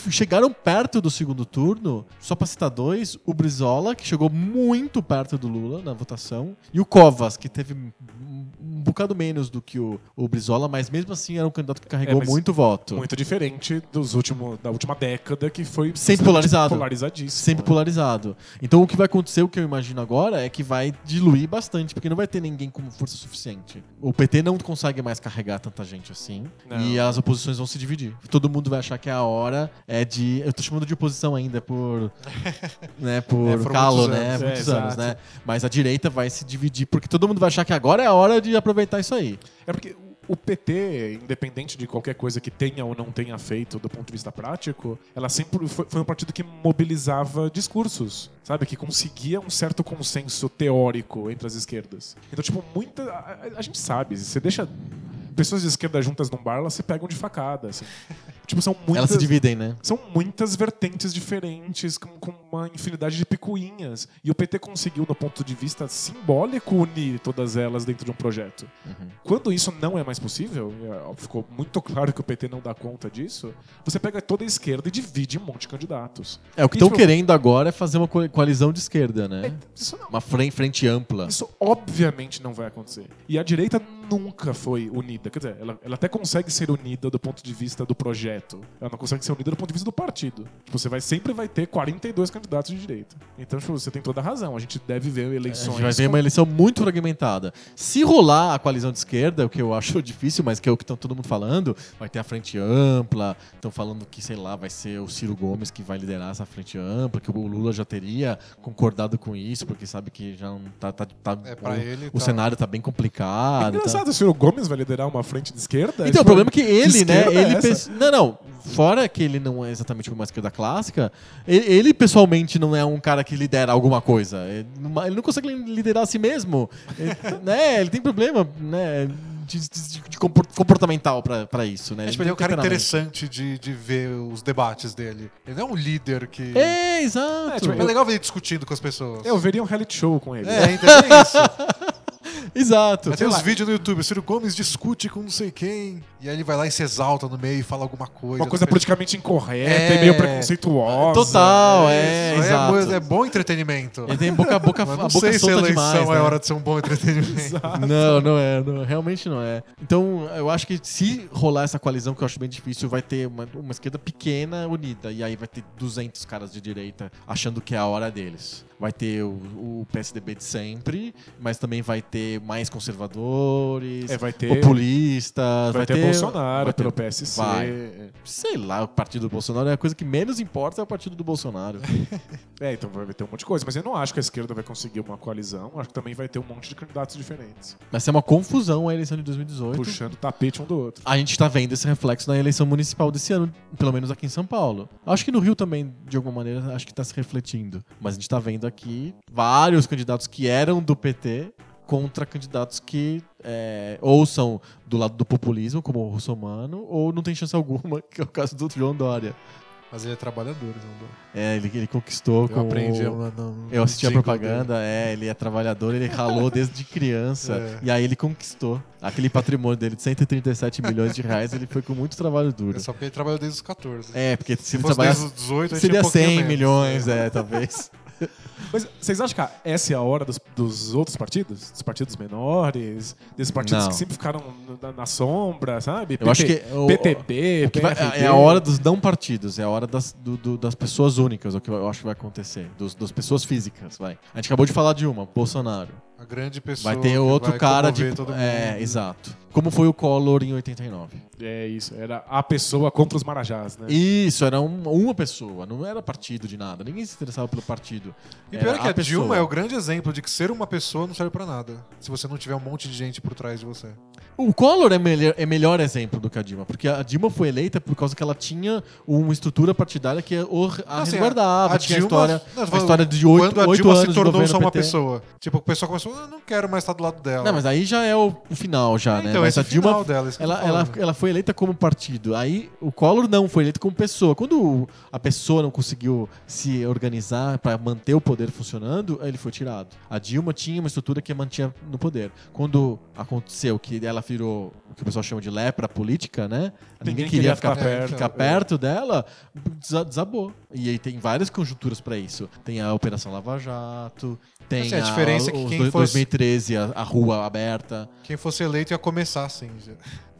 Speaker 1: Chegaram perto do segundo turno, só pra citar dois, o Brizola, que chegou muito perto do Lula na votação, e o Covas, que teve um um bocado menos do que o, o Brizola, mas mesmo assim era um candidato que carregou
Speaker 3: mas
Speaker 1: muito voto.
Speaker 3: Muito diferente dos últimos, da última década, que foi
Speaker 1: Sempre polarizado.
Speaker 3: polarizadíssimo.
Speaker 1: Sempre
Speaker 3: né?
Speaker 1: polarizado. Então o que vai acontecer, o que eu imagino agora, é que vai diluir bastante, porque não vai ter ninguém com força suficiente. O PT não consegue mais carregar tanta gente assim.
Speaker 3: Não.
Speaker 1: E as oposições vão se dividir. Todo mundo vai achar que a hora é de. Eu tô chamando de oposição ainda por. né,
Speaker 2: É,
Speaker 1: por
Speaker 2: foram
Speaker 1: calo,
Speaker 2: muitos
Speaker 1: né?
Speaker 3: anos. É,
Speaker 1: muitos
Speaker 3: exato.
Speaker 1: anos, né? Mas a direita vai se dividir, porque todo mundo vai achar que agora é a hora de aproveitar isso aí.
Speaker 3: É porque o PT, independente de qualquer coisa que tenha ou não tenha feito do ponto de vista prático, ela sempre foi, foi um partido que mobilizava discursos, sabe? Que conseguia um certo consenso teórico entre as esquerdas. Então, tipo, muita. A, a- a gente sabe, você deixa pessoas de esquerda juntas num bar, elas se pegam de facada, assim. tipo, são muitas.
Speaker 1: Elas se dividem, né?
Speaker 3: São muitas vertentes diferentes, com, com uma infinidade de picuinhas. E o PT conseguiu, do ponto de vista simbólico, unir todas elas dentro de um projeto.
Speaker 1: Uhum.
Speaker 3: Quando isso não é mais possível, e, ó, ficou muito claro que o PT não dá conta disso, você pega toda a esquerda e divide um monte de candidatos.
Speaker 1: É, o que
Speaker 3: E,
Speaker 1: estão
Speaker 3: tipo,
Speaker 1: querendo agora é fazer uma co- coalizão de esquerda, né?
Speaker 3: Isso não-
Speaker 1: Uma frente, frente ampla.
Speaker 3: Tá. Isso obviamente não vai acontecer. E a direita nunca foi unida. Quer dizer, ela, ela até consegue ser unida do ponto de vista do projeto. Ela não consegue ser unida do ponto de vista do partido. Tipo, você vai, sempre vai ter 42 candidatos de direita. Então, tipo, você tem toda a razão. A gente deve ver
Speaker 1: É, A
Speaker 3: eleições.
Speaker 1: gente vai ver uma eleição muito fragmentada. Se rolar a coalizão de esquerda, o que eu acho difícil, mas que é o que tá todo mundo falando, vai ter a frente ampla, estão falando que, sei lá, vai ser o Ciro Gomes que vai liderar essa frente ampla, que o Lula já teria concordado com isso, porque sabe que já não tá, tá, tá-
Speaker 2: É, pra
Speaker 1: o,
Speaker 2: ele
Speaker 1: o
Speaker 2: tá-
Speaker 1: cenário tá bem complicado. tá-
Speaker 3: É Engraçado, o Ciro Gomes vai liderar uma frente de
Speaker 1: Então,
Speaker 3: esquerda?
Speaker 1: o
Speaker 3: Tipo,
Speaker 1: problema é que
Speaker 3: de
Speaker 1: ele, né?
Speaker 3: esquerda é
Speaker 1: Ele
Speaker 3: essa?
Speaker 1: pensa- Não, não. Fora que ele não é exatamente uma esquerda clássica, e- ele, pessoalmente não é um cara que lidera alguma coisa. Ele não- ele não consegue liderar a si mesmo. Ele, né, ele tem problema né, de, de- de compor- comportamental pra pra isso. Né?
Speaker 2: É, tipo,
Speaker 1: não
Speaker 2: ele é um
Speaker 1: tem
Speaker 2: cara
Speaker 1: temperamento.
Speaker 2: interessante de, de ver os debates dele. Ele não é um líder que. É,
Speaker 1: É, exato.
Speaker 3: É, tipo, eu-
Speaker 2: legal ver ele discutindo com as pessoas.
Speaker 3: Eu veria um reality show com ele.
Speaker 2: É, então é isso.
Speaker 1: Exato.
Speaker 2: Mas tem uns vídeos no YouTube, Ciro Gomes discute com não sei quem. E aí ele vai lá e se exalta no meio e fala alguma coisa.
Speaker 3: Uma coisa
Speaker 2: Não sei-
Speaker 3: politicamente incorreta
Speaker 2: É.
Speaker 3: e meio preconceituosa.
Speaker 1: Total, é,
Speaker 2: Isso,
Speaker 1: exato.
Speaker 2: é, é bom entretenimento.
Speaker 1: Ele tem boca a boca,
Speaker 2: Mas
Speaker 1: a
Speaker 2: não
Speaker 1: boca
Speaker 2: sei se
Speaker 1: solta
Speaker 2: a eleição
Speaker 1: demais.
Speaker 2: é
Speaker 1: né?
Speaker 2: hora de ser um bom entretenimento.
Speaker 1: Não, não é, não, realmente não é. Então, eu acho que se rolar essa coalizão, que eu acho bem difícil, vai ter uma, uma esquerda pequena unida. E aí vai ter 200 caras de direita achando que é a hora deles. Vai ter o, o PSDB de sempre, mas também vai ter mais conservadores,
Speaker 3: É, vai ter.
Speaker 1: populistas.
Speaker 3: Vai ter, Bolsonaro
Speaker 1: vai ter-
Speaker 3: pelo PSC.
Speaker 1: vai. Sei lá, o partido do Bolsonaro é a coisa que menos importa é o partido do Bolsonaro.
Speaker 3: É, então vai ter um monte de coisa. Mas eu não acho que a esquerda vai conseguir uma coalizão. Acho que também vai ter um monte de candidatos diferentes.
Speaker 1: Mas é uma confusão a eleição de 2018.
Speaker 3: Puxando o tapete um do outro.
Speaker 1: A gente tá vendo esse reflexo na eleição municipal desse ano, pelo menos aqui em São Paulo. Acho que no Rio também, de alguma maneira, acho que tá se refletindo. Mas a gente tá vendo aqui vários candidatos que eram do PT contra candidatos que é, ou são do lado do populismo, como o Russomano, ou não tem chance alguma, que é o caso do João Dória.
Speaker 2: Mas ele é trabalhador, João.
Speaker 1: É, ele, ele conquistou
Speaker 2: Eu
Speaker 1: com
Speaker 2: aprendi.
Speaker 1: o-
Speaker 2: no- no- no
Speaker 1: eu assisti a
Speaker 2: jingle dele.
Speaker 1: propaganda, é, ele é trabalhador, ele ralou desde criança.
Speaker 2: É.
Speaker 1: E aí ele conquistou aquele patrimônio dele de 137 milhões de reais, ele foi com muito trabalho duro.
Speaker 2: É só porque ele trabalhou desde os 14.
Speaker 1: É, porque se,
Speaker 2: Se
Speaker 1: ele
Speaker 2: fosse desde
Speaker 1: trabalhasse,
Speaker 2: os 18, a gente
Speaker 1: seria
Speaker 2: tinha um pouquinho
Speaker 1: 100
Speaker 2: menos.
Speaker 1: milhões, é, talvez.
Speaker 3: Mas vocês acham que essa é a hora dos, dos outros partidos? Dos partidos menores? Desses partidos
Speaker 1: Não.
Speaker 3: que sempre ficaram na, na sombra, sabe?
Speaker 1: Eu acho que o-
Speaker 3: PTB,
Speaker 1: O que vai-
Speaker 3: PRD.
Speaker 1: é a hora dos não partidos, é a hora das, do- do- das pessoas únicas, é o que eu acho que vai acontecer. Dos, das pessoas físicas, vai. A gente acabou de falar de uma, Bolsonaro.
Speaker 2: A grande pessoa.
Speaker 1: Vai ter
Speaker 2: que
Speaker 1: outro
Speaker 2: vai
Speaker 1: cara de.
Speaker 2: comover Todo mundo.
Speaker 1: É, exato. Como foi o Collor em 89.
Speaker 3: É isso, era a pessoa contra os marajás,
Speaker 2: É.
Speaker 3: né?
Speaker 1: Isso, era um- uma pessoa, não era partido de nada. Ninguém se interessava pelo partido.
Speaker 2: E pior
Speaker 1: Era
Speaker 2: é que a,
Speaker 1: pessoa.
Speaker 2: Dilma é o grande exemplo de que ser uma pessoa não serve pra nada. Se você não tiver um monte de gente por trás de você.
Speaker 1: O Collor é melhor, é melhor exemplo do que a Dilma, porque a Dilma foi eleita por causa que ela tinha uma estrutura partidária que o- a
Speaker 2: Assim,
Speaker 1: resguardava.
Speaker 2: a
Speaker 1: tinha
Speaker 2: Dilma-
Speaker 1: a história,
Speaker 2: Não, eu tô
Speaker 1: a
Speaker 2: falando,
Speaker 1: história de oito
Speaker 2: Quando a
Speaker 1: oito
Speaker 2: Dilma
Speaker 1: anos
Speaker 2: se
Speaker 1: de
Speaker 2: tornou
Speaker 1: governo
Speaker 2: só uma
Speaker 1: PT.
Speaker 2: pessoa. Tipo, o pessoal começou, "Ah, não quero mais estar do lado dela.
Speaker 1: Não, mas aí já é o, o final já,
Speaker 2: É,
Speaker 1: né?
Speaker 2: então,
Speaker 1: mas
Speaker 2: esse
Speaker 1: a
Speaker 2: é o final
Speaker 1: Dilma,
Speaker 2: dela, isso que eu
Speaker 1: ela,
Speaker 2: tô
Speaker 1: ela,
Speaker 2: falando.
Speaker 1: ela foi eleita como partido. Aí o Collor não foi eleito como pessoa. Quando o- a pessoa não conseguiu se organizar pra manter o poder funcionando, ele foi tirado. A Dilma tinha uma estrutura que a mantinha no poder. Quando aconteceu que ela virou o que o pessoal chama de lepra política, né? Ninguém, queria ficar,
Speaker 2: ficar
Speaker 1: perto,
Speaker 2: perto,
Speaker 1: ficar
Speaker 2: é.
Speaker 1: perto dela, desa- desabou. E aí tem várias conjunturas pra isso. Tem a Operação Lava Jato, tem
Speaker 2: Assim, a diferença é que
Speaker 1: os
Speaker 2: quem
Speaker 1: dois-
Speaker 2: fosse-
Speaker 1: 2013, a, a rua aberta.
Speaker 2: Quem fosse eleito ia começar assim. Já,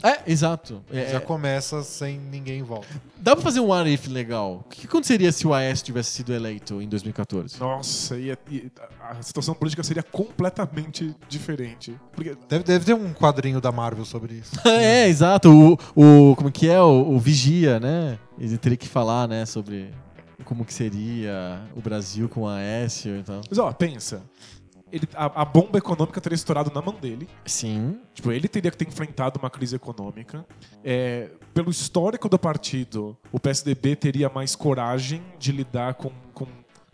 Speaker 1: É, exato. É,
Speaker 2: já
Speaker 1: é,
Speaker 2: começa sem ninguém em volta.
Speaker 1: dá pra fazer um what if legal. O que que aconteceria se o AS tivesse sido eleito em 2014?
Speaker 3: Nossa, e, e a situação política seria completamente diferente. Porque
Speaker 2: Deve, deve ter um quadrinho da Marvel sobre isso.
Speaker 1: é, exato. O, o- como que é? O, o Vigia, né? Ele teria que falar, né, sobre como que seria o Brasil com o Aécio e então. tal.
Speaker 3: Mas ó, pensa. Ele, a, a bomba econômica teria estourado na mão dele.
Speaker 1: Sim.
Speaker 3: Tipo, ele teria que ter enfrentado uma crise econômica. É, pelo histórico do partido, o PSDB teria mais coragem de lidar com, com,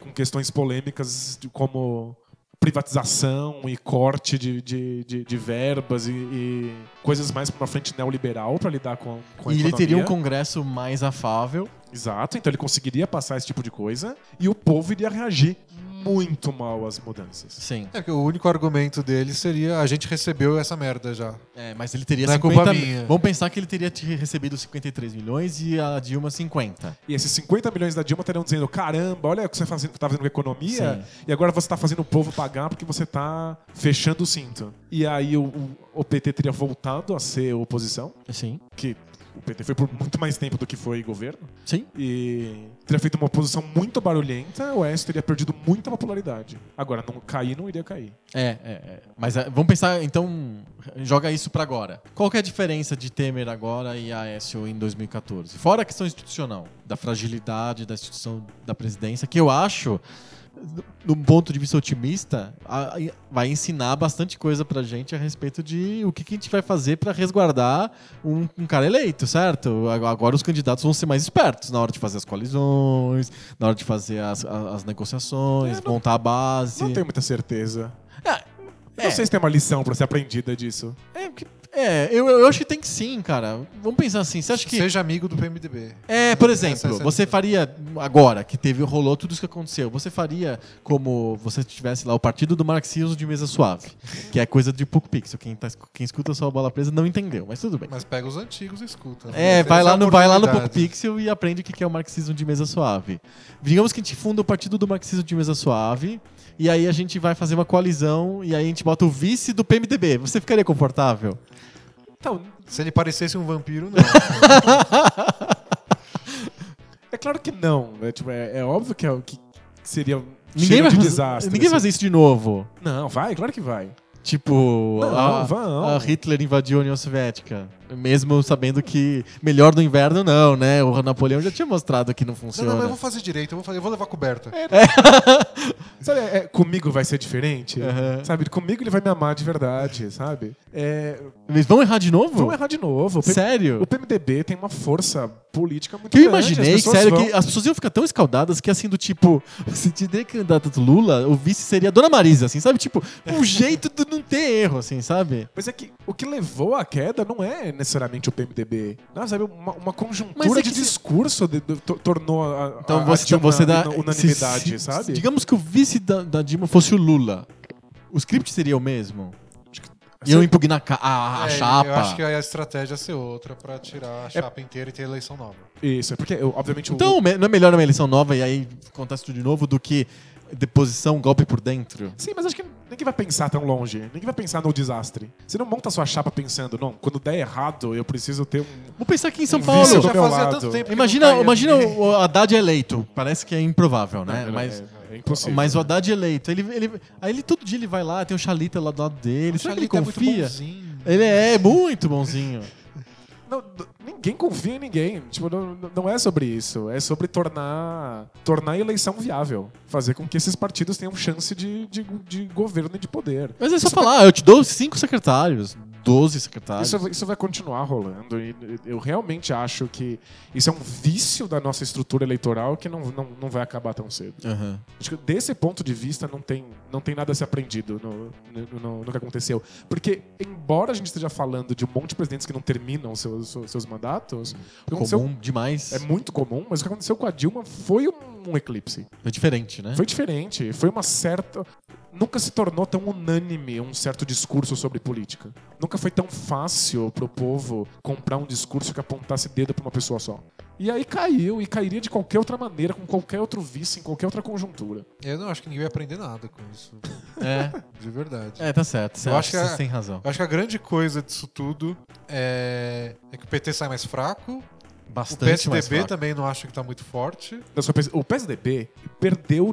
Speaker 3: com questões polêmicas de como privatização e corte de, de, de, de verbas e, e coisas mais para uma frente neoliberal para lidar com, com a
Speaker 1: e ele teria um
Speaker 3: economia.
Speaker 1: congresso mais afável.
Speaker 3: Exato, então ele conseguiria passar esse tipo de coisa e o povo iria reagir muito mal às mudanças.
Speaker 1: Sim.
Speaker 2: É porque o único argumento dele seria a gente recebeu essa merda já.
Speaker 1: É, mas ele teria
Speaker 2: Não é
Speaker 1: 50
Speaker 2: culpa minha.
Speaker 1: Vamos pensar que ele teria te- recebido 53 milhões e a Dilma 50.
Speaker 3: E esses 50 milhões da Dilma estarão dizendo: caramba, olha o que você fazendo, tá fazendo com a economia,
Speaker 1: Sim.
Speaker 3: e agora você tá fazendo o povo pagar porque você tá fechando o cinto. E aí o, o- o PT teria voltado a ser oposição,
Speaker 1: Sim.
Speaker 3: que o PT foi por muito mais tempo do que foi governo,
Speaker 1: Sim.
Speaker 3: e teria feito uma oposição muito barulhenta, o S teria perdido muita popularidade. Agora, não cair não iria cair.
Speaker 1: É, é, é. Mas é, vamos pensar, então, joga isso pra agora. Qual que é a diferença de Temer agora e Aécio em 2014? Fora a questão institucional, da fragilidade da instituição da presidência, que eu acho num ponto de vista otimista, a- a- vai ensinar bastante coisa pra gente a respeito de o que, que a gente vai fazer pra resguardar um, um cara eleito, certo? A- Agora os candidatos vão ser mais espertos na hora de fazer as colisões, na hora de fazer as, a- as negociações,
Speaker 3: É, não-
Speaker 1: montar a base.
Speaker 3: Não tenho muita certeza.
Speaker 1: É,
Speaker 3: Eu Não sei se tem uma lição pra ser aprendida disso.
Speaker 1: É, porque- é, eu, eu acho que tem que sim, cara. Vamos pensar assim, você acha que...
Speaker 2: Seja amigo do PMDB.
Speaker 1: É, por
Speaker 2: Essa-
Speaker 1: exemplo,
Speaker 2: essa-
Speaker 1: você faria agora que teve rolou tudo isso que aconteceu. Você faria como você tivesse lá o partido do marxismo de mesa suave, que é coisa de pouco pixel. Quem, tá- quem escuta só a bola presa não entendeu, mas tudo bem.
Speaker 2: Mas pega os antigos e escuta. né?
Speaker 1: É,
Speaker 2: Tem
Speaker 1: vai
Speaker 2: essa
Speaker 1: lá, no, vai lá no
Speaker 2: oportunidade.
Speaker 1: PopPixel e aprende o que que é o marxismo de mesa suave. Digamos que a gente funda o partido do marxismo de mesa suave, e aí a gente vai fazer uma coalizão, e aí a gente bota o vice do PMDB. Você ficaria confortável?
Speaker 3: Então,
Speaker 2: Se ele parecesse um vampiro, não.
Speaker 3: é claro que não. né? Tipo, É, é óbvio que, é, o que que seria
Speaker 1: Ninguém,
Speaker 3: cheiro
Speaker 1: vai,
Speaker 3: de
Speaker 1: faz-
Speaker 3: desastre.
Speaker 1: ninguém vai
Speaker 3: assim.
Speaker 1: fazer isso de novo.
Speaker 3: Não, vai, claro que vai.
Speaker 1: Tipo,
Speaker 3: Não,
Speaker 1: a,
Speaker 3: vão.
Speaker 1: a Hitler invadiu a União Soviética. Mesmo sabendo que melhor do inverno, não, né? O Napoleão já tinha mostrado que não
Speaker 2: não,
Speaker 1: funciona.
Speaker 2: não, mas eu vou fazer direito, eu vou, fazer, eu vou levar coberta.
Speaker 1: É,
Speaker 2: É,
Speaker 3: Sabe, é, comigo vai ser diferente.
Speaker 1: Aham.
Speaker 3: Sabe, comigo ele vai me amar de verdade, sabe? É,
Speaker 1: Eles vão errar de novo?
Speaker 3: vamos errar de novo. O P-
Speaker 1: Sério?
Speaker 3: O PMDB tem uma força política muito
Speaker 1: Que eu
Speaker 3: grande, as
Speaker 1: imaginei,
Speaker 3: pessoas
Speaker 1: sério,
Speaker 3: vão-
Speaker 1: que as pessoas iam ficar tão escaldadas que, assim, do tipo, se tiver candidato do Lula, o vice seria a Dona Marisa, assim, sabe? Tipo, um jeito de não ter erro, assim, sabe?
Speaker 3: Mas é que o que levou à queda não é necessariamente o PMDB. Não, sabe, uma, uma
Speaker 1: Mas
Speaker 3: conjuntura
Speaker 1: é
Speaker 3: de
Speaker 1: que se-
Speaker 3: discurso de- do- to- tornou a, a-
Speaker 1: Então
Speaker 3: a
Speaker 1: você,
Speaker 3: Dilma
Speaker 1: você dá.
Speaker 3: una- unanimidade,
Speaker 1: se- se-
Speaker 3: sabe?
Speaker 1: Digamos que o vice da, da Dilma fosse o Lula. O script seria o mesmo?
Speaker 3: Assim,
Speaker 1: Iam impugnar ca- a, a
Speaker 2: É,
Speaker 1: chapa. É.
Speaker 2: Eu acho que aí a estratégia ia ser outra pra tirar a chapa inteira e ter eleição nova.
Speaker 3: Isso, é porque, eu- obviamente, o-
Speaker 1: Então, me- não é melhor uma eleição nova e aí acontece tudo de novo do que deposição, golpe por dentro?
Speaker 3: Sim, mas acho que ninguém vai pensar tão longe. Ninguém vai pensar no desastre. Você não monta sua chapa pensando, não, quando der errado, eu preciso ter um.
Speaker 1: Vou pensar aqui em São
Speaker 3: Um
Speaker 1: Paulo.
Speaker 3: vice do
Speaker 2: já
Speaker 3: meu
Speaker 2: fazia
Speaker 3: lado.
Speaker 2: tanto tempo que não tá né?
Speaker 1: Imagina,
Speaker 2: caía
Speaker 1: imagina
Speaker 2: ninguém.
Speaker 1: o o Haddad eleito. Parece que é improvável, né?
Speaker 3: É,
Speaker 1: mas,
Speaker 3: é, impossível.
Speaker 2: né?
Speaker 1: mas o Haddad eleito, ele, ele, aí ele todo dia ele vai lá, tem o Chalita lá do lado dele. Será que ele
Speaker 2: Chalita é muito
Speaker 1: confia?
Speaker 2: bonzinho.
Speaker 1: ele é muito bonzinho.
Speaker 3: Não, n- ninguém confia em ninguém. Tipo, não, não é sobre isso. É sobre tornar, tornar a eleição viável. Fazer com que esses partidos tenham chance de, de, de governo e de poder.
Speaker 1: Mas é só
Speaker 3: Isso
Speaker 1: falar, eu te dou cinco secretários, 12 secretários.
Speaker 3: Isso, é vai- isso vai continuar rolando. E eu realmente acho que isso é um vício da nossa estrutura eleitoral que não, não, não vai acabar tão cedo.
Speaker 1: Aham.
Speaker 3: Acho que desse ponto de vista não tem, não tem nada a ser aprendido no, no- no- no que aconteceu. Porque, embora a gente esteja falando de um monte de presidentes que não terminam seus, seus- seus mandatos, o que aconteceu
Speaker 1: Comum demais.
Speaker 3: é muito comum, mas o que aconteceu com a Dilma foi um, um eclipse.
Speaker 1: É diferente, né?
Speaker 3: Foi diferente. Foi uma certa. Nunca se tornou tão unânime um certo discurso sobre política. Nunca foi tão fácil pro povo comprar um discurso que apontasse dedo pra uma pessoa só. E aí caiu, e cairia de qualquer outra maneira, com qualquer outro vício, em qualquer outra conjuntura.
Speaker 2: Eu não acho que ninguém vai aprender nada com isso,
Speaker 1: É.
Speaker 2: de verdade.
Speaker 1: É, tá certo. Você
Speaker 2: Eu acho
Speaker 1: acha
Speaker 2: que
Speaker 1: que
Speaker 2: é-
Speaker 1: você tem razão.
Speaker 2: Eu acho que a grande coisa disso tudo é, é que o PT sai mais fraco.
Speaker 1: Bastante
Speaker 2: o
Speaker 1: mais
Speaker 2: PSDB
Speaker 1: fraco.
Speaker 2: também não acho que tá muito forte.
Speaker 3: Eu só penso- O PSDB perdeu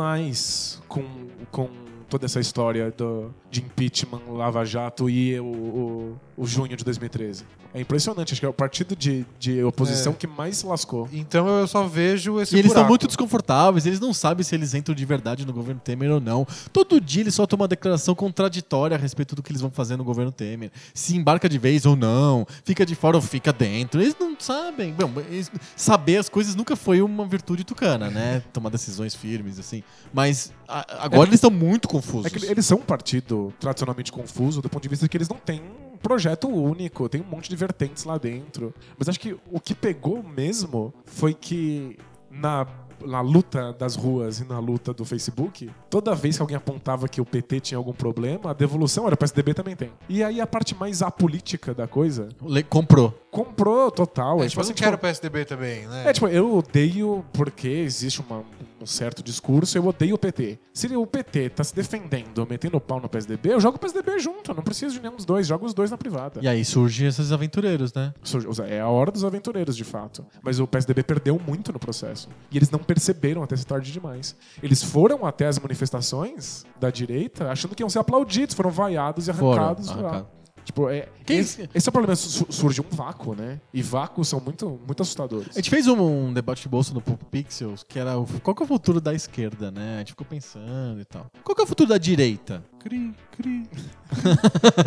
Speaker 3: demais com, com toda essa história do, de impeachment, Lava Jato e o, o, o junho de 2013. É impressionante, acho que é o partido de, de oposição
Speaker 2: É.
Speaker 3: que mais se lascou.
Speaker 2: Então eu só vejo esse
Speaker 1: E eles estão
Speaker 2: buraco.
Speaker 1: muito desconfortáveis, eles não sabem se eles entram de verdade no governo Temer ou não. Todo dia eles soltam uma declaração contraditória a respeito do que eles vão fazer no governo Temer. Se embarca de vez ou não, fica de fora ou fica dentro. Eles não sabem. Bom, eles- saber as coisas nunca foi uma virtude tucana, né? Tomar decisões firmes, assim. Mas a- agora eles estão muito confusos.
Speaker 3: É que eles são um partido tradicionalmente confuso do ponto de vista que eles não têm um projeto único, tem um monte de vertentes lá dentro. Mas acho que o que pegou mesmo foi que na, na luta das ruas e na luta do Facebook, toda vez que alguém apontava que o PT tinha algum problema, a devolução era o PSDB também tem. E aí a parte mais apolítica da coisa
Speaker 1: Le- comprou.
Speaker 3: comprou total.
Speaker 2: É, tipo, eu
Speaker 3: assim,
Speaker 2: não quero o PSDB também, né?
Speaker 3: é, tipo, eu odeio porque existe uma- um certo discurso, eu odeio o PT. Se o PT tá se defendendo, metendo o pau no PSDB, eu jogo o PSDB junto, eu não preciso de nenhum dos dois, jogo os dois na privada.
Speaker 1: E aí surgem esses aventureiros, né?
Speaker 3: Surge- ou seja, É a hora dos aventureiros, de fato. Mas o PSDB perdeu muito no processo. E eles não perceberam até ser tarde demais. Eles foram até as manifestações da direita achando que iam ser aplaudidos, foram vaiados e
Speaker 1: Foram.
Speaker 3: arrancados. de lá.
Speaker 1: arrancados.
Speaker 3: Tipo, é,
Speaker 1: Quem-
Speaker 3: esse, esse é o problema. su- Surge um vácuo, né? E vácuos são muito, muito assustadores.
Speaker 1: A gente fez um, um debate de bolso no Pulp Pixels, que era o, qual que é o futuro da esquerda, né? A gente ficou pensando e tal. Qual que é o futuro da direita? Cri, cri.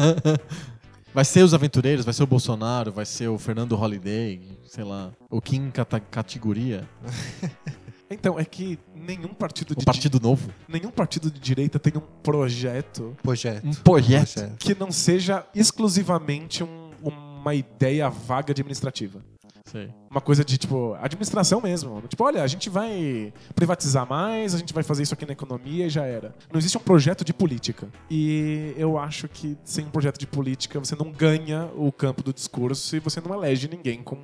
Speaker 1: vai ser os aventureiros, vai ser o Bolsonaro, vai ser o Fernando Holliday, sei lá, o Kim Cata Categoria,
Speaker 3: Então, é que nenhum partido,
Speaker 1: o
Speaker 3: de,
Speaker 1: Partido Novo,
Speaker 3: nenhum partido de direita tem um projeto
Speaker 2: Projeto.
Speaker 1: um projeto.
Speaker 2: Projeto.
Speaker 3: que não seja exclusivamente um- uma ideia vaga administrativa.
Speaker 1: é. Sei.
Speaker 3: Uma coisa de, tipo, administração mesmo. Tipo, olha, a gente vai privatizar mais, a gente vai fazer isso aqui na economia e já era. Não existe um projeto de política. E eu acho que sem um projeto de política você não ganha o campo do discurso e você não elege ninguém com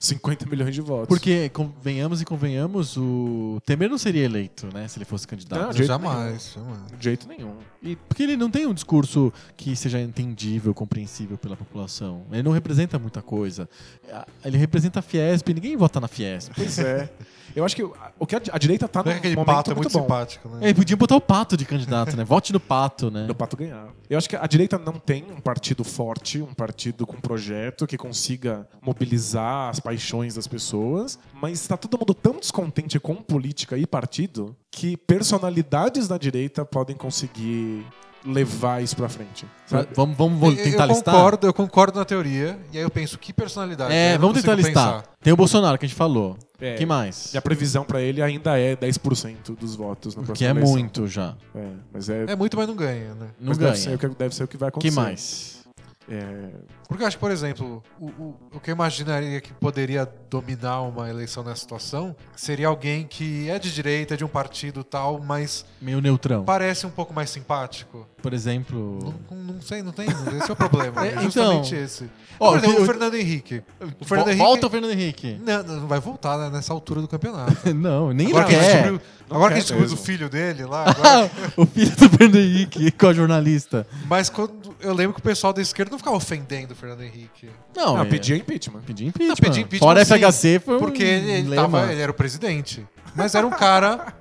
Speaker 3: 50 milhões de votos.
Speaker 1: Porque, convenhamos e convenhamos, o Temer não seria eleito, né? Se ele fosse candidato.
Speaker 3: Não, de jeito
Speaker 2: Jamais, jamais.
Speaker 1: é.
Speaker 3: De jeito nenhum. E
Speaker 1: Porque ele não tem um discurso que seja entendível, compreensível pela população. Ele não representa muita coisa. Ah, Ele representa a Fiesp, ninguém vota na Fiesp.
Speaker 3: Pois é. Eu acho que o- o que a, a direita tá
Speaker 2: Não
Speaker 3: num
Speaker 2: é que aquele
Speaker 3: momento
Speaker 2: pato é
Speaker 3: muito
Speaker 2: muito
Speaker 3: bom.
Speaker 2: simpático, né?
Speaker 1: É, podia botar o pato de candidato, né? Vote no pato, né?
Speaker 3: Do Pato ganhar. Eu acho que a direita não tem um partido forte, um partido com projeto que consiga mobilizar as paixões das pessoas, mas está todo mundo tão descontente com política e partido que personalidades da direita podem conseguir levar isso pra frente.
Speaker 1: Sabe?
Speaker 3: sabe?
Speaker 1: Vamos, vamos
Speaker 2: Eu-
Speaker 1: vou tentar
Speaker 2: eu
Speaker 1: listar?
Speaker 2: concordo, eu concordo na teoria, e aí eu penso, que personalidade? Aí
Speaker 1: É,
Speaker 2: eu não
Speaker 1: vamos tentar
Speaker 2: consigo
Speaker 1: listar.
Speaker 2: pensar.
Speaker 1: Tem o Bolsonaro, que a gente falou.
Speaker 3: É.
Speaker 1: Quem mais?
Speaker 3: E a previsão pra ele ainda é 10% dos votos na próxima
Speaker 1: Que é
Speaker 3: eleição.
Speaker 1: muito já.
Speaker 3: É, mas é,
Speaker 2: É muito, mas não ganha, né?
Speaker 1: Não
Speaker 3: mas
Speaker 1: ganha.
Speaker 3: Deve, ser, o que- deve ser o que vai acontecer.
Speaker 1: Quem mais?
Speaker 3: É,
Speaker 2: Porque eu acho que, por exemplo, o, o, o que eu imaginaria que poderia dominar uma eleição nessa situação seria alguém que é de direita, é de um partido tal, mas
Speaker 1: Meio neutrão.
Speaker 2: parece um pouco mais simpático.
Speaker 1: Por exemplo.
Speaker 2: Não, não sei, não tem. Esse é o problema.
Speaker 1: É,
Speaker 2: É justamente
Speaker 1: então.
Speaker 2: esse.
Speaker 1: Ó,
Speaker 2: por exemplo,
Speaker 1: eu-
Speaker 2: o Fernando Henrique. O Fernando
Speaker 1: Vo-
Speaker 2: Henrique.
Speaker 1: Volta o Fernando Henrique.
Speaker 2: Não, não não vai voltar né, nessa altura do campeonato.
Speaker 1: Não, nem
Speaker 2: Agora que
Speaker 1: ele
Speaker 2: a gente
Speaker 1: quer.
Speaker 2: descobriu, agora que a
Speaker 3: quer
Speaker 2: gente descobriu
Speaker 3: mesmo.
Speaker 2: o filho dele lá. agora-
Speaker 1: o filho do Fernando Henrique com a jornalista.
Speaker 2: mas quando, eu lembro que o pessoal da esquerda não ficava ofendendo o Fernando Henrique.
Speaker 1: Não,
Speaker 3: ah,
Speaker 1: é-
Speaker 3: pedir impeachment.
Speaker 1: Pedir impeachment.
Speaker 2: Não, pedir impeachment,
Speaker 1: Fora
Speaker 2: sim,
Speaker 1: FHC foi um
Speaker 2: Porque ele, ele,
Speaker 1: lema.
Speaker 2: tava- ele era o presidente. Mas era um cara.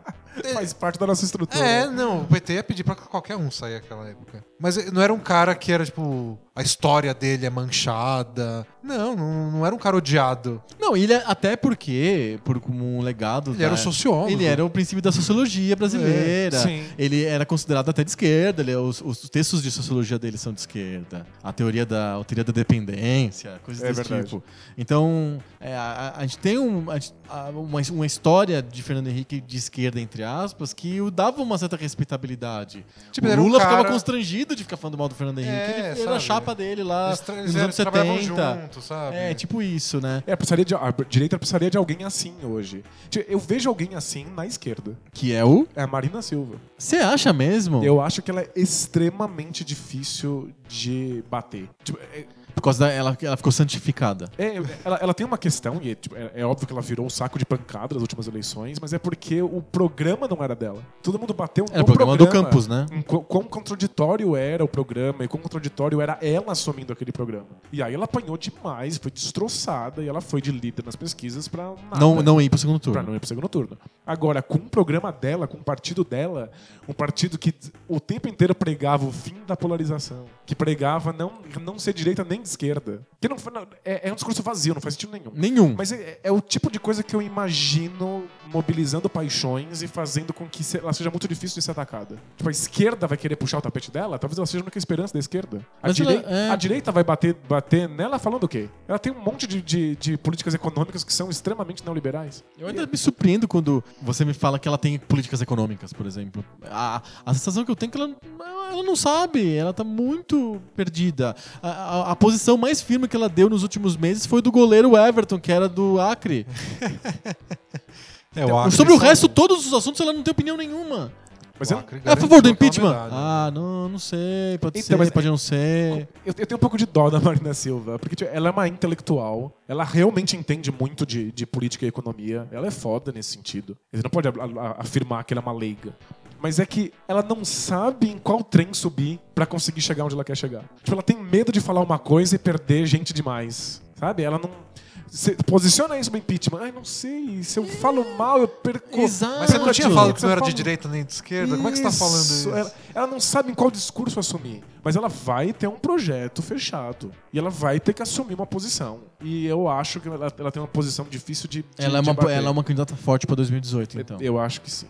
Speaker 3: Faz parte da nossa estrutura.
Speaker 2: É,
Speaker 1: né?
Speaker 2: não, o PT ia pedir pra qualquer um sair naquela época. Mas ele não era um cara que era, tipo, a história dele é manchada. Não, não, não era um cara odiado.
Speaker 1: Não, ele é- até porque, por como um legado...
Speaker 2: Ele
Speaker 1: da-
Speaker 2: era um sociólogo.
Speaker 1: Ele era o princípio da sociologia brasileira.
Speaker 3: É, sim.
Speaker 1: Ele era considerado até de esquerda. ele- é os, os textos de sociologia dele são de esquerda. A teoria da, a teoria da dependência, coisas
Speaker 3: É
Speaker 1: desse
Speaker 3: verdade.
Speaker 1: tipo. Então, é, a, a- a gente tem um- a gente- a- uma, uma história de Fernando Henrique de esquerda, entre aspas, que o dava uma certa respeitabilidade.
Speaker 2: Tipo,
Speaker 1: o
Speaker 2: era um
Speaker 1: Lula
Speaker 2: cara-
Speaker 1: ficava constrangido de ficar falando mal do Fernando Henrique.
Speaker 2: É,
Speaker 1: ele era a
Speaker 2: sabe?
Speaker 1: chapa dele lá
Speaker 2: Eles tra-
Speaker 1: nos
Speaker 2: eles
Speaker 1: um anos
Speaker 2: trabalhavam
Speaker 1: 70.
Speaker 2: juntos, sabe?
Speaker 1: É, tipo isso, né?
Speaker 3: É, precisaria de, a direita precisaria de alguém assim hoje. Tipo, Eu vejo alguém assim na esquerda.
Speaker 1: Que é o.
Speaker 3: É a Marina Silva.
Speaker 1: Você acha mesmo?
Speaker 3: Eu acho que ela é extremamente difícil de bater. Tipo, é-
Speaker 1: Por causa da. Ela, ela ficou santificada.
Speaker 3: é- ela, ela tem uma questão, e tipo, é, é óbvio que ela virou o saco de pancada nas últimas eleições, mas é porque o programa não era dela. Todo mundo bateu
Speaker 1: Era
Speaker 3: no
Speaker 1: o É, programa do campus, né?
Speaker 3: em qu- quão contraditório era o programa e quão contraditório era ela assumindo aquele programa. E aí ela apanhou demais, foi destroçada e ela foi de líder nas pesquisas pra nada.
Speaker 1: Não, não ir pro segundo
Speaker 3: Pra
Speaker 1: turno.
Speaker 3: não ir pro segundo turno. Agora, com o programa dela, com o partido dela, um partido que o tempo inteiro pregava o fim da polarização, que pregava não, não ser direita nem de esquerda. Que não, não- é, é um discurso vazio, não faz sentido nenhum.
Speaker 1: Nenhum.
Speaker 3: Mas é, é o tipo de coisa que eu imagino mobilizando paixões e fazendo com que se- ela seja muito difícil de ser atacada. Tipo, a esquerda vai querer puxar o tapete dela? Talvez ela seja a única esperança da esquerda. A,
Speaker 1: Mas ela-
Speaker 3: direi-
Speaker 1: é.
Speaker 3: a direita vai bater, bater nela falando o quê? Ela tem um monte de, de- de políticas econômicas que são extremamente neoliberais.
Speaker 1: Eu ainda me surpreendo quando você me fala que ela tem políticas econômicas, por exemplo. A, a sensação que eu tenho é que ela, ela não sabe, ela tá muito perdida. A, a- a posição mais firme que ela deu nos últimos meses foi do goleiro Everton, que era do Acre.
Speaker 2: É, o Acre
Speaker 1: Sobre o
Speaker 2: sabe.
Speaker 1: resto, todos os assuntos, ela não tem opinião nenhuma.
Speaker 3: Mas
Speaker 2: O
Speaker 3: eu,
Speaker 2: Acre
Speaker 1: É a favor do
Speaker 2: garantiu a
Speaker 1: impeachment?
Speaker 2: medalha.
Speaker 1: Ah, não, não sei. Pode
Speaker 3: né?
Speaker 1: ser,
Speaker 3: Então, mas-
Speaker 1: pode não ser.
Speaker 3: eu, eu tenho um pouco de dó da Marina Silva, porque tipo, ela é uma intelectual, ela realmente entende muito de, de política e economia, ela é foda nesse sentido. Você não pode a- a- afirmar que ela é uma leiga. Mas é que ela não sabe em qual trem subir pra conseguir chegar onde ela quer chegar. Tipo, ela tem medo de falar uma coisa e perder gente demais, sabe? Ela não... Você posiciona isso sobre impeachment. Ai, não sei. Se eu falo mal, eu perco.
Speaker 1: Exato.
Speaker 2: Mas você não tinha falado que não
Speaker 3: Você
Speaker 2: era de
Speaker 3: fala-
Speaker 2: direita nem de esquerda? Como é que você tá falando isso?
Speaker 3: Ela, ela não sabe em qual discurso assumir, mas ela vai ter um projeto fechado. E ela vai ter que assumir uma posição. E eu acho que ela, ela tem uma posição difícil de. de-
Speaker 1: Ela é,
Speaker 3: de
Speaker 1: uma,
Speaker 3: bater.
Speaker 1: ela é uma candidata forte pra 2018, então.
Speaker 3: Eu acho que sim.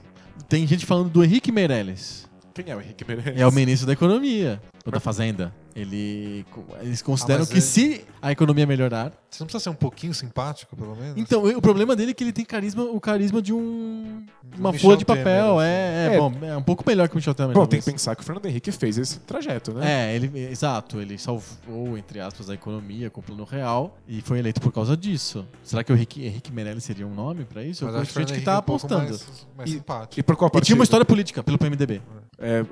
Speaker 1: Tem gente falando do Henrique Meirelles.
Speaker 3: Quem é o Henrique Meirelles?
Speaker 1: É o ministro da Economia, ou da Fazenda. Ele, eles
Speaker 2: Ah,
Speaker 1: consideram
Speaker 2: mas
Speaker 1: que
Speaker 2: é-
Speaker 1: se a economia melhorar.
Speaker 2: Você não precisa ser um pouquinho simpático, pelo menos?
Speaker 1: Então, o problema dele é que ele tem carisma, o carisma de um.
Speaker 2: Do
Speaker 1: Uma
Speaker 2: Michel
Speaker 1: folha de
Speaker 2: Temer,
Speaker 1: papel.
Speaker 2: assim.
Speaker 1: é, é,
Speaker 3: É.
Speaker 1: bom. É um pouco melhor que o Michel Temer.
Speaker 3: Bom, tem que
Speaker 1: talvez.
Speaker 3: pensar que o Fernando Henrique fez esse trajeto, né?
Speaker 1: É, ele, exato. Ele salvou, entre aspas, a economia com o plano real e foi eleito por causa disso. Será que o Henrique, Henrique Meirelles seria um nome pra isso?
Speaker 2: Mas
Speaker 1: Eu
Speaker 2: acho
Speaker 1: conheço gente
Speaker 2: Fernando
Speaker 1: que tá
Speaker 2: Henrique um pouco
Speaker 1: apostando.
Speaker 2: Mais, mais
Speaker 3: E-
Speaker 2: simpático. É,
Speaker 3: E por qual
Speaker 1: E é
Speaker 3: partido?
Speaker 1: tinha uma história política pelo PMDB.
Speaker 3: É,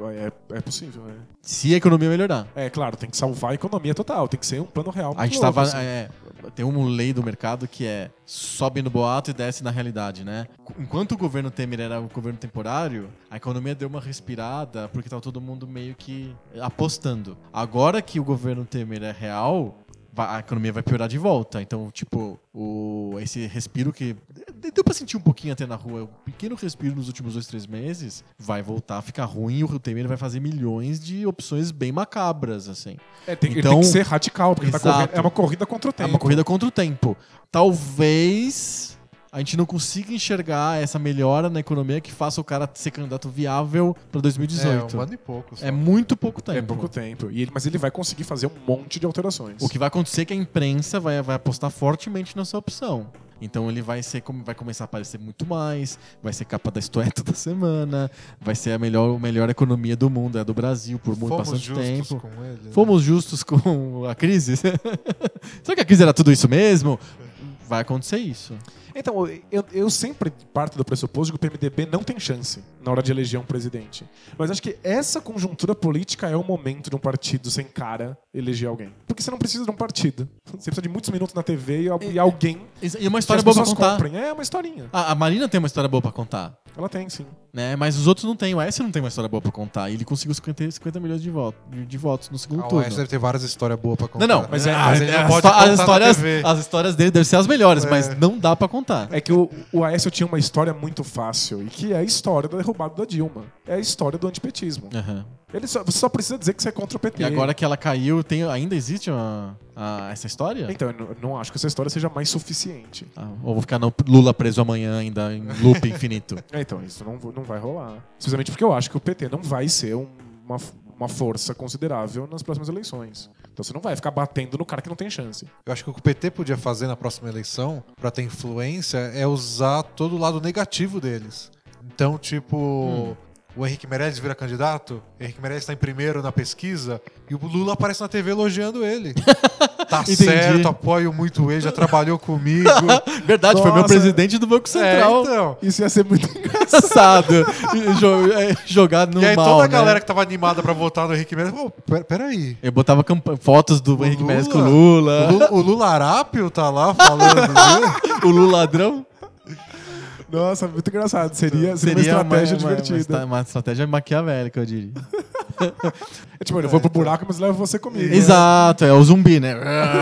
Speaker 3: é, é possível, né?
Speaker 1: Se a economia melhorar.
Speaker 3: É claro, tem que salvar a economia total, tem que ser um plano real.
Speaker 1: A gente
Speaker 3: muito louco,
Speaker 1: tava.
Speaker 3: assim.
Speaker 1: é, tem uma lei do mercado que é sobe no boato e desce na realidade, né? Enquanto o governo Temer era um governo temporário, a economia deu uma respirada porque tava todo mundo meio que apostando. Agora que o governo Temer é real. vai- A economia vai piorar de volta. Então, tipo, o, esse respiro que. de- Deu pra sentir um pouquinho até na rua. Um pequeno respiro nos últimos dois, três meses vai voltar a ficar ruim e o Temer vai fazer milhões de opções bem macabras, assim.
Speaker 3: É, tem, ele
Speaker 1: então-
Speaker 3: tem que ser radical, porque ele tá
Speaker 1: Exato.
Speaker 3: correndo- é uma corrida contra o tempo.
Speaker 1: É uma corrida contra o tempo. Talvez a gente não consiga enxergar essa melhora na economia que faça o cara ser candidato viável pra
Speaker 2: É, um
Speaker 1: 2018.
Speaker 2: ano e pouco. só.
Speaker 1: É, muito pouco tempo.
Speaker 3: É pouco tempo. E ele- mas ele vai conseguir fazer um monte de alterações.
Speaker 1: O que vai acontecer é que a imprensa vai, vai apostar fortemente nessa opção. Então ele vai ser como vai começar a aparecer muito mais, vai ser capa da Estoé toda semana, vai ser a melhor, a melhor economia do mundo, é a do Brasil por muito
Speaker 2: Fomos
Speaker 1: bastante
Speaker 2: justos
Speaker 1: tempo.
Speaker 2: com ele. né?
Speaker 1: Fomos justos com a crise? Será que a crise era tudo isso mesmo? Vai acontecer isso.
Speaker 3: Então, eu, eu sempre parto do pressuposto que o PMDB não tem chance na hora de eleger um presidente. Mas acho que essa conjuntura política é o momento de um partido sem cara eleger alguém. Porque você não precisa de um partido. Você precisa de muitos minutos na TV e, al- e alguém
Speaker 1: Exa- E uma
Speaker 3: que
Speaker 1: É, história
Speaker 3: as
Speaker 1: boa pra
Speaker 3: pessoas
Speaker 1: contar.
Speaker 3: comprem. É uma historinha.
Speaker 1: A, a Marina tem uma história boa pra contar,
Speaker 3: Ela tem, sim.
Speaker 1: né? Mas os outros não têm. O Aécio não tem uma história boa pra contar. E ele conseguiu 50, 50 milhões de, voto, de, de votos no segundo
Speaker 2: Ah, o
Speaker 1: turno.
Speaker 2: Aécio deve ter várias histórias boas pra
Speaker 1: Não,
Speaker 2: contar. né?
Speaker 1: não.
Speaker 3: Mas é-
Speaker 1: Ah,
Speaker 2: mas ele não
Speaker 1: as,
Speaker 2: pode
Speaker 1: histó- as
Speaker 2: contar na É.
Speaker 1: histórias,
Speaker 2: TV.
Speaker 1: as histórias dele devem ser as melhores, mas não dá pra contar.
Speaker 3: É que o, o Aécio tinha uma história muito fácil, e que é a história da derrubada da Dilma. É a história do antipetismo.
Speaker 1: Aham.
Speaker 3: Ele só- você só precisa dizer que você é contra o PT.
Speaker 1: É. E agora que ela caiu, tem, ainda existe uma- a- essa história?
Speaker 3: Então, eu não, não acho que essa história seja mais suficiente.
Speaker 1: Ah, ou vou ficar no Lula preso amanhã ainda em loop infinito.
Speaker 3: É, Então, isso não, não vai rolar. Simplesmente porque eu acho que o PT não vai ser um- uma, uma força considerável nas próximas eleições. Então você não vai ficar batendo no cara que não tem chance.
Speaker 2: Eu acho que o que o PT podia fazer na próxima eleição, pra ter influência, é usar todo o lado negativo deles. Então, tipo, o Henrique Meirelles vira candidato, o Henrique Meirelles tá em primeiro na pesquisa, e o Lula aparece na TV elogiando ele. tá
Speaker 1: Entendi.
Speaker 2: certo, apoio muito ele, já trabalhou comigo.
Speaker 1: Verdade, foi meu
Speaker 3: Nossa.
Speaker 1: presidente do Banco Central.
Speaker 2: É, então.
Speaker 3: Isso ia ser muito engraçado.
Speaker 1: Engraçado. Jo- é, Jogado no
Speaker 2: e aí
Speaker 1: mal,
Speaker 2: toda a
Speaker 1: né?
Speaker 2: galera que tava animada pra votar no Henrique Meirelles, pô, pera- peraí.
Speaker 1: Eu botava campa- fotos do Henrique Meirelles com o
Speaker 2: O
Speaker 1: Lula.
Speaker 2: Lula, o Lula Arápio tá lá falando, viu?
Speaker 1: O Lula ladrão.
Speaker 3: Nossa, muito engraçado. Seria, seria uma estratégia divertida.
Speaker 1: Uma, estratégia maquiavélica, eu diria.
Speaker 3: É tipo, eu vou pro buraco, mas levo você comigo.
Speaker 1: Exato, é o zumbi, né?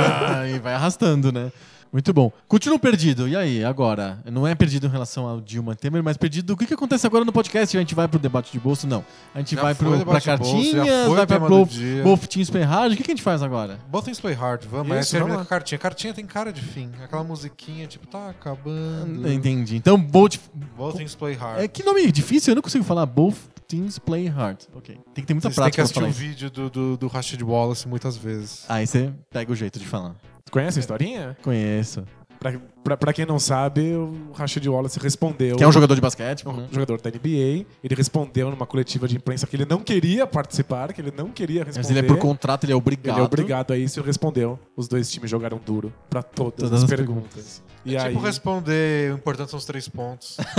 Speaker 1: e vai arrastando, né? Muito bom. Continuo perdido. E aí, agora? Não é perdido em relação ao Dilma Temer, mas perdido. O que, que acontece agora no podcast? A gente vai pro debate de bolso? Não. A gente
Speaker 2: Já
Speaker 1: vai
Speaker 2: foi
Speaker 1: pro,
Speaker 2: o
Speaker 1: pra
Speaker 2: debate de bolso,
Speaker 1: cartinhas,
Speaker 2: já foi
Speaker 1: vai pra
Speaker 2: o tema
Speaker 1: pro
Speaker 2: do dia.
Speaker 1: Boftinho Sperrage. O que, que a gente faz agora?
Speaker 2: Bota um Play Hard, vamos. Aí
Speaker 3: Isso,
Speaker 2: termina
Speaker 3: vamos
Speaker 2: com a cartinha. Cartinha tem cara de fim. Aquela musiquinha, tipo, tá acabando.
Speaker 1: Entendi. Então, Bolt.
Speaker 2: Bota um Play Hard.
Speaker 1: É, que nome difícil, eu não consigo falar. Both teams play hard. Ok. Tem que ter muita
Speaker 2: Vocês têm que
Speaker 1: prática pra
Speaker 2: assistir
Speaker 1: falar
Speaker 2: um
Speaker 1: isso.
Speaker 2: vídeo do, do, do Rashid Wallace muitas vezes.
Speaker 1: Aí você pega o jeito de falar.
Speaker 3: Conhece a historinha?
Speaker 1: Conheço.
Speaker 3: Pra, pra, pra quem não sabe, o Rashid Wallace respondeu.
Speaker 1: Que é um jogador de basquete.
Speaker 3: um jogador da NBA. Ele respondeu numa coletiva de imprensa que ele não queria participar, que ele não queria responder.
Speaker 1: Mas ele é por contrato, ele é obrigado.
Speaker 3: Ele é obrigado a isso e respondeu. Os dois times jogaram duro pra todas,
Speaker 1: Todas
Speaker 3: as
Speaker 1: as
Speaker 3: perguntas. E
Speaker 2: é
Speaker 3: aí,
Speaker 2: tipo responder, o importante são os três pontos.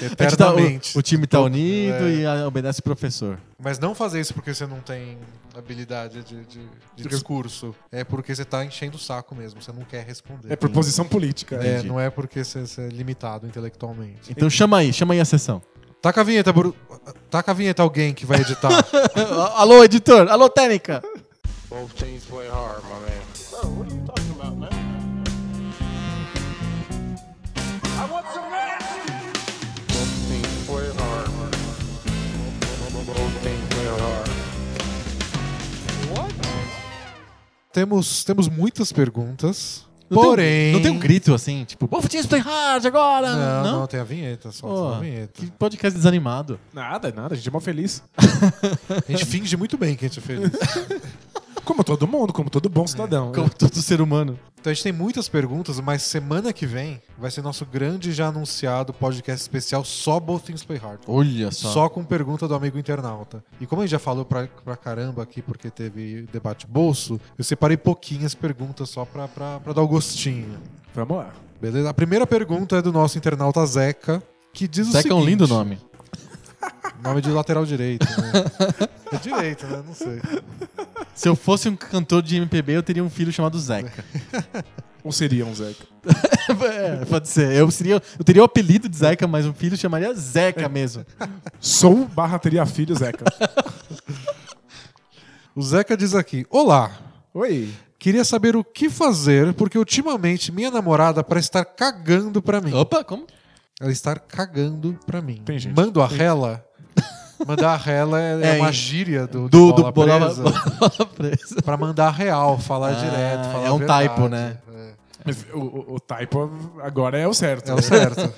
Speaker 1: A gente tá-
Speaker 2: Eternamente.
Speaker 1: o, o time tá unido
Speaker 2: É.
Speaker 1: e a- obedece o professor.
Speaker 2: Mas não fazer isso porque você não tem habilidade de, de, de discurso. É porque você tá enchendo o saco mesmo, você não quer responder.
Speaker 3: é por posição política.
Speaker 2: É,
Speaker 1: Entendi.
Speaker 2: não é porque você, você é limitado intelectualmente.
Speaker 1: Então chama aí, chama aí a sessão.
Speaker 2: Taca a vinheta, Buru... Taca a vinheta alguém que vai editar.
Speaker 1: Ah, Alô, editor! Alô, técnica!
Speaker 4: Both teams play hard, my man.
Speaker 2: temos, temos muitas perguntas.
Speaker 1: Não tem um-
Speaker 2: porém.
Speaker 1: não tem um grito assim, tipo, bom futebol tem hard agora!
Speaker 2: Não,
Speaker 1: Não,
Speaker 2: não, tem a vinheta, só
Speaker 1: Ó,
Speaker 2: a vinheta.
Speaker 1: que podcast desanimado.
Speaker 3: Nada, nada, a gente é mó feliz.
Speaker 2: A gente finge muito bem que a gente é feliz.
Speaker 3: Como todo mundo, como todo bom cidadão. né?
Speaker 1: Como todo ser humano.
Speaker 2: Então a gente tem muitas perguntas, mas semana que vem vai ser nosso grande já anunciado podcast especial só Both Things Play Hard.
Speaker 1: Olha
Speaker 2: Só. com pergunta do amigo internauta. E como a gente já falou pra, pra caramba aqui, porque teve debate bolso, eu separei pouquinhas perguntas só pra, pra, pra dar o gostinho.
Speaker 3: Vamos lá.
Speaker 2: Beleza? A primeira pergunta é do nosso internauta Zeca, que diz o
Speaker 1: Zeca é
Speaker 2: seguinte...
Speaker 1: um lindo nome.
Speaker 2: Nome de lateral direito, né? é direito, né? Não sei.
Speaker 1: Se eu fosse um cantor de MPB, eu teria um filho chamado Zeca.
Speaker 3: Ou seria um Zeca?
Speaker 1: é, pode ser. Eu, seria, eu teria o apelido de Zeca, mas um filho chamaria Zeca mesmo.
Speaker 3: Sou barra teria filho, Zeca.
Speaker 2: O Zeca diz aqui, Olá,
Speaker 3: Oi.
Speaker 2: Queria saber o que fazer, porque ultimamente minha namorada parece estar cagando pra mim.
Speaker 1: Opa, como?
Speaker 2: Ela está cagando pra mim.
Speaker 3: Tem gente.
Speaker 2: Mando a rela. Mandar a rela é,
Speaker 1: É,
Speaker 2: uma
Speaker 1: em-
Speaker 2: gíria do,
Speaker 1: Do,
Speaker 2: do,
Speaker 1: do bola,
Speaker 2: bola presa
Speaker 1: bola presa.
Speaker 2: pra mandar real, falar
Speaker 1: Ah,
Speaker 2: direto, falar
Speaker 1: é um
Speaker 2: a verdade.
Speaker 1: typo, né?
Speaker 3: O, o, o typo agora é o certo.
Speaker 2: É o certo.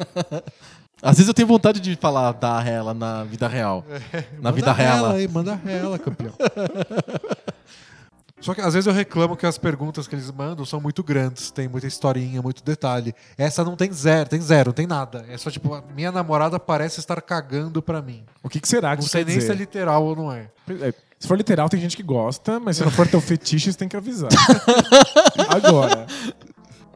Speaker 1: Às vezes eu tenho vontade de falar da rela na vida real. na
Speaker 2: É, Manda
Speaker 1: vida
Speaker 2: a
Speaker 1: real.
Speaker 2: aí, manda a rela, campeão. Só que às vezes eu reclamo que as perguntas que eles mandam são muito grandes, tem muita historinha, muito detalhe. Essa não tem zero, tem zero, não tem nada. É só tipo, a minha namorada parece estar cagando pra mim.
Speaker 3: O que, que será
Speaker 2: Não
Speaker 3: que isso
Speaker 2: sei
Speaker 3: quer
Speaker 2: nem se é
Speaker 3: dizer?
Speaker 2: literal ou não é.
Speaker 3: É, Se for literal, tem gente que gosta, mas se não for teu fetiche, você tem que avisar. Agora.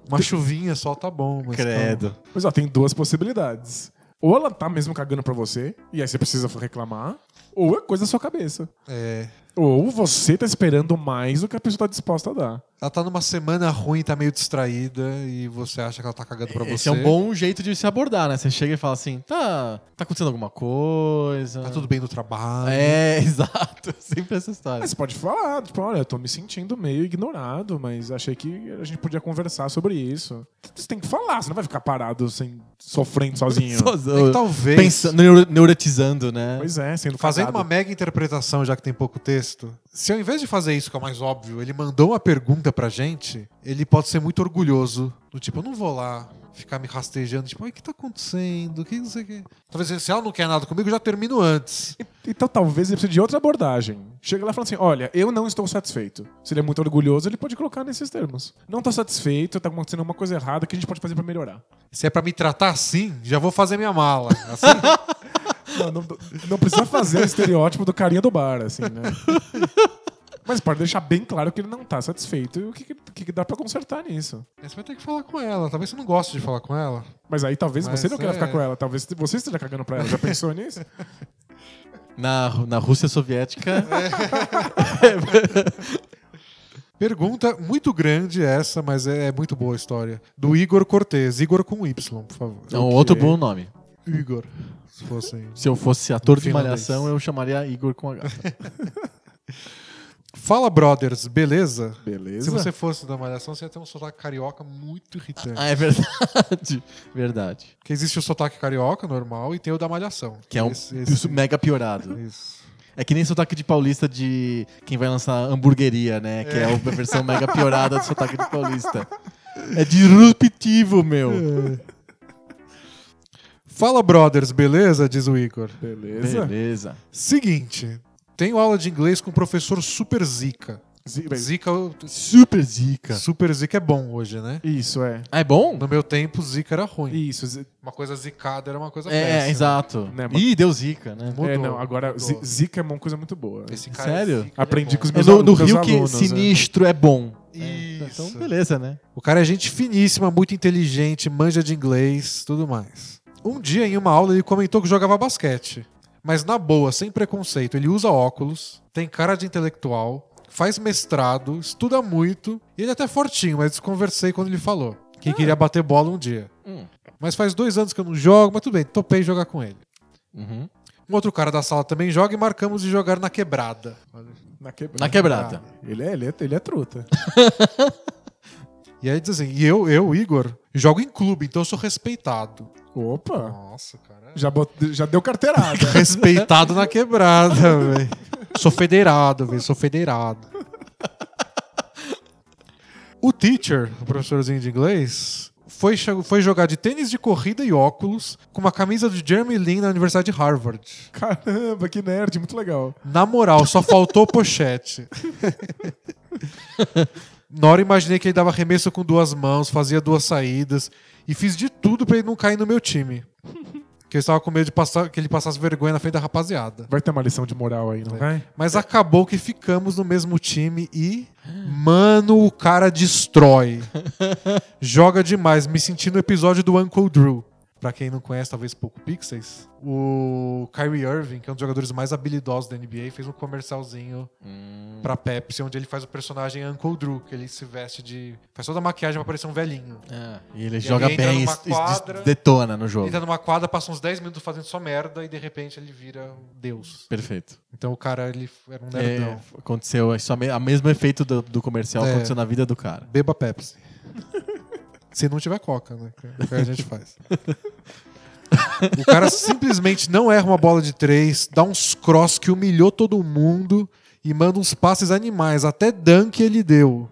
Speaker 2: Uma chuvinha só tá bom, mas.
Speaker 1: Credo.
Speaker 3: Mas ó, tem duas possibilidades. Ou ela tá mesmo cagando pra você, e aí você precisa reclamar, ou é coisa da sua cabeça.
Speaker 2: tá- é.
Speaker 3: Ou você tá esperando mais do que a pessoa tá disposta a dar.
Speaker 2: Ela tá numa semana ruim, tá meio distraída e você acha que ela tá cagando pra
Speaker 1: Esse
Speaker 2: você.
Speaker 1: é um bom jeito de se abordar, né? Você chega e fala assim, tá, tá acontecendo alguma coisa.
Speaker 2: Tá tudo bem no trabalho.
Speaker 1: É, exato. Sempre essa história.
Speaker 3: Mas você pode falar, tipo, olha, eu tô me sentindo meio ignorado, mas achei que a gente podia conversar sobre isso. Você tem que falar, você não vai ficar parado sem, sofrendo sozinho.
Speaker 2: É que talvez.
Speaker 1: Pensando, neuro- neuretizando, né?
Speaker 3: Pois é, sendo
Speaker 2: Fazendo
Speaker 3: cagado.
Speaker 2: uma mega interpretação, já que tem pouco texto, se ao invés de fazer isso, que é o mais óbvio, ele mandou uma pergunta pra gente, ele pode ser muito orgulhoso. Do tipo, eu não vou lá ficar me rastejando, tipo, ai, o que tá acontecendo? O que não sei o quê. Talvez se ela não quer nada comigo, eu já termino antes.
Speaker 3: Então talvez ele precise de outra abordagem. Chega lá e fala assim: olha, eu não estou satisfeito. Se ele é muito orgulhoso, ele pode colocar nesses termos. Não tô satisfeito, tá acontecendo uma coisa errada, o que a gente pode fazer pra melhorar?
Speaker 2: Se é pra me tratar assim, já vou fazer minha mala. Assim,
Speaker 3: Não, não- não precisa fazer o estereótipo do carinha do bar, assim, né? Mas pode deixar bem claro que ele não tá satisfeito e o que, que- o que que dá pra consertar nisso.
Speaker 2: aí você vai ter que falar com ela. Talvez você não goste de falar com ela.
Speaker 3: Mas aí talvez
Speaker 2: Mas
Speaker 3: você não queira
Speaker 2: é.
Speaker 3: ficar com ela, talvez você esteja cagando pra ela. Já pensou nisso?
Speaker 1: Na, Ru- na Rússia Soviética.
Speaker 2: Pergunta muito grande essa, mas é, é muito boa a história. Do Igor Cortez. Igor com Y, por favor.
Speaker 1: É um outro bom nome.
Speaker 2: Igor. Se fossem.
Speaker 1: Se eu fosse ator de
Speaker 2: Finlandês.
Speaker 1: malhação, eu chamaria Igor com H.
Speaker 2: Fala, brothers, beleza?
Speaker 3: Beleza.
Speaker 2: Se você fosse da Malhação, você ia ter um sotaque carioca muito irritante.
Speaker 1: ah, é verdade. Verdade.
Speaker 2: Porque existe o sotaque carioca normal e tem o da Malhação.
Speaker 1: Que é um
Speaker 2: Esse- esse-
Speaker 1: isso mega piorado.
Speaker 2: isso.
Speaker 1: É que nem sotaque de paulista de quem vai lançar hamburgueria, né? Que é, a versão mega piorada do sotaque de paulista. É disruptivo, meu.
Speaker 2: Fala, brothers, beleza? Diz o Igor.
Speaker 3: Beleza.
Speaker 1: Beleza.
Speaker 2: Seguinte, tenho aula de inglês com o professor Super Zica.
Speaker 3: Zi-
Speaker 2: Zica, eu-
Speaker 1: Super zica.
Speaker 2: Super Zica é bom hoje, né?
Speaker 3: Isso, é.
Speaker 1: Ah, é bom?
Speaker 2: No meu tempo, Zica era ruim.
Speaker 3: Isso. zi- é,
Speaker 2: Uma coisa zicada era uma coisa péssima.
Speaker 1: É, exato.
Speaker 3: Né, mas-
Speaker 1: Ih, deu zica, né?
Speaker 2: Mudou.
Speaker 3: É, não, agora zi-
Speaker 2: mudou.
Speaker 3: Zika é uma coisa muito boa.
Speaker 2: Esse
Speaker 1: É, Sério?
Speaker 2: zica, ele
Speaker 3: Aprendi
Speaker 2: bom.
Speaker 3: com os
Speaker 1: É
Speaker 3: meus
Speaker 1: no, no
Speaker 3: alunos.
Speaker 1: Rio que
Speaker 3: alunos, é.
Speaker 1: sinistro é, bom.
Speaker 2: Isso.
Speaker 1: Então, beleza, né?
Speaker 2: O cara é gente finíssima, muito inteligente, manja de inglês, tudo mais. Um dia, em uma aula, ele comentou que jogava basquete. Mas na boa, sem preconceito, ele usa óculos, tem cara de intelectual, faz mestrado, estuda muito, e ele é até fortinho, mas desconversei quando ele falou que queria bater bola um dia.
Speaker 1: Hum.
Speaker 2: Mas faz dois anos que eu não jogo, mas tudo bem, topei jogar com ele.
Speaker 1: Uhum.
Speaker 2: Um outro cara da sala também joga e marcamos de jogar na quebrada.
Speaker 3: Na quebrada.
Speaker 1: Na quebrada.
Speaker 3: Ele é, ele é, ele é truta.
Speaker 2: E aí diz assim, e eu, eu, Igor, jogo em clube, então eu sou respeitado.
Speaker 3: Opa.
Speaker 2: Nossa, cara.
Speaker 3: Já, bot... já deu carteirada.
Speaker 2: Respeitado na quebrada, velho. Sou federado, velho. Sou federado. O teacher, o professorzinho de inglês, foi, cho- foi jogar de tênis de corrida e óculos com uma camisa de Jeremy Lin na Universidade de Harvard.
Speaker 3: Caramba, que nerd, muito legal.
Speaker 2: Na moral, só faltou pochete. Na hora eu imaginei que ele dava arremesso com duas mãos, fazia duas saídas e fiz de tudo pra ele não cair no meu time. Que eu estava com medo de passar, que ele passasse vergonha na frente da rapaziada.
Speaker 3: Vai ter uma lição de moral aí, não vai?
Speaker 2: Mas acabou que ficamos no mesmo time e. Mano, o cara destrói. Joga demais. Me senti no episódio do Uncle Drew. Pra quem não conhece, talvez pouco Pixels, o Kyrie Irving, que é um dos jogadores mais habilidosos da NBA, fez um comercialzinho pra Pepsi, onde ele faz o personagem Uncle Drew, que ele se veste de. faz toda a maquiagem pra parecer um velhinho.
Speaker 1: Ah, e ele
Speaker 2: E
Speaker 1: joga
Speaker 2: aí entra
Speaker 1: bem e,
Speaker 2: numa
Speaker 1: s- e
Speaker 2: quadra.
Speaker 1: des- detona no jogo.
Speaker 2: Ele tá numa quadra, passa uns 10 minutos fazendo só merda e de repente ele vira um deus.
Speaker 1: Perfeito.
Speaker 2: Então o cara, ele era um
Speaker 1: É,
Speaker 2: nerdão.
Speaker 1: aconteceu é só me- a mesmo efeito do, do comercial
Speaker 2: É.
Speaker 1: aconteceu na vida do cara.
Speaker 2: Beba Pepsi. Se não tiver coca, né? Que a gente faz. O cara simplesmente não erra uma bola de três, dá uns cross que humilhou todo mundo e manda uns passes animais. Até dunk ele deu.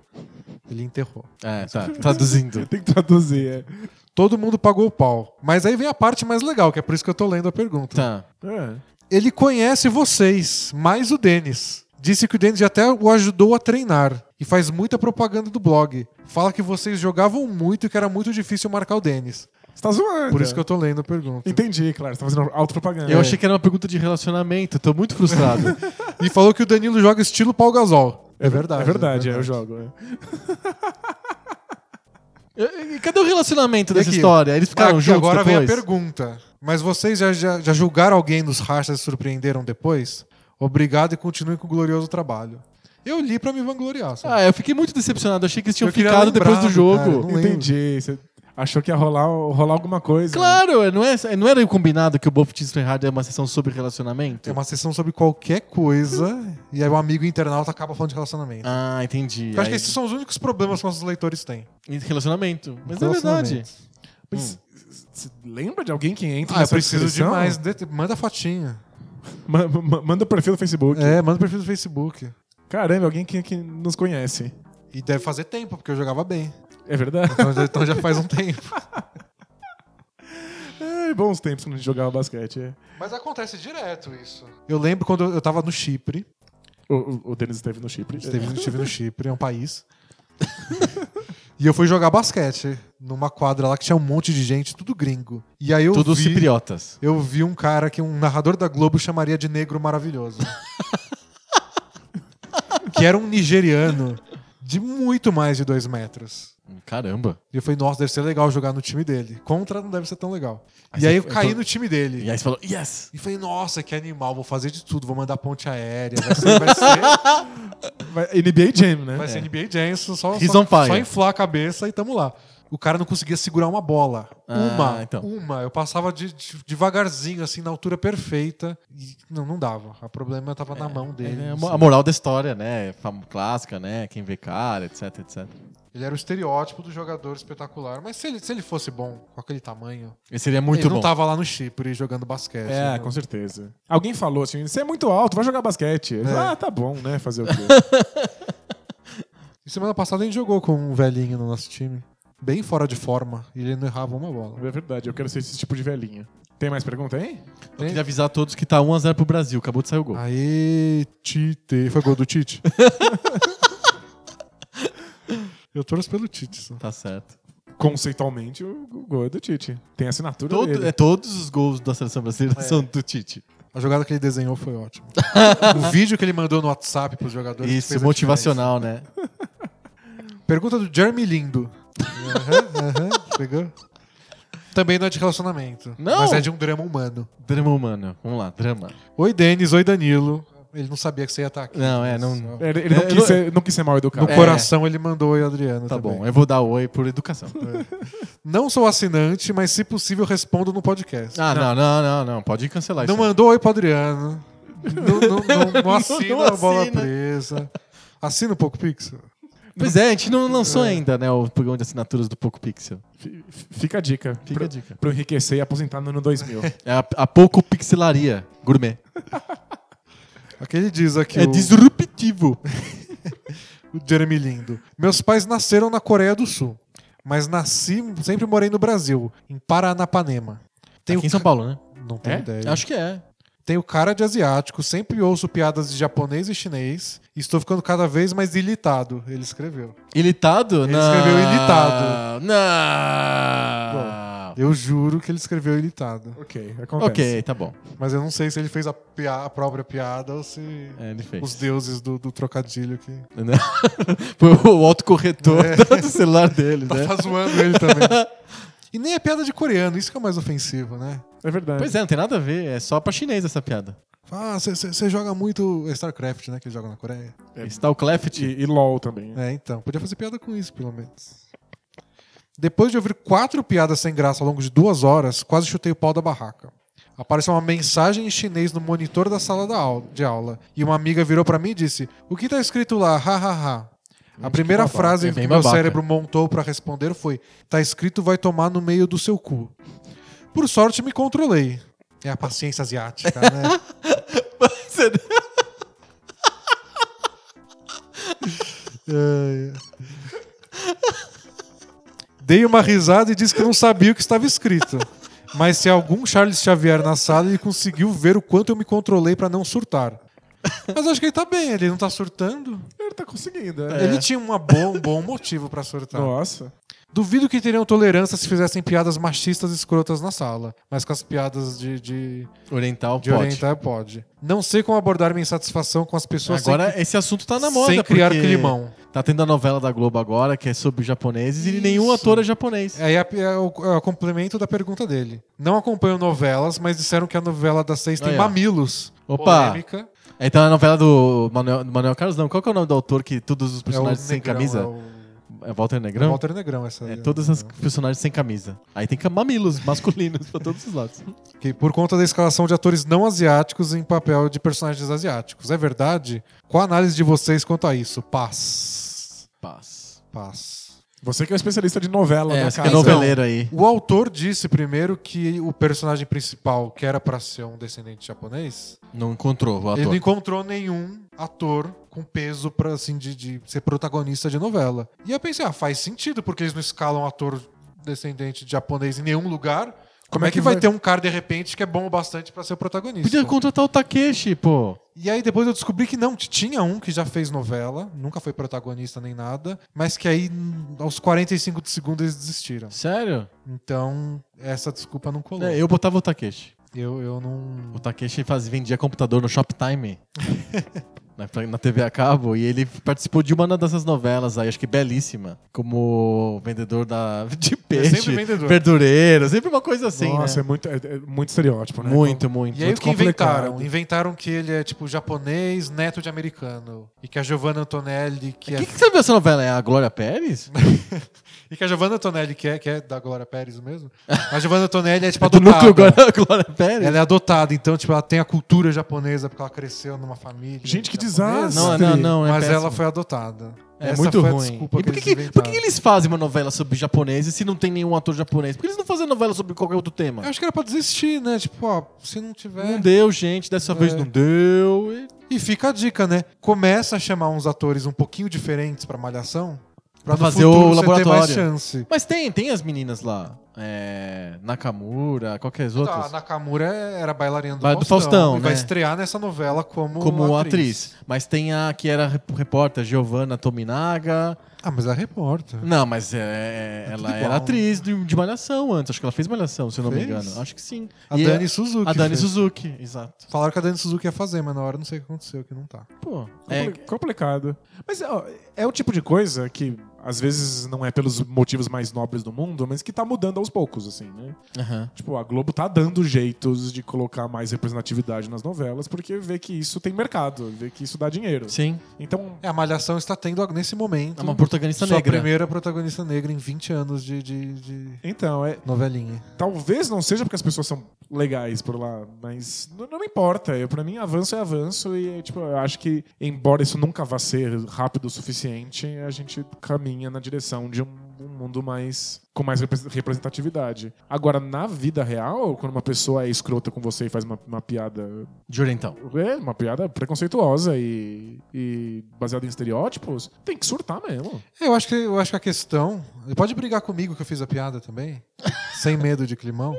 Speaker 2: Ele enterrou.
Speaker 1: É, tá. Traduzindo.
Speaker 3: Tem que traduzir, é.
Speaker 2: Todo mundo pagou o pau. Mas aí vem a parte mais legal, que é por isso que eu tô lendo a pergunta.
Speaker 1: Tá.
Speaker 3: É.
Speaker 2: Ele conhece vocês, mais o Denis. Disse que o Denis até o ajudou a treinar e faz muita propaganda do blog. Fala que vocês jogavam muito e que era muito difícil marcar o Denis.
Speaker 3: Você tá zoando.
Speaker 2: Por isso que eu tô lendo a pergunta.
Speaker 3: Entendi, claro. Você tá fazendo autopropaganda.
Speaker 2: É.
Speaker 1: Eu achei que era uma pergunta de relacionamento. Tô muito frustrado.
Speaker 2: E falou que o Danilo joga estilo Paul Gasol. É
Speaker 3: É verdade, é, eu jogo. é.
Speaker 1: E- e Cadê o relacionamento
Speaker 2: E
Speaker 1: dessa
Speaker 2: aqui?
Speaker 1: história? Eles ficaram
Speaker 3: um
Speaker 2: Aqui,
Speaker 1: juntos
Speaker 2: agora
Speaker 1: depois?
Speaker 2: vem a pergunta. Mas vocês já, já, já julgaram alguém dos rachas e surpreenderam depois? Obrigado e continuem com o glorioso trabalho. Eu li pra me vangloriar. sabe?
Speaker 1: Ah, eu fiquei muito decepcionado. Achei que eles tinham
Speaker 2: Eu queria
Speaker 1: ficado
Speaker 2: lembrar
Speaker 1: depois do
Speaker 2: do
Speaker 1: jogo.
Speaker 2: cara, não lembro.
Speaker 3: Entendi. Você achou que ia rolar, rolar alguma coisa.
Speaker 1: Claro, não, é, não era combinado que o Boftismo Errado é uma sessão sobre relacionamento?
Speaker 2: Tem É uma sessão sobre qualquer coisa e aí um amigo internauta acaba falando de relacionamento.
Speaker 1: Ah, entendi.
Speaker 2: Eu acho que é
Speaker 1: Aí-
Speaker 2: esses são os únicos problemas que nossos leitores têm.
Speaker 1: Relacionamento. Mas é
Speaker 2: Relacionamento.
Speaker 1: verdade.
Speaker 3: Mas Você lembra de alguém que entra
Speaker 2: Ah, eu
Speaker 3: nessa
Speaker 2: preciso de
Speaker 3: descrição?
Speaker 2: mais. Det- Manda a fotinha.
Speaker 3: Ma- ma- manda o perfil do Facebook.
Speaker 2: É, manda o perfil do Facebook.
Speaker 3: Caramba, é alguém que, que nos conhece.
Speaker 2: E deve fazer tempo, porque eu jogava bem.
Speaker 3: É verdade.
Speaker 2: Então já- então já faz um tempo.
Speaker 3: É, bons tempos quando a gente jogava basquete. é.
Speaker 2: Mas acontece direto isso. Eu lembro quando eu- eu tava no Chipre.
Speaker 3: O, o, o Denis esteve no Chipre.
Speaker 2: Esteve, estive no Chipre, é um país. e eu fui jogar basquete numa quadra lá que tinha um monte de gente, tudo gringo. E aí eu
Speaker 1: Todos
Speaker 2: vi,
Speaker 1: cipriotas.
Speaker 2: eu vi um cara que um narrador da Globo chamaria de negro maravilhoso. que era um nigeriano de muito mais de dois metros.
Speaker 1: Caramba.
Speaker 2: E eu falei, nossa, deve ser legal jogar no time dele. Contra não deve ser tão legal.
Speaker 1: Aí
Speaker 2: e aí
Speaker 1: você-
Speaker 2: eu
Speaker 1: é eu
Speaker 2: caí
Speaker 1: tô-
Speaker 2: no time dele.
Speaker 1: E aí você falou, yes!
Speaker 2: E falei, nossa, que animal, vou fazer de tudo, vou mandar ponte aérea, vai ser, vai ser,
Speaker 3: Vai- NBA Jam, né?
Speaker 2: vai ser NBA Jams, só, só,
Speaker 1: É. He's on fire.
Speaker 2: só inflar a cabeça e tamo lá. O cara não conseguia segurar uma bola.
Speaker 1: Ah,
Speaker 2: uma,
Speaker 1: então.
Speaker 2: uma. Eu passava de- de- devagarzinho, assim, na altura perfeita. E não, não dava. O problema tava na mão dele.
Speaker 1: É, a
Speaker 2: assim.
Speaker 1: mo- a moral da história, né? Fam- Clássica, né? Quem vê cara, etc, etc.
Speaker 2: Ele era o estereótipo do jogador espetacular. Mas se ele, se ele fosse bom, com aquele tamanho,
Speaker 1: Ele seria muito
Speaker 2: ele não tá
Speaker 1: bom.
Speaker 2: tava lá no Chipre jogando basquete.
Speaker 3: É,
Speaker 2: né?
Speaker 3: com certeza. Alguém falou assim: você é muito alto, vai jogar basquete.
Speaker 1: É.
Speaker 3: Eu falei, Ah, tá bom, né? Fazer o quê?
Speaker 2: E semana passada a gente jogou com um velhinho no nosso time. Bem fora de forma. E ele não errava uma bola.
Speaker 3: é verdade, eu quero ser esse tipo de velhinha. Tem mais pergunta aí?
Speaker 1: Eu queria avisar a todos que tá 1x0 pro Brasil. Acabou de sair o gol.
Speaker 2: Ah. Aê, Tite. Foi gol do Tite? Eu torço pelo Tite. Só.
Speaker 1: Tá certo.
Speaker 3: Conceitualmente, o o gol é do Tite. Tem a assinatura
Speaker 1: Todo-
Speaker 3: dele.
Speaker 1: é, todos os gols da seleção brasileira são do Tite.
Speaker 2: A jogada que ele desenhou foi ótima. o vídeo que ele mandou no WhatsApp pros jogadores. que
Speaker 1: Isso,
Speaker 2: fez a
Speaker 1: motivacional, né?
Speaker 2: diferença. Pergunta do Jeremy Lindo. Aham, aham, pegou? Também não é de relacionamento.
Speaker 1: Não.
Speaker 2: Mas é de um drama humano.
Speaker 1: Drama humano. Vamos lá, drama.
Speaker 2: Oi, Denis. Oi, Danilo. Ele não sabia que você ia estar aqui.
Speaker 1: Não, é,
Speaker 2: mas-
Speaker 1: não-
Speaker 3: Ele, ele não,
Speaker 1: É,
Speaker 3: quis
Speaker 1: eu-
Speaker 3: ser, não quis ser mal educado.
Speaker 2: No coração ele mandou oi, Adriano.
Speaker 1: Tá
Speaker 2: também.
Speaker 1: bom, eu vou dar oi por educação.
Speaker 2: Não sou assinante, mas se possível respondo no podcast.
Speaker 1: Ah, não, não, não, não. Pode cancelar
Speaker 2: Não
Speaker 1: isso.
Speaker 2: mandou oi pro Adriano. Não, não, não- não assina
Speaker 1: Não
Speaker 2: a bola
Speaker 1: assina.
Speaker 2: presa. Assina um o Poco Pixel.
Speaker 1: Pois é, a gente não lançou ainda, né, o programa de assinaturas do Poco Pixel.
Speaker 3: F- É. Fica a dica.
Speaker 1: Fica
Speaker 3: pra,
Speaker 1: a dica.
Speaker 3: Pra eu enriquecer e aposentar no ano 2000.
Speaker 1: É a, a Poco Pixelaria Gourmet.
Speaker 2: Aqui ele diz aqui.
Speaker 1: é
Speaker 2: o,
Speaker 1: disruptivo.
Speaker 2: o Jeremy Lindo. Meus pais nasceram na Coreia do Sul, mas nasci, sempre morei no Brasil, em Paranapanema. Tem
Speaker 1: Aqui em São Paulo, né?
Speaker 2: Não tenho
Speaker 3: É?
Speaker 2: ideia.
Speaker 1: Acho que é.
Speaker 2: Tenho cara de asiático, sempre ouço piadas de japonês e chinês e estou ficando cada vez mais ilitado, ele escreveu.
Speaker 1: Ilitado?
Speaker 2: Ele
Speaker 1: não.
Speaker 2: escreveu ilitado.
Speaker 1: Não.
Speaker 2: Eu juro que ele escreveu ilitado.
Speaker 3: Ok, acontece.
Speaker 1: Ok, tá bom.
Speaker 2: Mas eu não sei se ele fez a, pia- a própria piada ou se
Speaker 1: É, ele fez.
Speaker 2: os deuses do, do trocadilho que
Speaker 1: Foi o autocorretor do celular dele, né?
Speaker 2: tá zoando ele também. E nem é piada de coreano, isso que é o mais ofensivo, né?
Speaker 3: É verdade.
Speaker 1: Pois é, não tem nada a ver. É só pra chinês essa piada.
Speaker 2: Ah, você joga muito StarCraft, né? Que ele joga na Coreia.
Speaker 3: É.
Speaker 1: Está o Cleft.
Speaker 3: E, e LOL também.
Speaker 2: É, então. Podia fazer piada com isso, pelo menos. Depois de ouvir quatro piadas sem graça ao longo de duas horas, quase chutei o pau da barraca. Apareceu uma mensagem em chinês no monitor da sala da au- de aula. E uma amiga virou pra mim e disse: O que tá escrito lá? Ha, ha, ha. A primeira
Speaker 3: babaca.
Speaker 2: frase
Speaker 1: É
Speaker 2: que
Speaker 1: bem
Speaker 2: meu
Speaker 1: babaca.
Speaker 2: cérebro montou pra responder foi: Tá escrito vai tomar no meio do seu cu. Por sorte, me controlei. É a paciência asiática, né? Dei uma risada e disse que não sabia o que estava escrito. Mas se algum Charles Xavier na sala, ele conseguiu ver o quanto eu me controlei para não surtar. Mas acho que ele tá bem, ele não tá surtando.
Speaker 3: Ele tá conseguindo,
Speaker 1: É.
Speaker 2: Ele tinha uma boa- um bom motivo para surtar.
Speaker 3: Nossa.
Speaker 2: Duvido que teriam tolerância se fizessem piadas machistas e escrotas na sala. Mas com as piadas de, de,
Speaker 1: Oriental
Speaker 2: de
Speaker 1: pode.
Speaker 2: orientar, pode. Não sei como abordar minha insatisfação com as pessoas sem
Speaker 1: Agora, esse assunto tá na moda.
Speaker 2: sem criar
Speaker 1: porque
Speaker 2: climão.
Speaker 1: Tá tendo a novela da Globo agora, que é sobre japoneses, e
Speaker 2: Isso.
Speaker 1: nenhum ator é japonês.
Speaker 2: Aí é, é o, é o complemento da pergunta dele. Não acompanho novelas, mas disseram que a novela das seis tem
Speaker 1: Aí, ó.
Speaker 2: mamilos.
Speaker 1: Opa.
Speaker 2: Polêmica. É
Speaker 1: Aí tá a novela do Manuel, do Manuel Carlos, não. Qual que é o nome do autor que todos os personagens sem
Speaker 2: Negrão,
Speaker 1: camisa?
Speaker 2: É
Speaker 1: É,
Speaker 2: o
Speaker 1: Walter Negrão?
Speaker 2: Walter Negrão, essa
Speaker 1: É,
Speaker 2: aí,
Speaker 1: todos
Speaker 2: né?
Speaker 1: os personagens sem camisa. Aí tem mamilos masculinos pra todos os lados.
Speaker 2: Que por conta da escalação de atores não asiáticos em papel de personagens asiáticos. É verdade? Qual a análise de vocês quanto a isso? Paz.
Speaker 1: Paz.
Speaker 2: Paz.
Speaker 3: Você que é um especialista de novela,
Speaker 1: É,
Speaker 3: né,
Speaker 1: você que
Speaker 3: cara?
Speaker 1: é noveleiro aí.
Speaker 2: O autor disse primeiro que o personagem principal, que era pra ser um descendente japonês,
Speaker 1: Não encontrou o
Speaker 2: Ele
Speaker 1: ator.
Speaker 2: não encontrou nenhum ator com peso pra, assim, de, de ser protagonista de novela. E eu pensei, ah, faz sentido, porque eles não escalam ator descendente de japonês em nenhum lugar. Como é que vai ter um cara, de repente, que é bom o bastante pra ser o protagonista?
Speaker 1: Podia contratar o Takeshi, pô.
Speaker 2: E aí depois eu descobri que não, tinha um que já fez novela, nunca foi protagonista nem nada, mas que aí, hum, aos 45 de segundo, eles desistiram.
Speaker 1: Sério?
Speaker 2: Então, essa desculpa não colou.
Speaker 1: É, eu botava o Takeshi.
Speaker 2: eu, eu não...
Speaker 1: O Takeshi faz, vendia computador no Shoptime. Na, na TV a cabo, e ele participou de uma dessas novelas aí, acho que belíssima, como vendedor da, de peixe,
Speaker 2: É sempre vendedor.
Speaker 1: verdureiro, sempre uma coisa assim,
Speaker 3: Nossa,
Speaker 1: né?
Speaker 3: é, muito, é, é muito estereótipo, né?
Speaker 1: Muito, muito.
Speaker 2: E aí o
Speaker 3: Muito
Speaker 2: que inventaram?
Speaker 3: complicado.
Speaker 2: Inventaram que ele é tipo japonês, neto de americano. E que a Giovanna Antonelli, que é.
Speaker 1: Quem que você viu essa novela? É a Glória Pérez?
Speaker 2: E que a Giovanna Antonelli, que é, que é da Glória Pérez mesmo. A Giovanna Antonelli é tipo
Speaker 1: Do núcleo
Speaker 2: adotada.
Speaker 1: Glória, Glória Pérez?
Speaker 2: Ela é adotada, então, tipo, ela tem a cultura japonesa, porque ela cresceu numa família.
Speaker 3: Gente, que
Speaker 2: japonesa,
Speaker 3: desastre.
Speaker 1: Não, não, não. É
Speaker 2: mas
Speaker 1: péssimo.
Speaker 2: ela foi adotada.
Speaker 1: É
Speaker 2: Essa
Speaker 1: muito
Speaker 2: foi a
Speaker 1: ruim.
Speaker 2: desculpa
Speaker 1: e por
Speaker 2: que
Speaker 1: que,
Speaker 2: eles
Speaker 1: que- por que
Speaker 2: inventaram.
Speaker 1: que eles fazem uma novela sobre japoneses se não tem nenhum ator japonês? Por que eles não fazem novela sobre qualquer outro tema?
Speaker 2: Eu acho que era pra desistir, né? Tipo, ó, se não tiver.
Speaker 1: Não deu, gente. Dessa vez
Speaker 2: É.
Speaker 1: não deu. e-
Speaker 2: E fica a dica, né? Começa a chamar uns atores um pouquinho diferentes pra malhação.
Speaker 1: Pra
Speaker 2: Pra no
Speaker 1: fazer
Speaker 2: futuro
Speaker 1: o
Speaker 2: você ter mais
Speaker 1: laboratório.
Speaker 2: chance.
Speaker 1: Mas tem, tem as meninas lá. É, Nakamura, qualquer
Speaker 2: Tá,
Speaker 1: outras.
Speaker 2: a Nakamura era bailarina do
Speaker 1: Vai- do
Speaker 2: Faustão.
Speaker 1: Faustão,
Speaker 2: e vai
Speaker 1: né?
Speaker 2: estrear nessa novela como,
Speaker 1: Como atriz. Mas tem a que era rep- repórter, Giovanna Tominaga.
Speaker 2: Ah, mas é repórter.
Speaker 1: Não, mas é-
Speaker 2: É tudo
Speaker 1: ela
Speaker 2: igual,
Speaker 1: era atriz de, de Malhação antes. Acho que ela fez Malhação, se eu não me
Speaker 2: Fez?
Speaker 1: engano. Acho que sim.
Speaker 2: A
Speaker 1: E
Speaker 2: Dani Suzuki.
Speaker 1: é a Dani
Speaker 2: fez.
Speaker 1: Suzuki, exato.
Speaker 2: Falaram que a Dani Suzuki ia fazer, mas na hora não sei o que aconteceu, que não tá.
Speaker 1: Pô,
Speaker 3: É
Speaker 1: é,
Speaker 3: compli- complicado. Mas ó, é o tipo de coisa que às vezes não é pelos motivos mais nobres do mundo, mas que tá mudando aos poucos, assim, né?
Speaker 1: aham.
Speaker 3: Tipo, a Globo tá dando jeitos de colocar mais representatividade nas novelas porque vê que isso tem mercado, vê que isso dá dinheiro.
Speaker 1: sim.
Speaker 3: Então,
Speaker 2: É, a Malhação está tendo nesse momento.
Speaker 1: É uma protagonista
Speaker 2: sua
Speaker 1: negra.
Speaker 2: primeira protagonista negra em 20 anos de, de, de
Speaker 3: então é,
Speaker 2: novelinha.
Speaker 3: talvez não seja porque as pessoas são legais por lá, mas não, não me importa. Eu, pra mim, avanço é avanço e tipo, eu acho que, embora isso nunca vá ser rápido o suficiente, a gente caminha na direção de um um mundo mais com mais repre- representatividade. Agora, na vida real, quando uma pessoa é escrota com você e faz uma, uma piada
Speaker 1: De oriental.
Speaker 3: é uma piada preconceituosa e, e baseada em estereótipos, tem que surtar mesmo.
Speaker 2: Eu acho que, eu acho que a questão. Pode brigar comigo que eu fiz a piada também? sem medo de climão.